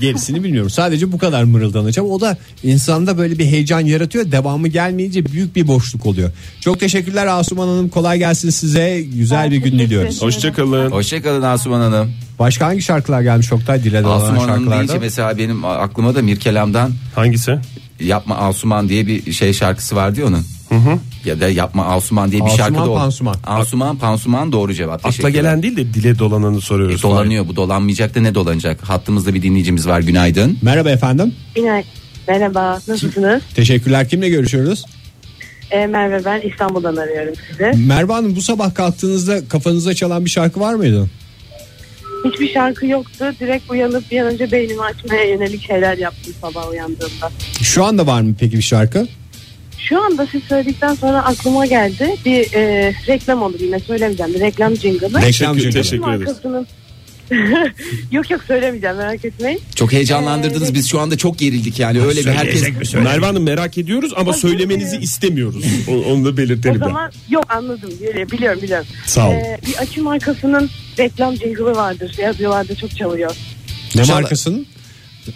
B: Gerisini bilmiyorum. Sadece bu kadar mırıldanacağım. O da insanda böyle bir heyecan yaratıyor. Devamı gelmeyince büyük bir boşluk oluyor. Çok teşekkürler Asuman Hanım. Kolay gelsin size. Güzel
G: Ben
B: bir gün
G: teşekkür
B: diliyoruz.
G: ederim.
D: Hoşçakalın.
C: Hoşçakalın Asuman Hanım.
B: Başka hangi şarkılar gelmiş Oktay? Dile dolanan
C: Asuman Hanım
B: şarkılarda.
C: deyince mesela benim aklıma da Mirkelam'dan
D: Hangisi?
C: Yapma Asuman diye bir şey şarkısı vardı ya onun. Ya da Yapma Asuman diye bir
B: Asuman,
C: şarkı da o.
B: pansuman.
C: Asuman Pansuman doğru cevap.
D: Akla
C: Teşekkürler.
D: gelen değil de dile dolananı soruyoruz.
C: E, dolanıyor bu dolanmayacak da ne dolanacak? Hattımızda bir dinleyicimiz var günaydın.
B: Merhaba efendim.
H: Binay. Merhaba, nasılsınız?
B: Teşekkürler. Kimle görüşüyoruz?
H: Ee, Merve ben İstanbul'dan arıyorum sizi.
B: Merve Hanım bu sabah kalktığınızda kafanızda çalan bir şarkı var mıydı?
H: Hiçbir şarkı yoktu. Direkt uyanıp bir an önce beynimi açmaya yönelik şeyler yaptım sabah uyandığımda.
B: Şu anda var mı peki bir şarkı?
H: Şu anda siz söyledikten sonra aklıma geldi. Bir e, reklam olur yine söylemeyeceğim. Bir reklam jingle'ı.
B: Reklam
D: Teşekkür-
B: jingle'ı.
D: teşekkür- ederiz.
H: Markasının- yok yok söylemeyeceğim merak etmeyin.
C: Çok heyecanlandırdınız biz şu anda çok gerildik yani öyle bir herkes.
D: Merve Hanım merak ediyoruz ama
H: Ay,
D: söylemenizi
H: evet.
D: istemiyoruz. O- Onu da
H: O
D: belirtelim.
H: zaman yok anladım. Biliyorum biliyorum. biliyorum.
D: Sağ olun.
H: Ee, bir açı markasının reklam jingle'ı vardır. Yazıyorlarda çok çalıyor.
B: Ne
C: İnşallah.
B: markasının?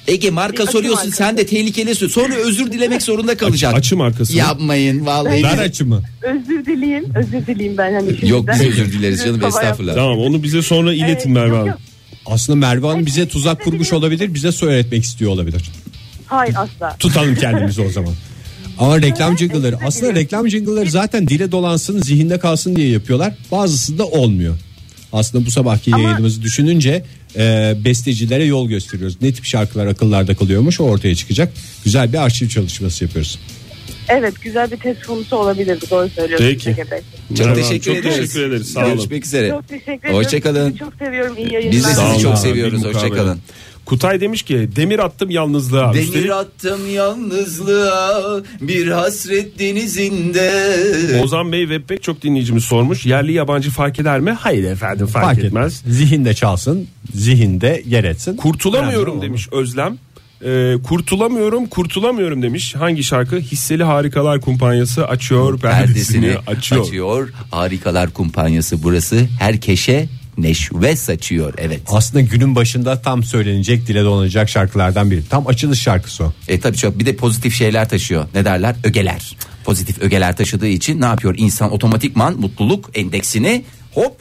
C: Ege marka
H: Açı
C: soruyorsun
H: markası.
C: sen de tehlikeli sor- Sonra özür dilemek zorunda kalacaksın.
D: Açı markası.
C: Yapmayın vallahi.
B: Dar açı mı?
H: Özür dileyim. Özür dileyim ben. Hani
C: Yok
H: şimdiden.
C: biz özür dileriz canım
H: Sabah yaptım.
C: estağfurullah.
D: Tamam onu bize sonra iletin
H: Ee,
D: Merve
H: yok,
D: Hanım.
H: yok.
B: Aslında Merve Hanım bize tuzak kurmuş olabilir. Bize söyletmek istiyor olabilir.
H: Hayır asla.
B: Tutalım kendimizi o zaman. Ama reklam jingle'ları
H: Evet,
B: aslında
H: evet.
B: reklam jingle'ları zaten dile dolansın zihinde kalsın diye yapıyorlar. Bazısı da olmuyor. Aslında bu sabahki
H: Ama-
B: yayınımızı düşününce e, bestecilere yol gösteriyoruz. Ne tip şarkılar akıllarda kalıyormuş o ortaya çıkacak. Güzel bir arşiv çalışması yapıyoruz.
H: Evet güzel bir test konusu olabilirdi. Doğru söylüyorsunuz.
D: Peki.
H: Ege Bey.
C: Çok
D: Merhaba,
C: teşekkür
D: çok
C: ederiz.
D: teşekkür ederiz, sağ olun.
C: Görüşmek üzere.
H: Çok teşekkür ederim.
C: E, Hoşçakalın.
H: Sizi çok seviyorum. İyi yayınlar.
C: Biz de
D: Sağ
C: sizi
D: olun
C: çok
D: abi,
C: seviyoruz.
D: bir mukabele.
C: Hoşçakalın.
D: Kutay demiş ki demir attım yalnızlığa.
C: Demir
D: Üstelik
C: attım yalnızlığa bir hasret denizinde.
D: Ozan Bey ve pek çok dinleyicimiz sormuş. Yerli yabancı fark eder mi? Hayır efendim fark,
B: Fark
D: etmez.
B: etmez. Zihinde çalsın, zihinde yer etsin.
D: Kurtulamıyorum demiş Özlem. Ee, kurtulamıyorum kurtulamıyorum demiş. Hangi şarkı? Hisseli Harikalar Kumpanyası açıyor perdesini,
C: Perdesini
D: açıyor.
C: açıyor. Harikalar kumpanyası burası. Herkese neşve saçıyor. Evet.
B: Aslında günün başında tam söylenecek dile dolanacak şarkılardan biri. Tam açılış şarkısı o.
C: E tabii çok bir de pozitif şeyler taşıyor. Ne derler? Ögeler. Pozitif ögeler taşıdığı için ne yapıyor? İnsan otomatikman mutluluk endeksini hop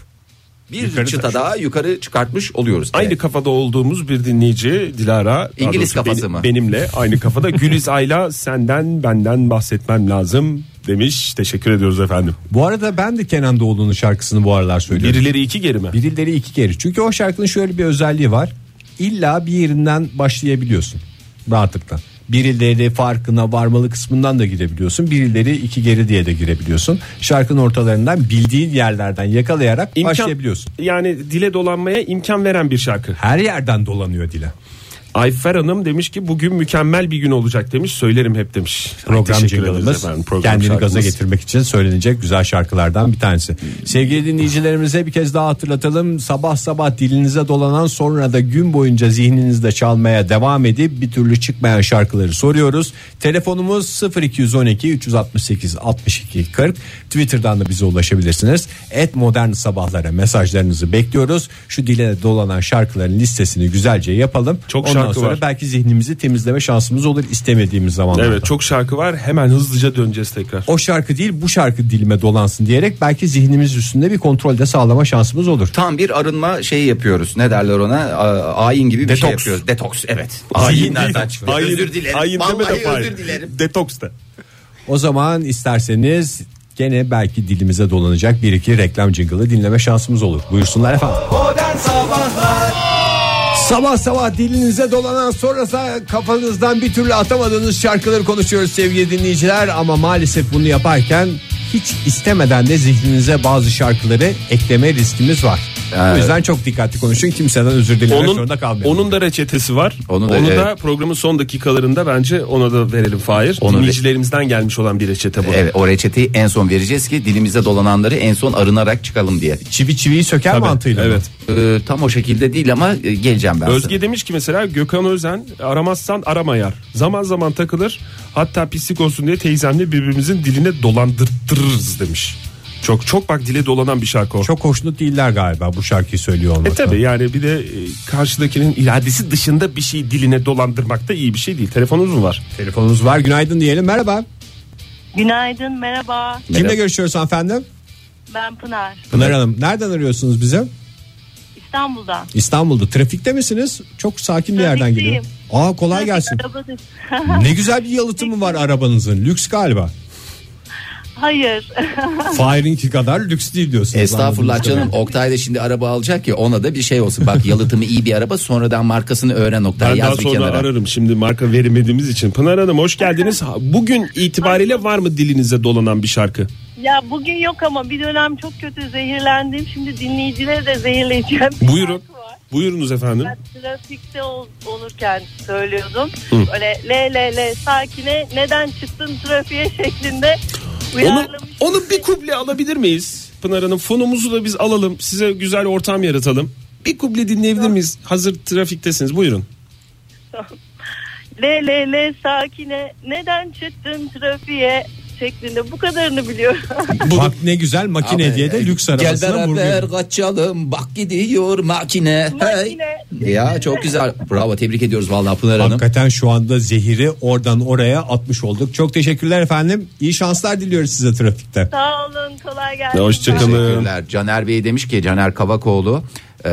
C: bir
D: Yukarı
C: çıta
D: taşıyor.
C: daha yukarı çıkartmış oluyoruz.
D: Aynı
C: Evet.
D: kafada olduğumuz bir dinleyici Dilara. daha
C: İngiliz
D: doğrusu
C: kafası
D: beni-
C: mı?
D: Benimle aynı kafada Güliz Ayla senden benden bahsetmem lazım demiş. Teşekkür ediyoruz efendim.
B: Bu arada ben de Kenan Doğulu'nun şarkısını bu aralar söylüyorum.
D: Birileri iki geri mi?
B: Birileri iki kere. Çünkü o şarkının şöyle bir özelliği var. İlla bir yerinden başlayabiliyorsun rahatlıkla. Birileri farkına varmalı kısmından da gidebiliyorsun. Birileri iki geri diye de girebiliyorsun. Şarkının ortalarından bildiğin yerlerden yakalayarak
D: İmkan-
B: başlayabiliyorsun.
D: Yani dile dolanmaya imkan veren bir şarkı.
B: Her yerden dolanıyor dile.
D: Ayfer Hanım demiş ki bugün mükemmel bir gün olacak demiş. Söylerim hep demiş.
B: program
D: Teşekkür ederiz
B: jingle'ımız
D: efendim, program
B: kendini gaza
D: şarkımız.
B: getirmek için söylenecek güzel şarkılardan bir tanesi. Sevgili dinleyicilerimize bir kez daha hatırlatalım. Sabah sabah dilinize dolanan sonra da gün boyunca zihninizde çalmaya devam edip bir türlü çıkmayan şarkıları soruyoruz. Telefonumuz 0212 368 62 40. Twitter'dan da bize ulaşabilirsiniz. Et modern sabahlara mesajlarınızı bekliyoruz. Şu dile dolanan şarkıların listesini güzelce yapalım.
D: Çok
B: Ondan
D: şarkı
B: sonra
D: var.
B: belki zihnimizi temizleme şansımız olur istemediğimiz zamanlarda.
D: Evet çok şarkı var. Hemen hızlıca döneceğiz tekrar.
B: o şarkı değil bu şarkı dilime dolansın diyerek belki zihnimiz üstünde bir kontrol de sağlama şansımız olur.
C: Tam bir arınma şeyi yapıyoruz. Ne derler ona? A- Ayin gibi bir şey
D: Detoks.
C: yapıyoruz. Detoks evet. Ayin nereden çıktı?
D: Ayin-
C: Özür dilerim.
D: ayin deme de
C: Vallahi
D: Fahir.
C: özür dilerim.
D: Detoks de.
B: O zaman isterseniz gene belki dilimize dolanacak bir iki reklam jingle'ı dinleme şansımız olur. Buyursunlar efendim. Sabah sabah dilinize dolanan sonrası kafanızdan bir türlü atamadığınız şarkıları konuşuyoruz sevgili dinleyiciler. Ama maalesef bunu yaparken hiç istemeden de zihninize bazı şarkıları ekleme riskimiz var. O yüzden çok dikkatli konuşun kimseden özür dilemek
D: Onun,
B: zorunda kalmayın.
D: onun da reçetesi var.
C: Onu
D: Onu
C: da,
D: da,
C: evet.
D: programın son dakikalarında bence ona da verelim Fahir.
C: Onu da-
D: Dinleyicilerimizden gelmiş olan bir reçete bu.
C: Evet o reçeteyi en son vereceğiz ki dilimize dolananları en son arınarak çıkalım diye.
B: Çivi çiviyi söker mantığıyla. mı?
D: Evet.
C: Ee, tam o şekilde değil ama e, geleceğim ben. sana.
D: Özge demiş ki mesela Gökhan Özen aramazsan arama yar. Zaman zaman takılır. Hatta pislik olsun diye teyzemle birbirimizin diline dolandırtırırız demiş. Çok çok bak dile dolanan bir şarkı o.
B: Çok hoşnut değiller galiba bu şarkıyı söylüyor
D: E
B: olmaktan.
D: tabi yani bir de e, karşıdakinin iradesi dışında bir şey diline dolandırmak da iyi bir şey değil. Telefonunuz mu var?
B: Telefonumuz var günaydın diyelim merhaba.
H: Günaydın, merhaba.
B: Kimle görüşüyoruz hanımefendi?
H: Ben Pınar.
B: Pınar Hanım nereden arıyorsunuz bize?
H: İstanbul'dan.
B: İstanbul'da trafikte misiniz? Çok sakin bir yerden
H: Trafikteyim.
B: geliyor. Aa kolay gelsin. Ne güzel bir yalıtımı var arabanızın. Lüks galiba.
H: Hayır.
B: Fire'inki kadar lüks değil diyorsunuz.
C: Estağfurullah
B: anladığımız
C: canım.
B: kadarıyla.
C: Oktay da şimdi araba alacak ya ona da bir şey olsun. Bak yalıtımı iyi bir araba sonradan markasını öğren Oktay
D: Ben daha
C: yaz bir
D: sonra
C: kenara.
D: ararım şimdi marka veremediğimiz için. Pınar Hanım hoş geldiniz. Ha, Bugün itibariyle var mı dilinize dolanan bir şarkı?
H: ya bugün yok ama bir dönem çok kötü zehirlendim. Şimdi dinleyicileri de zehirleyeceğim. Bir
D: Buyurun.
H: şarkı var.
D: Buyurunuz efendim.
H: Ben trafikte ol- olurken söylüyordum. Öyle le le le sakine neden çıktın trafiğe şeklinde
D: Onu,
H: uyarlamıştım.
D: onu bir kuble alabilir miyiz? Pınar Hanım fonumuzu da biz alalım. Size güzel ortam yaratalım. Bir kuble dinleyebilir miyiz? Hazır trafiktesiniz. Buyurun.
H: Le le le sakine neden çıktın trafiğe şeklinde bu kadarını biliyorum.
B: Bak ne güzel makine
C: Abi,
B: diye de lüks
C: Ee, Gel
B: arabasına vurmuyor.
C: beraber kaçalım bak gidiyor makine. Hey.
H: Makine.
C: Ya çok güzel. Bravo tebrik ediyoruz vallahi Pınar Hanım.
B: Hakikaten şu anda zehiri oradan oraya atmış olduk. Çok teşekkürler efendim. İyi şanslar diliyoruz size trafikte.
H: Sağ olun kolay gelsin.
D: Hoşça kalın.
C: Teşekkürler. Caner Bey demiş ki Caner Kavakoğlu e,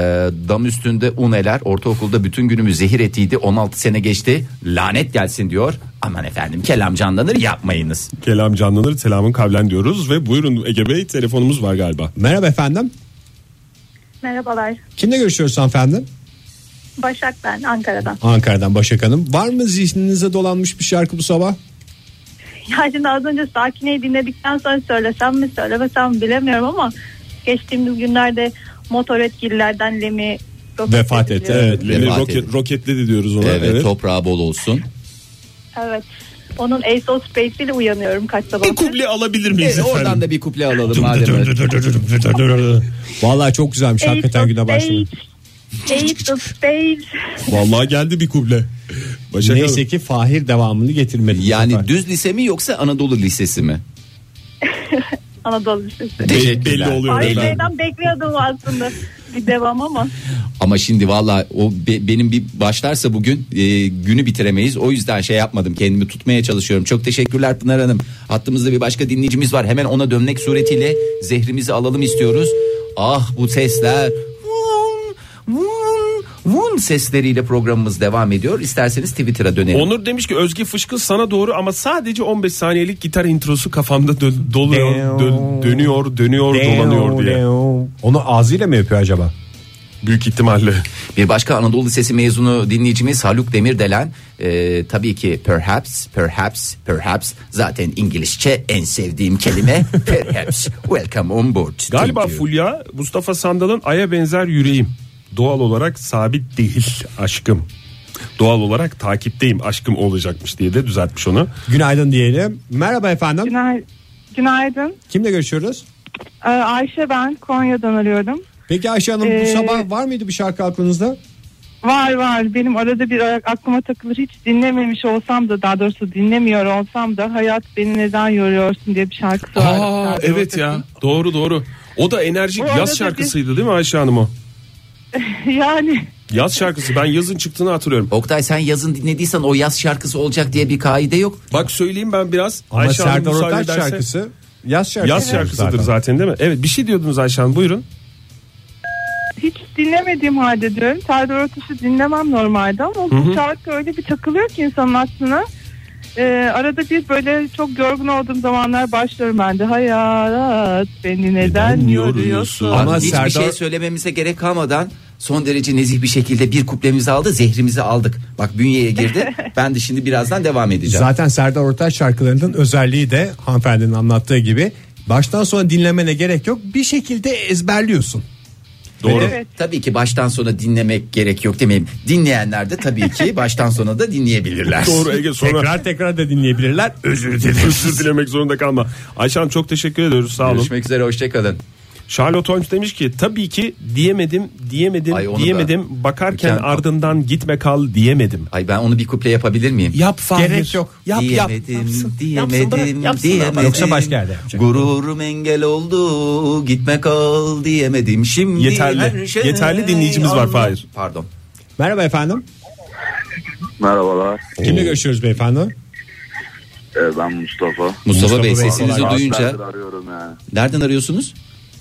C: dam üstünde uneler ortaokulda bütün günümü zehir etiydi 16 sene geçti lanet gelsin diyor aman efendim kelam canlanır yapmayınız
D: Kelam canlanır, selamın kavlen diyoruz ve buyurun Ege Bey telefonumuz var galiba.
B: Merhaba efendim.
I: Merhabalar.
B: Kimle görüşüyoruz hanımefendi?
I: Başak ben Ankara'dan.
B: Ankara'dan Başak Hanım. Var mı zihninize dolanmış bir şarkı bu sabah?
I: Ya şimdi az önce Sakine'yi dinledikten sonra söylesem mi söylemesem mi bilemiyorum ama geçtiğimiz günlerde motor etkililerden Lemi vefat,
B: Vefat etti.
I: ediliyor.
B: Evet.
D: Lemi
C: Vefat
D: roket,
C: edin.
D: roketledi diyoruz ona.
C: evet,
D: evet.
C: toprağı bol olsun
I: Evet. Onun Ace of Spades ile uyanıyorum kaç sabah.
D: Bir kuble alabilir miyiz
C: E, oradan
D: efendim?
C: da bir kuple alalım madem öyle.
B: Vallahi çok güzelmiş. Hakikaten güne başladı.
I: Ace of Spades.
D: Vallahi geldi bir kuble. Başak Hanım.
B: Neyse ki Fahir devamını getirmedi. bu sefer.
C: yani düz lise mi yoksa Anadolu Lisesi mi
I: Anadolu Lisesi.
C: Teşekkürler.
D: belli oluyor.
I: Ay
D: Öyle.
I: Bey'den bekliyordum aslında bir devam ama.
C: Ama şimdi valla o be- benim bir başlarsa bugün e, günü bitiremeyiz. O yüzden şey yapmadım. Kendimi tutmaya çalışıyorum. Çok teşekkürler Pınar Hanım. Hattımızda bir başka dinleyicimiz var. Hemen ona dönmek suretiyle zehrimizi alalım istiyoruz. Ah bu sesler. Vun vun vun sesleriyle programımız devam ediyor. İsterseniz Twitter'a dönelim.
D: Onur demiş ki Özge Fışkın sana doğru ama sadece 15 saniyelik gitar introsu kafamda dö- doluyor, dö- dönüyor, dönüyor, dolanıyor diye.
B: Onu ağzıyla mı yapıyor acaba?
D: Büyük ihtimalle.
C: Bir başka Anadolu Lisesi mezunu dinleyicimiz Haluk Demirdelen e, tabii ki perhaps perhaps perhaps zaten İngilizce en sevdiğim kelime perhaps welcome on board.
D: Galiba
C: Thank you.
D: Fulya Mustafa Sandal'ın Ay'a benzer yüreğim. Doğal olarak sabit değil aşkım. Doğal olarak takipteyim aşkım olacakmış diye de düzeltmiş onu.
B: Günaydın diyelim. Merhaba efendim.
I: Günay- Günaydın.
B: Kimle görüşüyoruz?
I: Ee, Ayşe ben Konya'dan arıyorum.
B: Peki Ayşe Hanım bu
I: Ee,
B: sabah var mıydı bir şarkı aklınızda?
I: Var var benim arada bir ara- aklıma takılır hiç dinlememiş olsam da daha doğrusu dinlemiyor olsam da hayat beni neden yoruyorsun diye bir şarkısı var.
D: Aa
I: Serdar
D: evet ya doğru doğru. O da enerjik
I: Bu arada
D: yaz
I: bir-
D: şarkısıydı değil mi Ayşe Hanım o?
I: Ortaç'ın. yani
D: Yaz şarkısı ben yazın çıktığını hatırlıyorum.
C: Oktay sen yazın dinlediysen o yaz şarkısı olacak diye bir kaide yok.
D: Bak söyleyeyim ben biraz.
B: Ama
D: Ayşe Hanım
B: Serdar
D: müsaade
B: Ortaç
D: ederse-
B: şarkısı yaz şarkısı.
D: Yaz şarkısıdır zaten değil mi? Evet bir şey diyordunuz Ayşe Hanım buyurun.
I: hiç dinlemediğim halde diyorum. Serdar Ortaç'ı dinlemem normalde ama bu şarkı öyle bir takılıyor ki insanın aklına. Ee, arada bir böyle çok yorgun olduğum zamanlar başlıyorum ben de. Hayat beni neden,
D: Neden yoruyorsun?
I: yoruyorsun?
B: Ama
C: Ama hiçbir
B: Serdar-
C: şey söylememize gerek kalmadan son derece nezih bir şekilde bir kuplemizi aldı zehrimizi aldık. Bak bünyeye girdi ben de şimdi birazdan devam edeceğim.
B: Zaten Serdar Ortaç şarkılarının özelliği de hanımefendinin anlattığı gibi baştan sona dinlemene gerek yok. Bir şekilde ezberliyorsun.
D: Doğru.
I: Evet.
C: Tabii ki baştan sona dinlemek gerek yok demeyeyim. Dinleyenler de tabii ki baştan sona da dinleyebilirler.
D: Doğru Ege sonra
B: Tekrar tekrar da dinleyebilirler. Özür
D: özür dilemek zorunda kalma. Ayşe Hanım çok teşekkür ediyoruz sağ olun.
C: Görüşmek üzere hoşçakalın.
D: Charlotte Holmes demiş ki tabii ki diyemedim diyemedim
C: Ay, onu da-
D: diyemedim bakarken
C: Mükemmel.
D: ardından gitme kal diyemedim.
C: Ay ben onu bir kuple yapabilir miyim?
D: Yap Fahir.
B: Gerek yok.
D: Yap yap.
C: diyemedim, diyemedim, diyemedim.
B: Yoksa başka yerde yapacak.
C: Gururum engel oldu, gitme kal diyemedim. Şimdi
D: Yeterli.
C: her şey
D: Yeterli dinleyicimiz var
C: anlam-
D: Fahir.
C: Pardon.
B: Merhaba efendim.
J: Merhabalar.
B: Kimle görüşüyoruz beyefendi?
J: Ee, ben Mustafa.
C: Mustafa, Bey
B: Bey,
C: sesinizi
B: kolay
C: duyunca
J: Saatlerdir arıyorum ya.
C: nereden arıyorsunuz?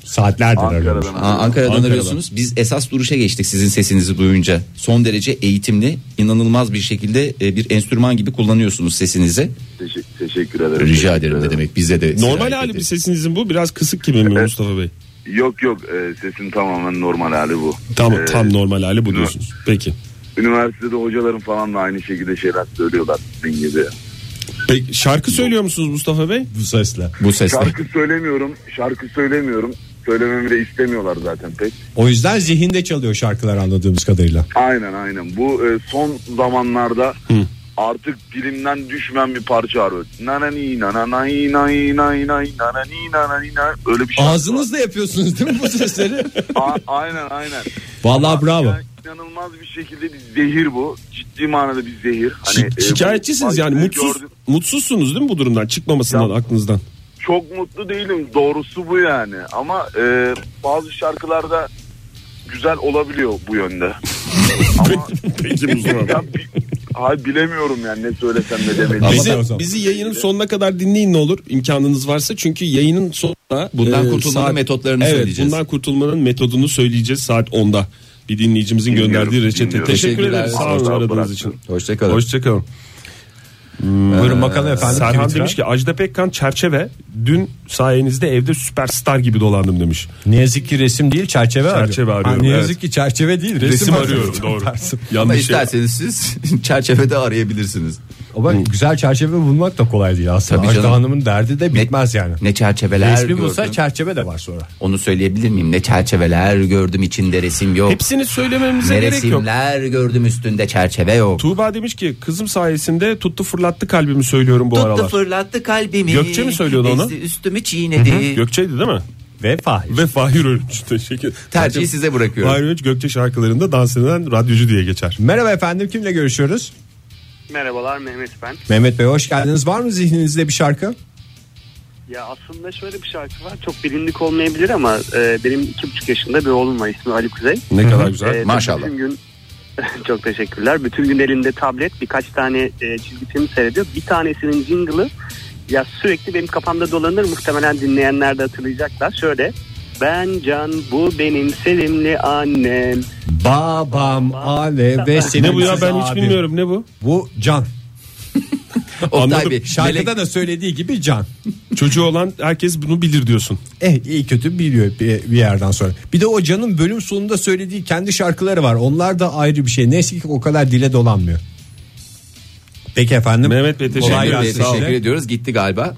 B: Saatlerdir arıyoruz.
J: Ankara'dan.
C: Aa, Ankara'dan, arıyorsunuz. Biz esas duruşa geçtik sizin sesinizi duyunca. Son derece eğitimli, inanılmaz bir şekilde e, bir enstrüman gibi kullanıyorsunuz sesinizi.
J: Teşekkür, teşekkür ederim.
C: Rica ederim ne demek bize de.
D: Normal
C: sirayet
D: hali
C: edin.
D: bir sesinizin bu biraz kısık gibi mi
J: Evet.
D: Mustafa Bey?
J: Yok yok e, sesim tamamen normal hali bu.
D: Tamam
J: Ee,
D: tam normal hali bu diyorsunuz. Peki.
J: Üniversitede hocalarım falan da aynı şekilde şeyler söylüyorlar sizin gibi.
D: Peki şarkı söylüyor musunuz Mustafa Bey?
B: Bu sesle.
C: Bu sesle.
J: Şarkı söylemiyorum, şarkı söylemiyorum. Söylememi de istemiyorlar zaten pek.
B: O yüzden zihinde çalıyor şarkılar anladığımız kadarıyla.
J: Aynen aynen. Bu e, son zamanlarda artık dilimden düşmeyen bir parça arıyor. Nanani nananay nay nay nay nanani nanani nay. Öyle bir şey.
B: Ağzınızla yapıyorsunuz değil mi bu sesleri?
J: A- aynen aynen.
B: Vallahi bravo.
J: Ya, inanılmaz bir şekilde bir zehir bu. Ciddi manada bir zehir.
D: Şi-
J: e,
D: şikayetçisiniz
J: bu-
D: yani mutsuz
J: gördüm.
D: mutsuzsunuz değil mi bu durumdan çıkmamasından
J: Ya-
D: aklınızdan?
J: Çok mutlu değilim. Doğrusu bu yani. Ama e, bazı şarkılarda güzel olabiliyor bu yönde. Ama
D: Peki Mustafa Bey.
J: ya, bi- hayır, bilemiyorum yani ne söylesem ne demeyeceğim.
B: Ama-
D: Bizi,
B: ben o zaman-
D: bizi yayının sonuna kadar dinleyin ne olur imkanınız varsa çünkü yayının sonunda e,
C: Bundan kurtulmanın metotlarını
D: evet,
C: söyleyeceğiz.
D: Bundan kurtulmanın metodunu söyleyeceğiz saat 10'da. Bir dinleyicimizin
J: Dinliyorum,
D: gönderdiği reçete.
J: dinliyorum.
D: Teşekkür
C: Teşekkürler.
D: ederiz. Sağ olun
J: Sağ olun,
D: aradığınız
J: bıraktım.
D: için.
C: Hoşçakalın.
D: Hoşçakalın.
B: Buyurun bakalım efendim.
D: Serhan
B: Twitter'a.
D: demiş ki Ajda Pekkan çerçeve dün sayenizde evde süperstar gibi dolandım demiş.
B: Ne yazık ki resim değil çerçeve,
D: Çerçeve
B: arıyorum.
D: arıyorum,
B: ne
D: evet.
B: yazık ki çerçeve değil resim,
D: Resim arıyorum
B: Tam
D: doğru.
B: tersi.
C: Ama
D: Yanlış şey.
C: isterseniz siz çerçevede arayabilirsiniz.
B: Ama güzel çerçeve bulmak da kolay değil aslında.
C: Tabii
B: Ajda
C: canım.
B: Hanım'ın derdi de bitmez yani.
C: Ne çerçeveler
B: Resmi
C: gördüm.
B: bulsa çerçeve de var sonra.
C: Onu söyleyebilir miyim? Ne çerçeveler gördüm içinde resim yok.
D: Hepsini söylememize
C: ne
D: gerek yok.
C: resimler gördüm üstünde çerçeve yok.
D: Tuğba demiş ki kızım sayesinde tuttu fırlattı kalbimi söylüyorum bu
C: Tuttu
D: aralar.
C: fırlattı kalbimi.
D: Gökçe mi söylüyordu onu?
C: Ezdi Üstümü çiğnedi.
D: Gökçe'ydi değil mi?
B: Ve Fahir.
D: Ve Fahir Öğünç. Teşekkür
C: Tercihi size bırakıyorum.
D: Fahir Öğünç Gökçe şarkılarında dans eden radyocu diye geçer.
B: Merhaba efendim kimle görüşüyoruz?
J: Merhabalar Mehmet ben.
B: Mehmet Bey hoş geldiniz. Var mı zihninizde bir şarkı?
J: Ya aslında şöyle bir şarkı var. Çok bilindik olmayabilir ama e, benim iki buçuk yaşında bir oğlum var ismi Ali Kuzey.
D: Ne kadar güzel.
J: E,
C: maşallah.
J: Bütün gün çok teşekkürler. Bütün gün elinde tablet birkaç tane e, çizgi film seyrediyor. Bir tanesinin jingle'ı ya sürekli benim kafamda dolanır. Muhtemelen dinleyenler de hatırlayacaklar. Şöyle ben can bu benim sevimli annem.
B: Babam, Ale ve senin
D: Ne bu ya ben hiç bilmiyorum ne bu?
B: Bu Can.
C: Oktay
D: Anladım.
C: Bey,
B: Şarkıda
C: melek-
B: da söylediği gibi Can.
D: Çocuğu olan herkes bunu bilir diyorsun.
B: Eh iyi kötü biliyor bir, bir yerden sonra. Bir de o Can'ın bölüm sonunda söylediği kendi şarkıları var. Onlar da ayrı bir şey. Neyse ki o kadar dile dolanmıyor. Peki efendim.
D: Mehmet Bey, teşekkür
B: Kolay
C: Teşekkür,
B: gelsin.
C: ederim, teşekkür ediyoruz. Gitti galiba.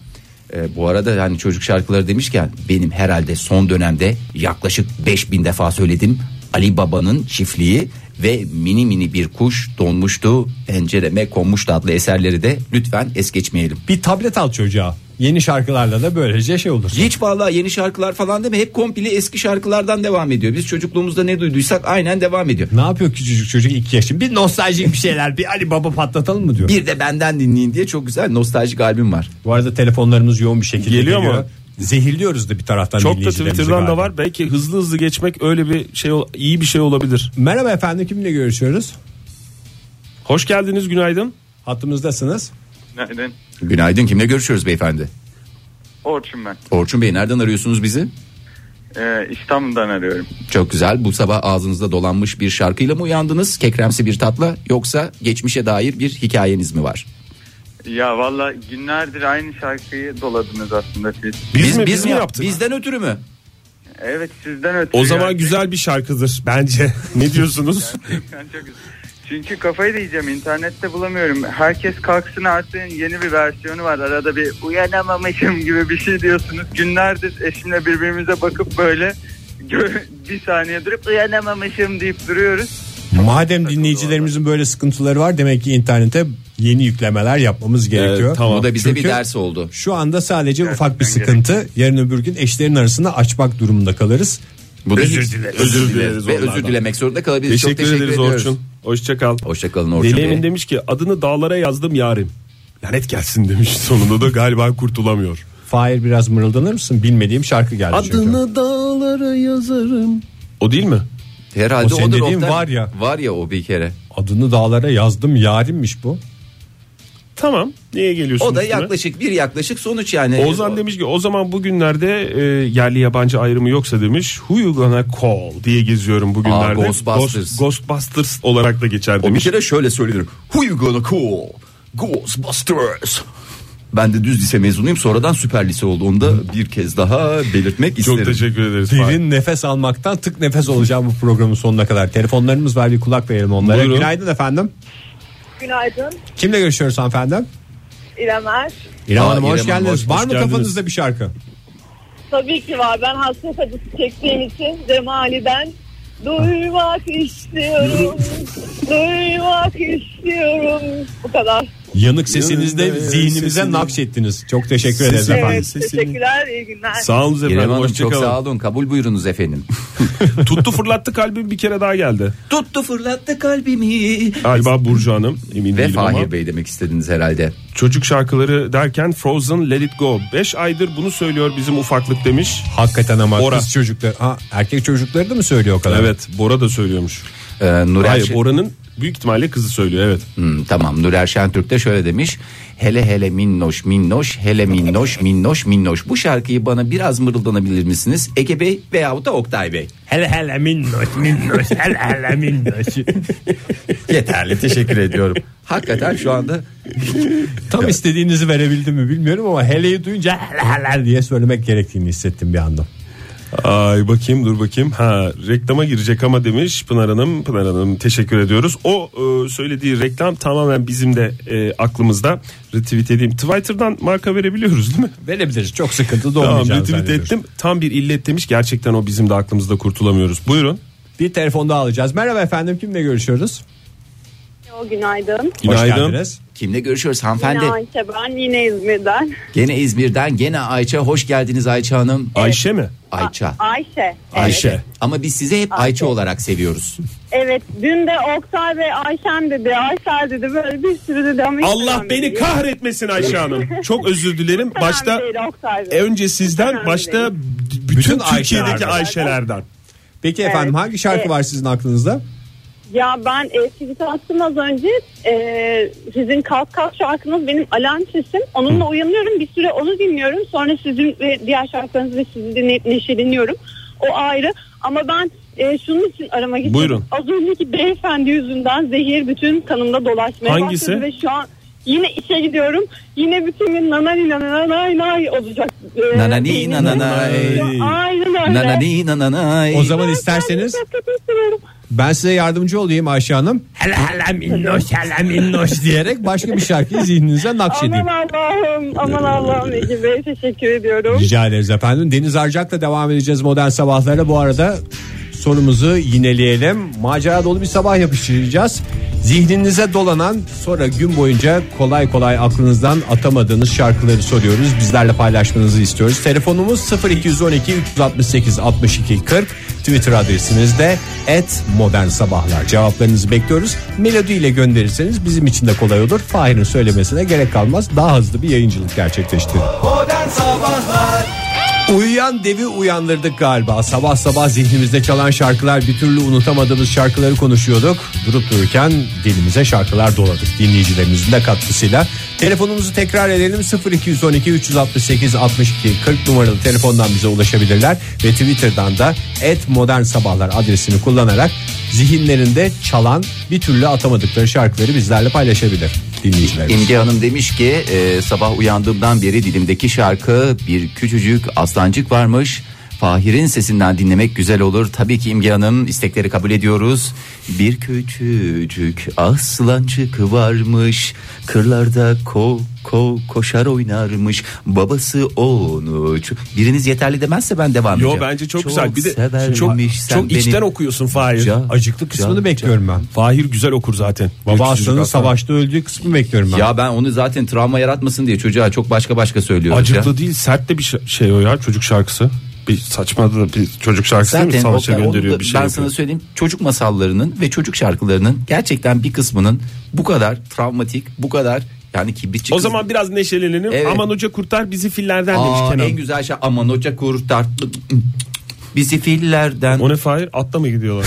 C: Ee, bu arada hani çocuk şarkıları demişken benim herhalde son dönemde yaklaşık 5000 defa söyledim. Ali Baba'nın çiftliği ve mini mini bir kuş donmuştu pencereme konmuştu adlı eserleri de lütfen es geçmeyelim.
B: Bir tablet al çocuğa. Yeni şarkılarla da böylece şey olur.
C: Hiç vallahi yeni şarkılar falan değil mi? Hep komple eski şarkılardan devam ediyor. Biz çocukluğumuzda ne duyduysak aynen devam ediyor.
B: Ne yapıyor küçücük çocuk iki yaşında? Bir nostaljik bir şeyler bir Ali Baba patlatalım mı diyor.
C: Bir de benden dinleyin diye çok güzel nostaljik albüm var.
B: Bu arada telefonlarımız yoğun bir şekilde
D: Geliyor
B: geliyor.
D: mu?
B: Zehirliyoruz da bir taraftan
D: Çok da
B: dinleyicilerimizi
D: Twitter'dan da
B: galiba.
D: var. Belki hızlı hızlı geçmek öyle bir şey ol- iyi bir şey olabilir.
B: Merhaba efendim kimle görüşüyoruz?
D: Hoş geldiniz günaydın.
B: Hattımızdasınız.
K: Günaydın.
C: Günaydın kimle görüşüyoruz beyefendi?
K: Orçun ben.
C: Orçun Bey nereden arıyorsunuz bizi?
K: Ee, İstanbul'dan arıyorum.
C: Çok güzel. Bu sabah ağzınızda dolanmış bir şarkıyla mı uyandınız? Kekremsi bir tatla yoksa geçmişe dair bir hikayeniz mi var?
K: Ya valla günlerdir aynı şarkıyı doladınız aslında siz.
D: Biz mi- biz mi
C: yap-
D: yaptık?
C: Bizden ötürü mü?
K: Evet sizden ötürü.
D: O zaman
K: yani.
D: güzel bir şarkıdır bence. ne diyorsunuz?
K: Yani çok- Çünkü kafayı da yiyeceğim internette bulamıyorum. Herkes kalksın artık yeni bir versiyonu var. Arada bir uyanamamışım gibi bir şey diyorsunuz. Günlerdir eşimle birbirimize bakıp böyle gö- bir saniye durup uyanamamışım deyip duruyoruz.
B: Madem dinleyicilerimizin böyle sıkıntıları var demek ki internete yeni yüklemeler yapmamız gerekiyor.
C: Bu da bize
B: Çünkü
C: bir ders oldu.
B: Şu anda sadece ufak bir
K: Gerçekten
B: sıkıntı. Yarın öbür gün eşlerin arasında açmak durumunda kalırız.
C: Bu da
D: Özür
C: hiç-
D: dileriz.
C: Özür
D: Özür
C: dileriz.
D: dileriz
C: Ve
D: onlardan.
C: özür dilemek zorunda kalabiliriz.
D: teşekkür,
C: Çok teşekkür
D: ederiz
C: ediyoruz.
D: Orçun. Hoşça kal.
C: Hoşçakalın Orçun
D: Deli Emin
C: Bey.
D: demiş ki adını dağlara yazdım yarim. Lanet gelsin demiş sonunda da galiba kurtulamıyor.
B: Fahir biraz mırıldanır mısın? Bilmediğim şarkı geldi çünkü.
D: dağlara yazarım. O değil mi?
C: Herhalde
B: O senin
C: odur
B: dediğin
C: Oktay.
B: var ya.
C: Var ya o bir kere.
B: Adını dağlara yazdım yarimmiş bu.
D: Tamam. Niye geliyorsun?
C: O da
D: üstüme?
C: yaklaşık şey bir yaklaşık sonuç yani.
D: Ozan demiş ki o zaman bugünlerde e, yerli yabancı ayrımı yoksa demiş Who you gonna call diye geziyorum bugünlerde.
C: Aa, Ghostbusters.
D: Ghost- Ghostbusters olarak da geçer
C: O bir
D: demiş.
C: kere şöyle söylenir. Who you gonna call? Ghostbusters. Ben de düz lise mezunuyum. Sonradan süper lise oldu. Onu da bir kez daha belirtmek
D: Çok
C: şey isterim.
D: teşekkür ederiz. Fahir.
B: Derin nefes almaktan tık nefes olacağım bu programın sonuna kadar. Telefonlarımız var bir kulak verelim onlara.
D: Buyurun.
B: Günaydın efendim.
H: Günaydın.
B: Kimle görüşüyoruz hanımefendi?
I: Er.
H: İremer.
B: İrem
C: Aa,
B: Hanım hoş
C: İrem Hanım,
B: geldiniz.
C: hoş-
B: var
D: hoş
B: mı
D: geldiniz.
B: kafanızda bir şarkı?
H: Tabii ki var. Ben hasret acısı çektiğim için Cemal'den duymak istiyorum. duymak istiyorum. Bu kadar.
B: Yanık sesinizde
D: Yanında
B: zihnimize
D: sesini-
B: nakşettiniz. Çok teşekkür ederiz
D: Sesini-
B: efendim.
H: Evet, teşekkürler. iyi günler.
D: Sağ olun
C: İrem
D: efendim.
C: Hanım çok sağ
D: Hoşçakalın.
C: olun. Kabul buyurunuz efendim.
D: Tuttu fırlattı kalbim bir kere daha geldi.
C: Tuttu fırlattı kalbimi.
D: Galiba Burcu Hanım
C: Ve
D: emin değilim ama.
C: Fahir Bey demek istediniz herhalde.
D: Çocuk şarkıları derken Frozen Let It Go. 5 aydır bunu söylüyor bizim ufaklık demiş.
B: Hakikaten ama
D: Bora.
B: kız çocukları. Ha, erkek çocukları da mı söylüyor o kadar?
D: Evet Bora da söylüyormuş.
C: Ee, Nurel
D: Hayır
C: Şen-
D: Bora'nın büyük ihtimalle kızı söylüyor evet.
C: Hmm, tamam Nurel Şentürk de şöyle demiş. Hele hele minnoş minnoş hele minnoş minnoş minnoş. Bu şarkıyı bana biraz mırıldanabilir misiniz? Ege Bey veyahut da Oktay Bey.
F: Hele hele minnoş minnoş hele hele minnoş.
C: Yeterli teşekkür ediyorum. Hakikaten şu anda
B: Tam istediğinizi verebildim mi bilmiyorum ama heleyi duyunca hele hele diye söylemek gerektiğini hissettim bir anda.
D: Ay bakayım dur bakayım. Ha reklama girecek ama demiş Pınar Hanım. Pınar Hanım teşekkür ediyoruz. O e, söylediği reklam tamamen bizim de e, aklımızda. Retweet edeyim. Twitter'dan marka verebiliyoruz değil mi?
B: Verebiliriz. Çok sıkıntı da
D: Tamam
B: olmayacağını
D: retweet
B: zannediyorum.
D: ettim. Tam bir illet demiş. Gerçekten o bizim de aklımızda kurtulamıyoruz. Buyurun.
B: Bir telefon daha alacağız. Merhaba efendim kimle görüşüyoruz?
H: O günaydın.
B: Hoş
D: Günaydın.
B: geldiniz.
C: kimle görüşüyoruz hanımefendi?
H: Yine Ayşe ben yine İzmir'den.
C: Gene İzmir'den gene Ayça hoş geldiniz Ayça Hanım.
D: Ayşe mi?
C: Ayça.
H: Ayşe. evet.
C: Ayşe. Ama biz sizi hep Ayça olarak seviyoruz.
H: Evet dün de Oktay ve Ayşem dedi Ayşel dedi böyle bir sürü dedi ama hiç
D: Allah
H: önemli
D: beni
H: değil.
D: kahretmesin Ayşe Hanım. Çok özür dilerim.
H: Hiç
D: Başta
H: önemli değil Oktay Bey.
D: önce sizden
H: Önemli
D: başta
H: değil.
D: bütün
B: Bütün
D: Türkiye'deki
B: Ayşelerden.
D: Ayşelerden.
B: Peki efendim
H: Evet.
B: hangi şarkı
H: Evet.
B: var sizin aklınızda?
H: Ya ben e, tweet attım az önce E, sizin kalk kalk şarkınız benim alarm sesim onunla uyanıyorum bir süre onu dinliyorum sonra sizin ve diğer şarkılarınızı ve sizi dinleyip neşeleniyorum o ayrı ama ben e, şunun için arama gittim.
D: Buyurun.
H: Az önceki beyefendi yüzünden zehir bütün kanımda dolaşmaya
D: Hangisi?
H: başladı ve şu an yine işe gidiyorum. Yine bütün gün nanay nanay nanay nanay olacak. E,
C: Nanani nananay.
H: Aynen öyle.
C: Nanani nananay.
B: O zaman isterseniz
H: Ben çok istiyorum.
B: ben size yardımcı olayım Ayşe Hanım
F: Hele hele minnoş hele minnoş.
B: diyerek başka bir şarkıyı zihninize nakşedeyim.
H: Aman Allah'ım, aman Allah'ım Ege Bey teşekkür ediyorum.
B: Rica ederiz efendim. Deniz Arcak'la devam edeceğiz modern sabahlara. Bu arada sorumuzu yineleyelim. Macera dolu bir sabah yapıştıracağız. Zihninize dolanan sonra gün boyunca kolay kolay aklınızdan atamadığınız şarkıları soruyoruz. Bizlerle paylaşmanızı istiyoruz. Telefonumuz 0212 368 62 40. Twitter adresimiz de @modernsabahlar. Cevaplarınızı bekliyoruz. Melodi ile gönderirseniz bizim için de kolay olur. Fahir'in söylemesine gerek kalmaz. Daha hızlı bir yayıncılık gerçekleştirir.
L: Modern Sabahlar
B: Uyuyan devi uyandırdık galiba. Sabah sabah zihnimizde çalan şarkılar bir türlü unutamadığımız şarkıları konuşuyorduk. Durup dururken dilimize şarkılar doladık dinleyicilerimizin de katkısıyla. Telefonumuzu tekrar edelim 0212 368 62 40 numaralı telefondan bize ulaşabilirler. Ve Twitter'dan da et modern sabahlar adresini kullanarak zihinlerinde çalan bir türlü atamadıkları şarkıları bizlerle paylaşabilir dinleyicilerimiz.
C: İmge Hanım demiş ki e, sabah uyandığımdan beri dilimdeki şarkı bir küçücük aslancık varmış. Fahir'in sesinden dinlemek güzel olur. Tabii ki İmge Hanım istekleri kabul ediyoruz. Bir küçücük aslancık varmış. Kırlarda ko ko koşar oynarmış. Babası onu. ç- Biriniz yeterli demezse ben devam edeceğim.
D: Yo bence çok, güzel. Bir de çok
C: severmiş sen
D: çok
C: beni.
D: içten okuyorsun Fahir.
C: Ca-
B: Acıklı kısmını bekliyorum ben.
D: Fahir güzel okur zaten.
B: Baba
D: Küçücük
B: Aslan'ın
D: aslan.
B: savaşta öldüğü kısmı bekliyorum ben.
C: Ya ben onu zaten travma yaratmasın diye çocuğa çok başka başka söylüyoruz
D: Acıklı
C: ya.
D: değil sert de bir ş- şey o ya çocuk şarkısı. Bir saçma da bir çocuk şarkısı değil mi? Savaşa
C: o-
D: gönderiyor bir şey.
C: Ben
D: yapıyor.
C: sana söyleyeyim çocuk masallarının ve çocuk şarkılarının gerçekten bir kısmının bu kadar travmatik, bu kadar yani kibritçi
D: o
C: kız-
D: zaman biraz neşelenelim.
C: Evet.
D: Aman hoca kurtar bizi fillerden demiş
C: Aa,
D: Kenan.
C: en güzel şey aman hoca kurtar bizi fillerden.
D: O ne Fahir? Atla mı gidiyorlar?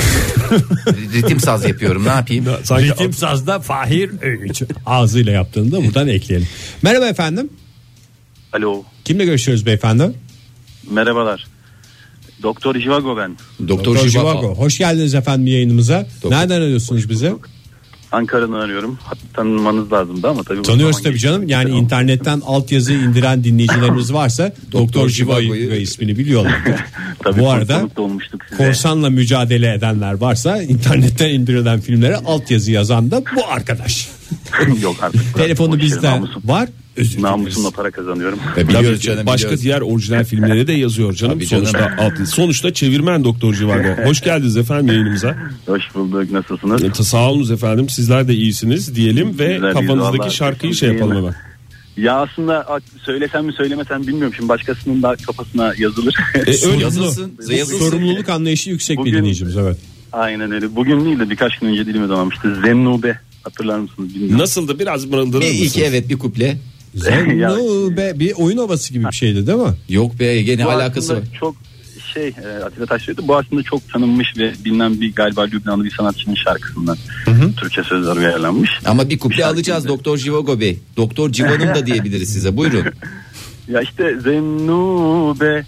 C: Ritim saz yapıyorum ne yapayım?
B: Ritim sazda Fahir Öğüç ağzıyla yaptığını da buradan ekleyelim. Merhaba efendim.
M: Alo
B: Kimle görüşüyoruz beyefendi?
M: merhabalar. Doktor Jivago ben.
B: Doktor Jivago. Hoş geldiniz efendim yayınımıza. Nereden arıyorsunuz bizi?
M: Ankara'dan arıyorum. Hatta tanımanız lazımdı ama tabii. bu
B: Tanıyoruz
M: zaman
B: tabii canım. Yani internetten altyazı indiren dinleyicilerimiz varsa Doktor Jivago ismini biliyorlardır.
M: Tabii
B: Bu arada
M: konsolosda olmuştuk size.
B: korsanla mücadele edenler varsa internetten indirilen filmlere altyazı yazan da bu arkadaş.
M: Yok artık.
B: Telefonu bizde var. E,
M: Namusumla para kazanıyorum.
C: E,
D: Tabii ki. Başka diğer orijinal filmlere de yazıyor canım.
M: Tabii canım.
D: sonuçta adlı. Sonuçta çevirmen Doktor Civago. Hoş geldiniz efendim yayınımıza.
M: Hoş bulduk. Nasılsınız?
B: E,
D: Evet, Sağ olunuz efendim. Sizler de iyisiniz diyelim ve
M: Bizler de iyiyiz.
D: kafanızdaki
M: Vallahi
D: şarkıyı
M: çok
D: şey yapalım
M: iyiyim.
D: hemen.
M: Ya aslında ak- söylesem mi söylemesem bilmiyorum. Şimdi başkasının da kafasına yazılır.
B: E,
D: E,
B: Sorumluluk- Sorumluluk anlayışı yüksek bir dinleyicimiz evet.
M: Aynen öyle. Bugün değil de birkaç gün önce dilime dolanmıştı. Zennube. Hatırlar mısınız bilmiyorum.
D: Nasıldı biraz mırıldırır
C: Bir iki evet bir kuple.
B: Zannube bir oyun havası gibi bir şeydi değil mi?
C: Yok be gene
M: Bu
C: alakası var.
M: aslında Çok şey e, Atilla Taşdemir bu aslında çok tanınmış ve bilinen bir galiba Lübnanlı bir sanatçının şarkısından Türkçe sözler uyarlanmış.
C: Ama bir kuple alacağız Doktor Jivago Bey. Doktor Civan'ım da diyebiliriz size. Buyurun.
M: Ya işte Zennube,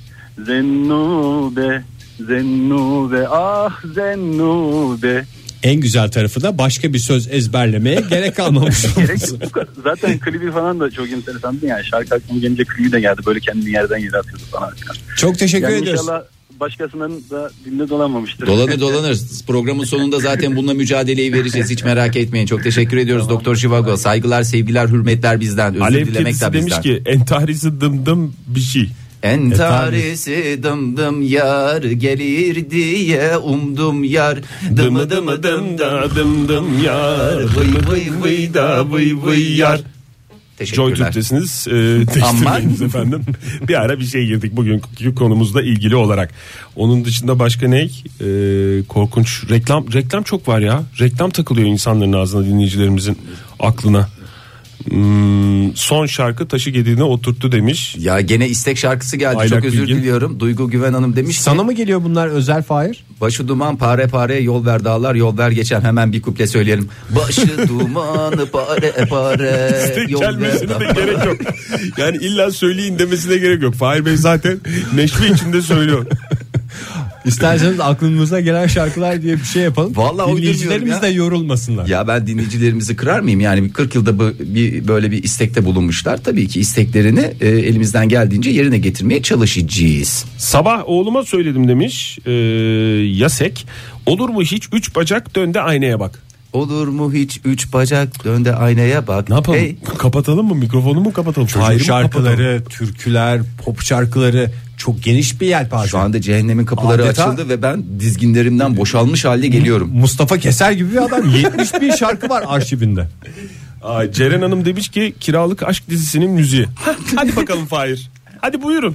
M: Zennube, Zennube, ah Zennube.
B: En güzel tarafı da başka bir söz ezberlemeye gerek kalmamış olması.
M: Bu kadar. Zaten klibi falan da çok enteresandı yani şarkı aklıma gelince klibi de geldi böyle kendini yerden yere atıyordu falan.
B: Çok teşekkür
M: yani
B: ediyoruz.
M: İnşallah başkasının da dilinde dolanmamıştır.
C: Dolanır dolanır. Programın sonunda zaten bununla mücadeleyi vereceğiz. Hiç merak etmeyin. Çok teşekkür ediyoruz Doktor Jivago. Saygılar, sevgiler, hürmetler bizden. Özür
D: Alev
C: dilemek
D: kedisi
C: de
D: demiş
C: bizden.
D: ki entahrisi dım dım bir şey.
C: Entarisi dım dım yar gelir diye umdum yar
D: Dımı dımı dım da dım dım yar Vıy vıy vıy da vıy vıy yar Joy Türk'tesiniz e, teşekkürleriniz efendim Bir ara bir şey girdik bugünkü konumuzla ilgili olarak Onun dışında başka ne? E, korkunç reklam reklam çok var ya Reklam takılıyor insanların ağzına dinleyicilerimizin aklına Hmm, Son şarkı taşı gediğine oturttu demiş
C: Ya gene istek şarkısı geldi
D: Aylak
C: çok özür
D: Bilgin.
C: diliyorum Duygu Güven Hanım demiş ki,
B: Sana mı geliyor bunlar özel Fahir?
C: Başı duman pare pare yol ver dağlar yol ver geçer hemen bir kuple söyleyelim Başı dumanı pare pare
D: İstek
C: yol ver
D: gelmesine de
C: dağlar
D: gerek yok. Yani illa söyleyin demesine gerek yok. Fahir Bey zaten neşve içinde söylüyor.
B: İsterseniz aklınıza gelen şarkılar diye bir şey yapalım.
C: Vallahi uyduruyorum
B: Dinleyicilerimiz
C: ya.
B: de yorulmasınlar.
C: Ya ben dinleyicilerimizi kırar mıyım? Yani bir 40 yılda bu- bir böyle bir istekte bulunmuşlar. Tabii ki isteklerini e, elimizden geldiğince yerine getirmeye çalışacağız.
D: Sabah oğluma söyledim demiş e, Yasek. Olur mu hiç üç bacak dönde aynaya bak.
C: Olur mu hiç üç bacak dönde aynaya bak.
D: Ne yapalım?
C: Hey,
D: Kapatalım mı mikrofonu mu kapatalım?
B: Çocuğun
D: Fahir'i mi
B: şarkıları, türküler, pop şarkıları Çok geniş bir yelpaze.
C: Şu anda cehennemin kapıları
B: Adeta-
C: açıldı ve ben dizginlerimden boşalmış halde
D: Hmm.
C: geliyorum.
B: Mustafa Keser gibi bir adam 70 bin şarkı var arşivinde.
D: Aa, Ceren Hanım demiş ki kiralık aşk dizisinin müziği. Hah, Hadi bakalım Fahir. Hadi buyurun.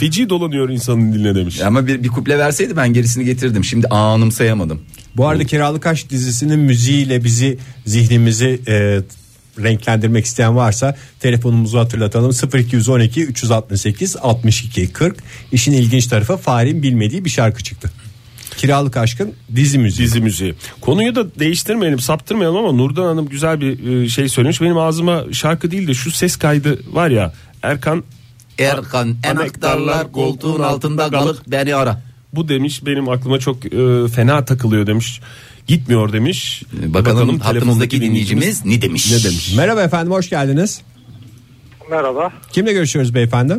D: Feci dolanıyor insanın diline demiş.
C: Ama bir, bir kuple verseydi ben gerisini getirdim. Şimdi anımsayamadım.
B: Bu arada Kiralık Aşk dizisinin müziğiyle bizi zihnimizi e, renklendirmek isteyen varsa telefonumuzu hatırlatalım 0212 368 62 40 İşin ilginç tarafı Fahri'nin bilmediği bir şarkı çıktı. Kiralık Aşk'ın dizi müziği.
D: Dizi müziği. Konuyu da değiştirmeyelim, saptırmayalım ama Nurdan Hanım güzel bir e, şey söylemiş. Benim ağzıma şarkı değil de şu ses kaydı var ya. Erkan
C: Erkan enaktarlar koltuğun altında kalıp beni ara.
D: Bu demiş benim aklıma çok e, fena takılıyor demiş. Gitmiyor demiş.
C: Bakalım hattımızdaki dinleyicimiz ne demiş?
D: Ne demiş?
B: Merhaba efendim hoş geldiniz.
N: Merhaba
B: Kimle görüşüyoruz beyefendi?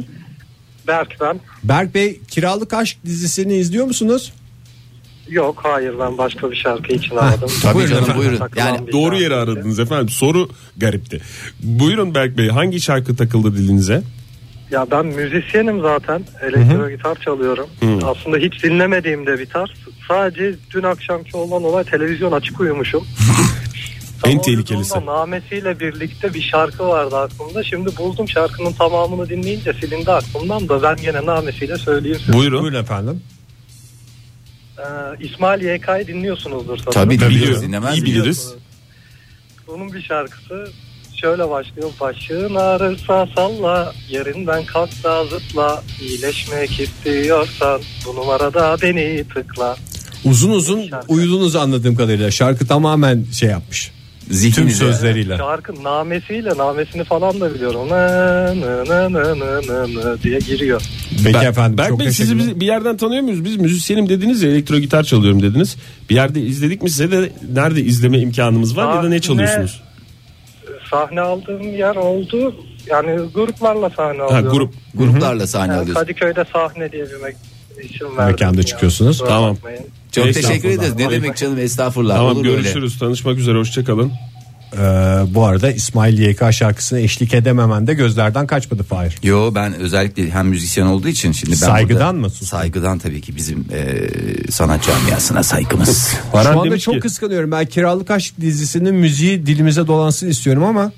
N: Berk ben.
B: Berk Bey Kiralık Aşk dizisini izliyor musunuz?
N: Yok hayır ben başka bir şarkı için aradım.
D: efendim.
N: Takılan bir
D: doğru
N: şarkı.
D: yere aradınız efendim. Soru garipti. Buyurun Berk Bey hangi şarkı takıldı dilinize?
N: Ya ben müzisyenim zaten. Elektro gitar çalıyorum.
D: Hı.
N: Aslında hiç dinlemediğim de bir tarz. Sadece dün akşamki olan olay televizyon açık uyumuşum.
D: en tehlikelisi.
N: Ondan namesiyle birlikte bir şarkı vardı aklımda. Şimdi buldum şarkının tamamını dinleyince silindi aklımdan da ben gene namesiyle söyleyeyim. size.
D: Buyurun.
B: efendim.
N: Ee, İsmail YK'yı dinliyorsunuzdur sanırım.
C: Tabii dinliyoruz, dinlemez
D: İyi
C: miyiz?
D: biliriz.
N: Bunun bir şarkısı şöyle başlıyor. Başın ağrırsa salla, yerinden kalk da zıpla. İyileşmek istiyorsan bu numarada beni tıkla.
B: Uzun uzun uyudunuz anladığım kadarıyla şarkı tamamen şey yapmış. Tüm sözleriyle.
N: Şarkı namesiyle, namesini falan da biliyorum. Nı nı nı nı nı nı nı diye giriyor.
B: Peki efendim.
D: Berk
B: çok
D: Bey sizi
B: teşekkürler.
D: biz- bir yerden tanıyor muyuz? Biz müzisyenim dediniz ya elektro gitar çalıyorum dediniz. Bir yerde izledik mi size de nerede izleme imkanımız var ya da ne
N: Sahne-
D: çalıyorsunuz?
N: Sahne aldığım yer oldu. Yani gruplarla sahne alıyorum.
D: grup.
C: Gruplarla sahne
N: Yani
C: alıyorsun.
N: Kadıköy'de sahne diye bir me- isim verdim.
B: Mekanda
N: ya.
B: çıkıyorsunuz.
N: Kusura
B: Tamam.
N: bakmayın.
C: Çok teşekkür
B: Estağfurullah.
C: ederiz. Ne demek canım estağfurullah.
D: Tamam
C: Olur öyle.
D: görüşürüz. Tanışmak üzere hoşçakalın.
B: Ee, bu arada İsmail YK şarkısına eşlik edememen de gözlerden kaçmadı Fahir.
C: Yo ben özellikle hem müzisyen olduğu için şimdi ben
B: Saygıdan
C: burada-
B: mı
C: Saygıdan tabii ki bizim e, sanat camiasına saygımız.
B: Şu anda çok kıskanıyorum. Ben Kiralık Aşk dizisinin müziği dilimize dolansın istiyorum ama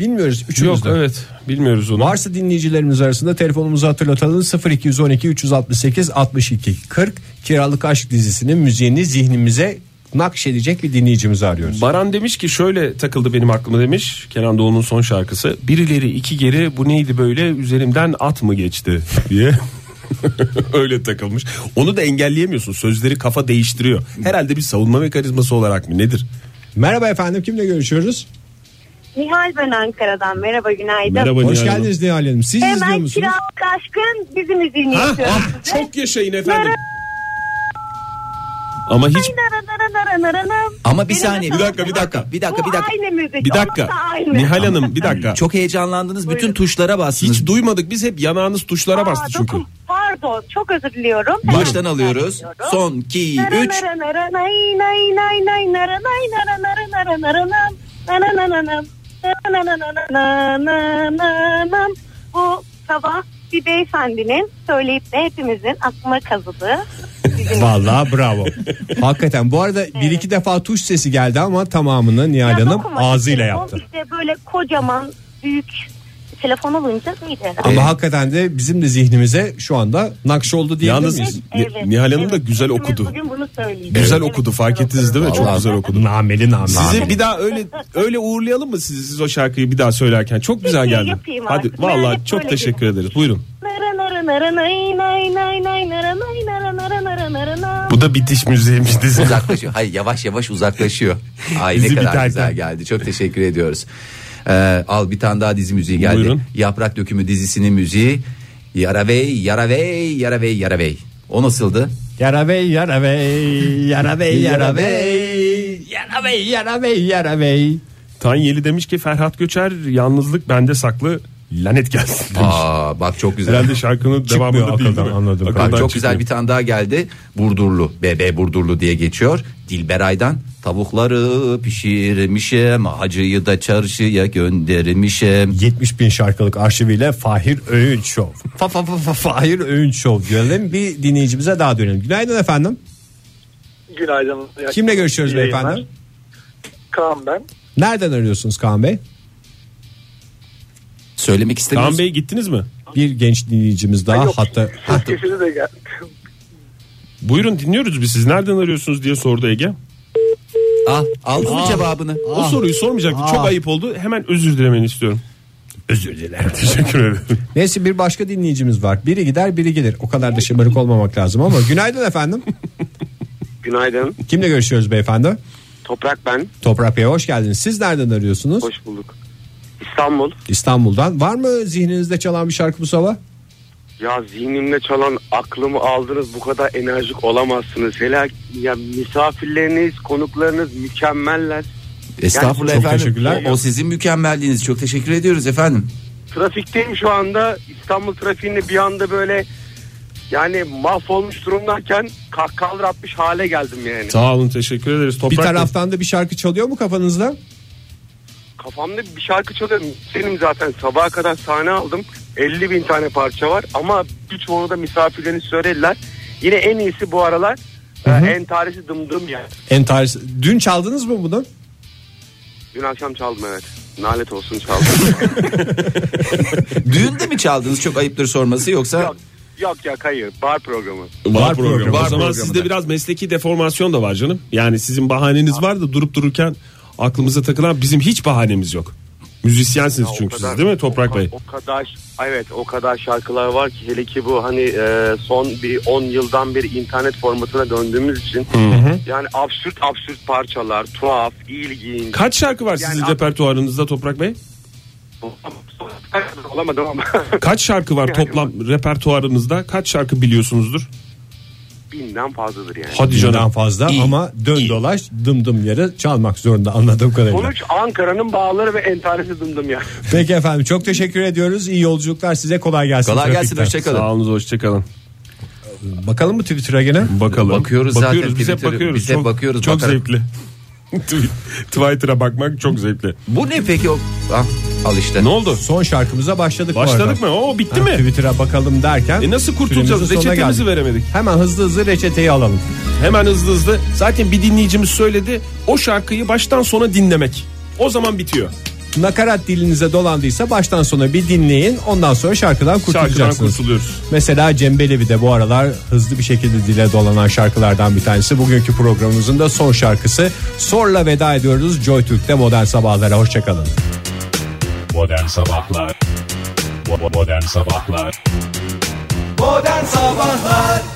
B: bilmiyoruz. Üçümüz
D: Yok evet bilmiyoruz onu.
B: Varsa dinleyicilerimiz arasında telefonumuzu hatırlatalım 0212 368 62 40 Kiralık Aşk dizisinin müziğini zihnimize nakşedecek bir dinleyicimizi arıyoruz.
D: Baran demiş ki şöyle takıldı benim aklıma demiş. Kenan Doğulu'nun son şarkısı. Birileri iki geri bu neydi böyle üzerimden at mı geçti diye. Öyle takılmış. Onu da engelleyemiyorsun. Sözleri kafa değiştiriyor. Herhalde bir savunma mekanizması olarak mı nedir?
B: Merhaba efendim kimle görüşüyoruz?
O: Nihal ben Ankara'dan. Merhaba günaydın.
B: Hoş geldiniz Nihal Hanım. Siz izliyor
O: Hemen
B: musunuz?
O: kiralık aşkın bizi müziğini istiyorum.
D: Çok yaşayın efendim. Ama hiç
C: Ama bir saniye. Bir dakika, bir
D: dakika.
C: Bir dakika bir dakika.
O: Aynı müzik.
D: Bir dakika.
O: Olsa aynı.
D: Nihal Hanım bir dakika.
C: Çok heyecanlandınız. Bütün tuşlara bastınız.
D: Hiç duymadık. Biz hep yanağınız tuşlara bastı çünkü.
O: Pardon çok özür diliyorum. Hemen
C: Baştan alıyoruz.
O: başlıyorum.
C: Son 2
O: Nara
C: 3
O: nara nara nay nay nay nay nara nay nara nara nara nara nam. Nara nara nam. Nara nara nara nara nara nara nam. Bu sabah bir beyefendinin söyleyip de hepimizin aklıma kazıdığı
B: Vallahi bravo. Hakikaten bu arada bir iki defa tuş sesi geldi ama tamamını Nihal
O: Ya
B: Hanım
O: dokunma,
B: ağzıyla
O: telefon
B: yaptı.
O: İşte böyle kocaman büyük telefon alınca mıydı?
B: Ama hakikaten de bizim de zihnimize şu anda nakş oldu diyebilir
D: Yalnız
B: miyiz?
O: Evet, evet.
D: Nihal Hanım da güzel
O: Hepimiz
D: okudu.
O: Bugün bunu söyleyeceğiz.
D: Güzel okudu fark ettiniz değil mi? Çok
B: Vallahi.
D: güzel okudu.
B: Nameli nameli.
D: Sizi bir daha öyle öyle uğurlayalım mı sizi siz o şarkıyı bir daha söylerken? Çok güzel
O: Peki,
D: geldi.
O: yapayım
D: Hadi
O: artık. Ben
D: vallahi
O: hep
D: çok
O: böyle
D: teşekkür ederiz. Buyurun.
O: Nara nara nara nay nay nay nay nara nay nara nara nara nara nara.
D: Bu da bitiş müziğimiz dizi.
C: uzaklaşıyor. Hayır yavaş yavaş uzaklaşıyor. Ay ne
D: Dizi
C: kadar
D: biterken.
C: güzel geldi. Çok teşekkür ediyoruz. Ee, al bir tane daha dizi müziği geldi.
D: Buyurun.
C: Yaprak Dökümü dizisinin müziği. Yaravey, yaravey, yaravey, yaravey. O nasıldı?
B: Yaravey yaravey
C: Yaravey.
B: yaravey yaravey yaravey yaravey yaravey.
D: Tanyeli demiş ki Ferhat Göçer yalnızlık bende saklı lanet gelsin demiş.
C: Aa bak çok güzel.
D: Herhalde şarkının
B: Çıkmıyor
D: devamında değil, değil
B: akıldan,
D: mi?
B: anladım.
C: Bak,
D: Akıldan
C: çok
D: çıkmıyor.
C: güzel bir tane daha geldi. Burdurlu, bebe Burdurlu diye geçiyor. Dilberay'dan tavukları pişirmişim hacıyı da çarşıya göndermişim.
B: 70 bin şarkılık arşiviyle Fahir Öğünç Show. Fa, fa, fa, fa, Fahir Öğünç Show diyelim bir dinleyicimize daha dönelim. Günaydın efendim.
N: Günaydın.
B: Kimle görüşüyoruz
N: İyi yayınlar.
B: beyefendi?
N: Kaan ben.
B: Nereden arıyorsunuz Kaan Bey?
C: Söylemek
B: istediğiniz...
D: Kaan Bey gittiniz mi?
B: Bir genç dinleyicimiz daha hatta... hatta...
N: Sesini de geldi.
D: Buyurun dinliyoruz biz siz nereden arıyorsunuz diye sordu Ege.
C: Al, Ah, aldın mı cevabını?
D: O
C: Ah.
D: soruyu sormayacaktı.
C: Ah.
D: Çok ayıp oldu. Hemen özür dilemeni istiyorum. Özür dilerim. Teşekkür ederim.
B: Neyse bir başka dinleyicimiz var. Biri gider biri gelir. O kadar da şımarık olmamak lazım ama. Günaydın efendim.
P: Günaydın.
B: Kimle görüşüyoruz beyefendi?
P: Toprak ben.
B: Toprak Bey hoş geldiniz. Siz nereden arıyorsunuz?
P: Hoş bulduk. İstanbul.
B: İstanbul'dan. Var mı zihninizde çalan bir şarkı bu sabah?
P: Ya zihnimde çalan aklımı aldınız bu kadar enerjik olamazsınız. Hele ya misafirleriniz, konuklarınız mükemmeller.
C: Estağfurullah
P: Yani-
C: efendim. O, o sizin mükemmelliğiniz. Çok teşekkür ediyoruz efendim.
P: Trafikteyim şu anda. İstanbul trafiğinde bir anda böyle yani mahvolmuş durumdayken kahkahalar atmış hale geldim yani.
D: Sağ olun teşekkür ederiz. Toprak
B: bir taraftan da bir şarkı çalıyor mu kafanızda?
P: Kafamda bir şarkı çalıyorum. Senim zaten sabaha kadar sahne aldım. 50 bin tane parça var ama birçoğunu da misafirlerini söylediler. Yine en iyisi bu aralar e, en tarihi dımdım yani.
B: En tarz. Dün çaldınız mı bunu?
P: Dün akşam çaldım evet. Nalet olsun çaldım.
C: Düğünde mi çaldınız? Çok ayıptır sorması yoksa
P: Yok ya hayır bar programı.
D: Var programı.
C: Var
D: o zaman
C: programı
D: sizde
C: da.
D: biraz mesleki deformasyon da var canım. Yani sizin bahaneniz var da durup dururken aklımıza takılan bizim hiç bahanemiz yok. Müzisyensiniz
P: Ya o
D: çünkü
P: kadar-
D: siz değil mi Toprak Bey?
P: O kadar evet o kadar şarkılar var ki hele ki bu hani e, son bir 10 yıldan beri internet formatına döndüğümüz için
D: hı.
P: yani absürt absürt parçalar tuhaf ilginç.
D: Kaç şarkı var
P: Yani
D: sizin
P: ab-
D: repertuarınızda Toprak Bey?
P: Olamadım ama
D: Kaç şarkı var toplam repertuarınızda? Kaç şarkı biliyorsunuzdur?
P: binden fazladır yani.
D: Hadi canım.
B: Binden fazla ama dön dolaş dım dım yere çalmak zorunda anladığım kadarıyla.
P: Sonuç Ankara'nın bağları ve entaresi dımdım ya.
B: Peki efendim çok teşekkür ediyoruz. İyi yolculuklar size kolay gelsin.
C: Kolay gelsin,
B: trafikten.
C: hoşçakalın. Sağ
D: olun hoşçakalın.
B: Bakalım mı Twitter'a gene?
D: Bakalım.
C: Bakıyoruz zaten
D: bakıyoruz, biz hep
C: Twitter'ı.
D: bakıyoruz.
C: Biz hep
D: çok,
C: bakıyoruz,
D: Çok
C: bakarak.
D: zevkli. Tw- Twitter'a bakmak çok zevkli.
C: Bu ne peki o? ah, al işte.
D: Ne oldu?
B: Son şarkımıza başladık bu
D: Başladık
B: arada.
D: mı? Oo bitti
B: Ha,
D: mi?
B: Twitter'a bakalım derken.
D: E nasıl kurtulacağız?
B: süremizin sonuna
D: Reçetemizi
B: geldik.
D: veremedik.
B: Hemen hızlı hızlı reçeteyi alalım.
D: Hemen hızlı hızlı. Zaten bir dinleyicimiz söyledi. O şarkıyı baştan sona dinlemek. O zaman bitiyor.
B: Nakarat dilinize dolandıysa baştan sona bir dinleyin. Ondan sonra şarkıdan kurtulacaksınız.
D: kurtuluyoruz.
B: Mesela Cem Belevi de bu aralar hızlı bir şekilde dile dolanan şarkılardan bir tanesi. Bugünkü programımızın da son şarkısı. Sorla veda ediyoruz. Joy Türk'te Modern Sabahlara. Hoşçakalın.
A: Modern Sabahlar Bo- bo- Modern Sabahlar
L: Modern Sabahlar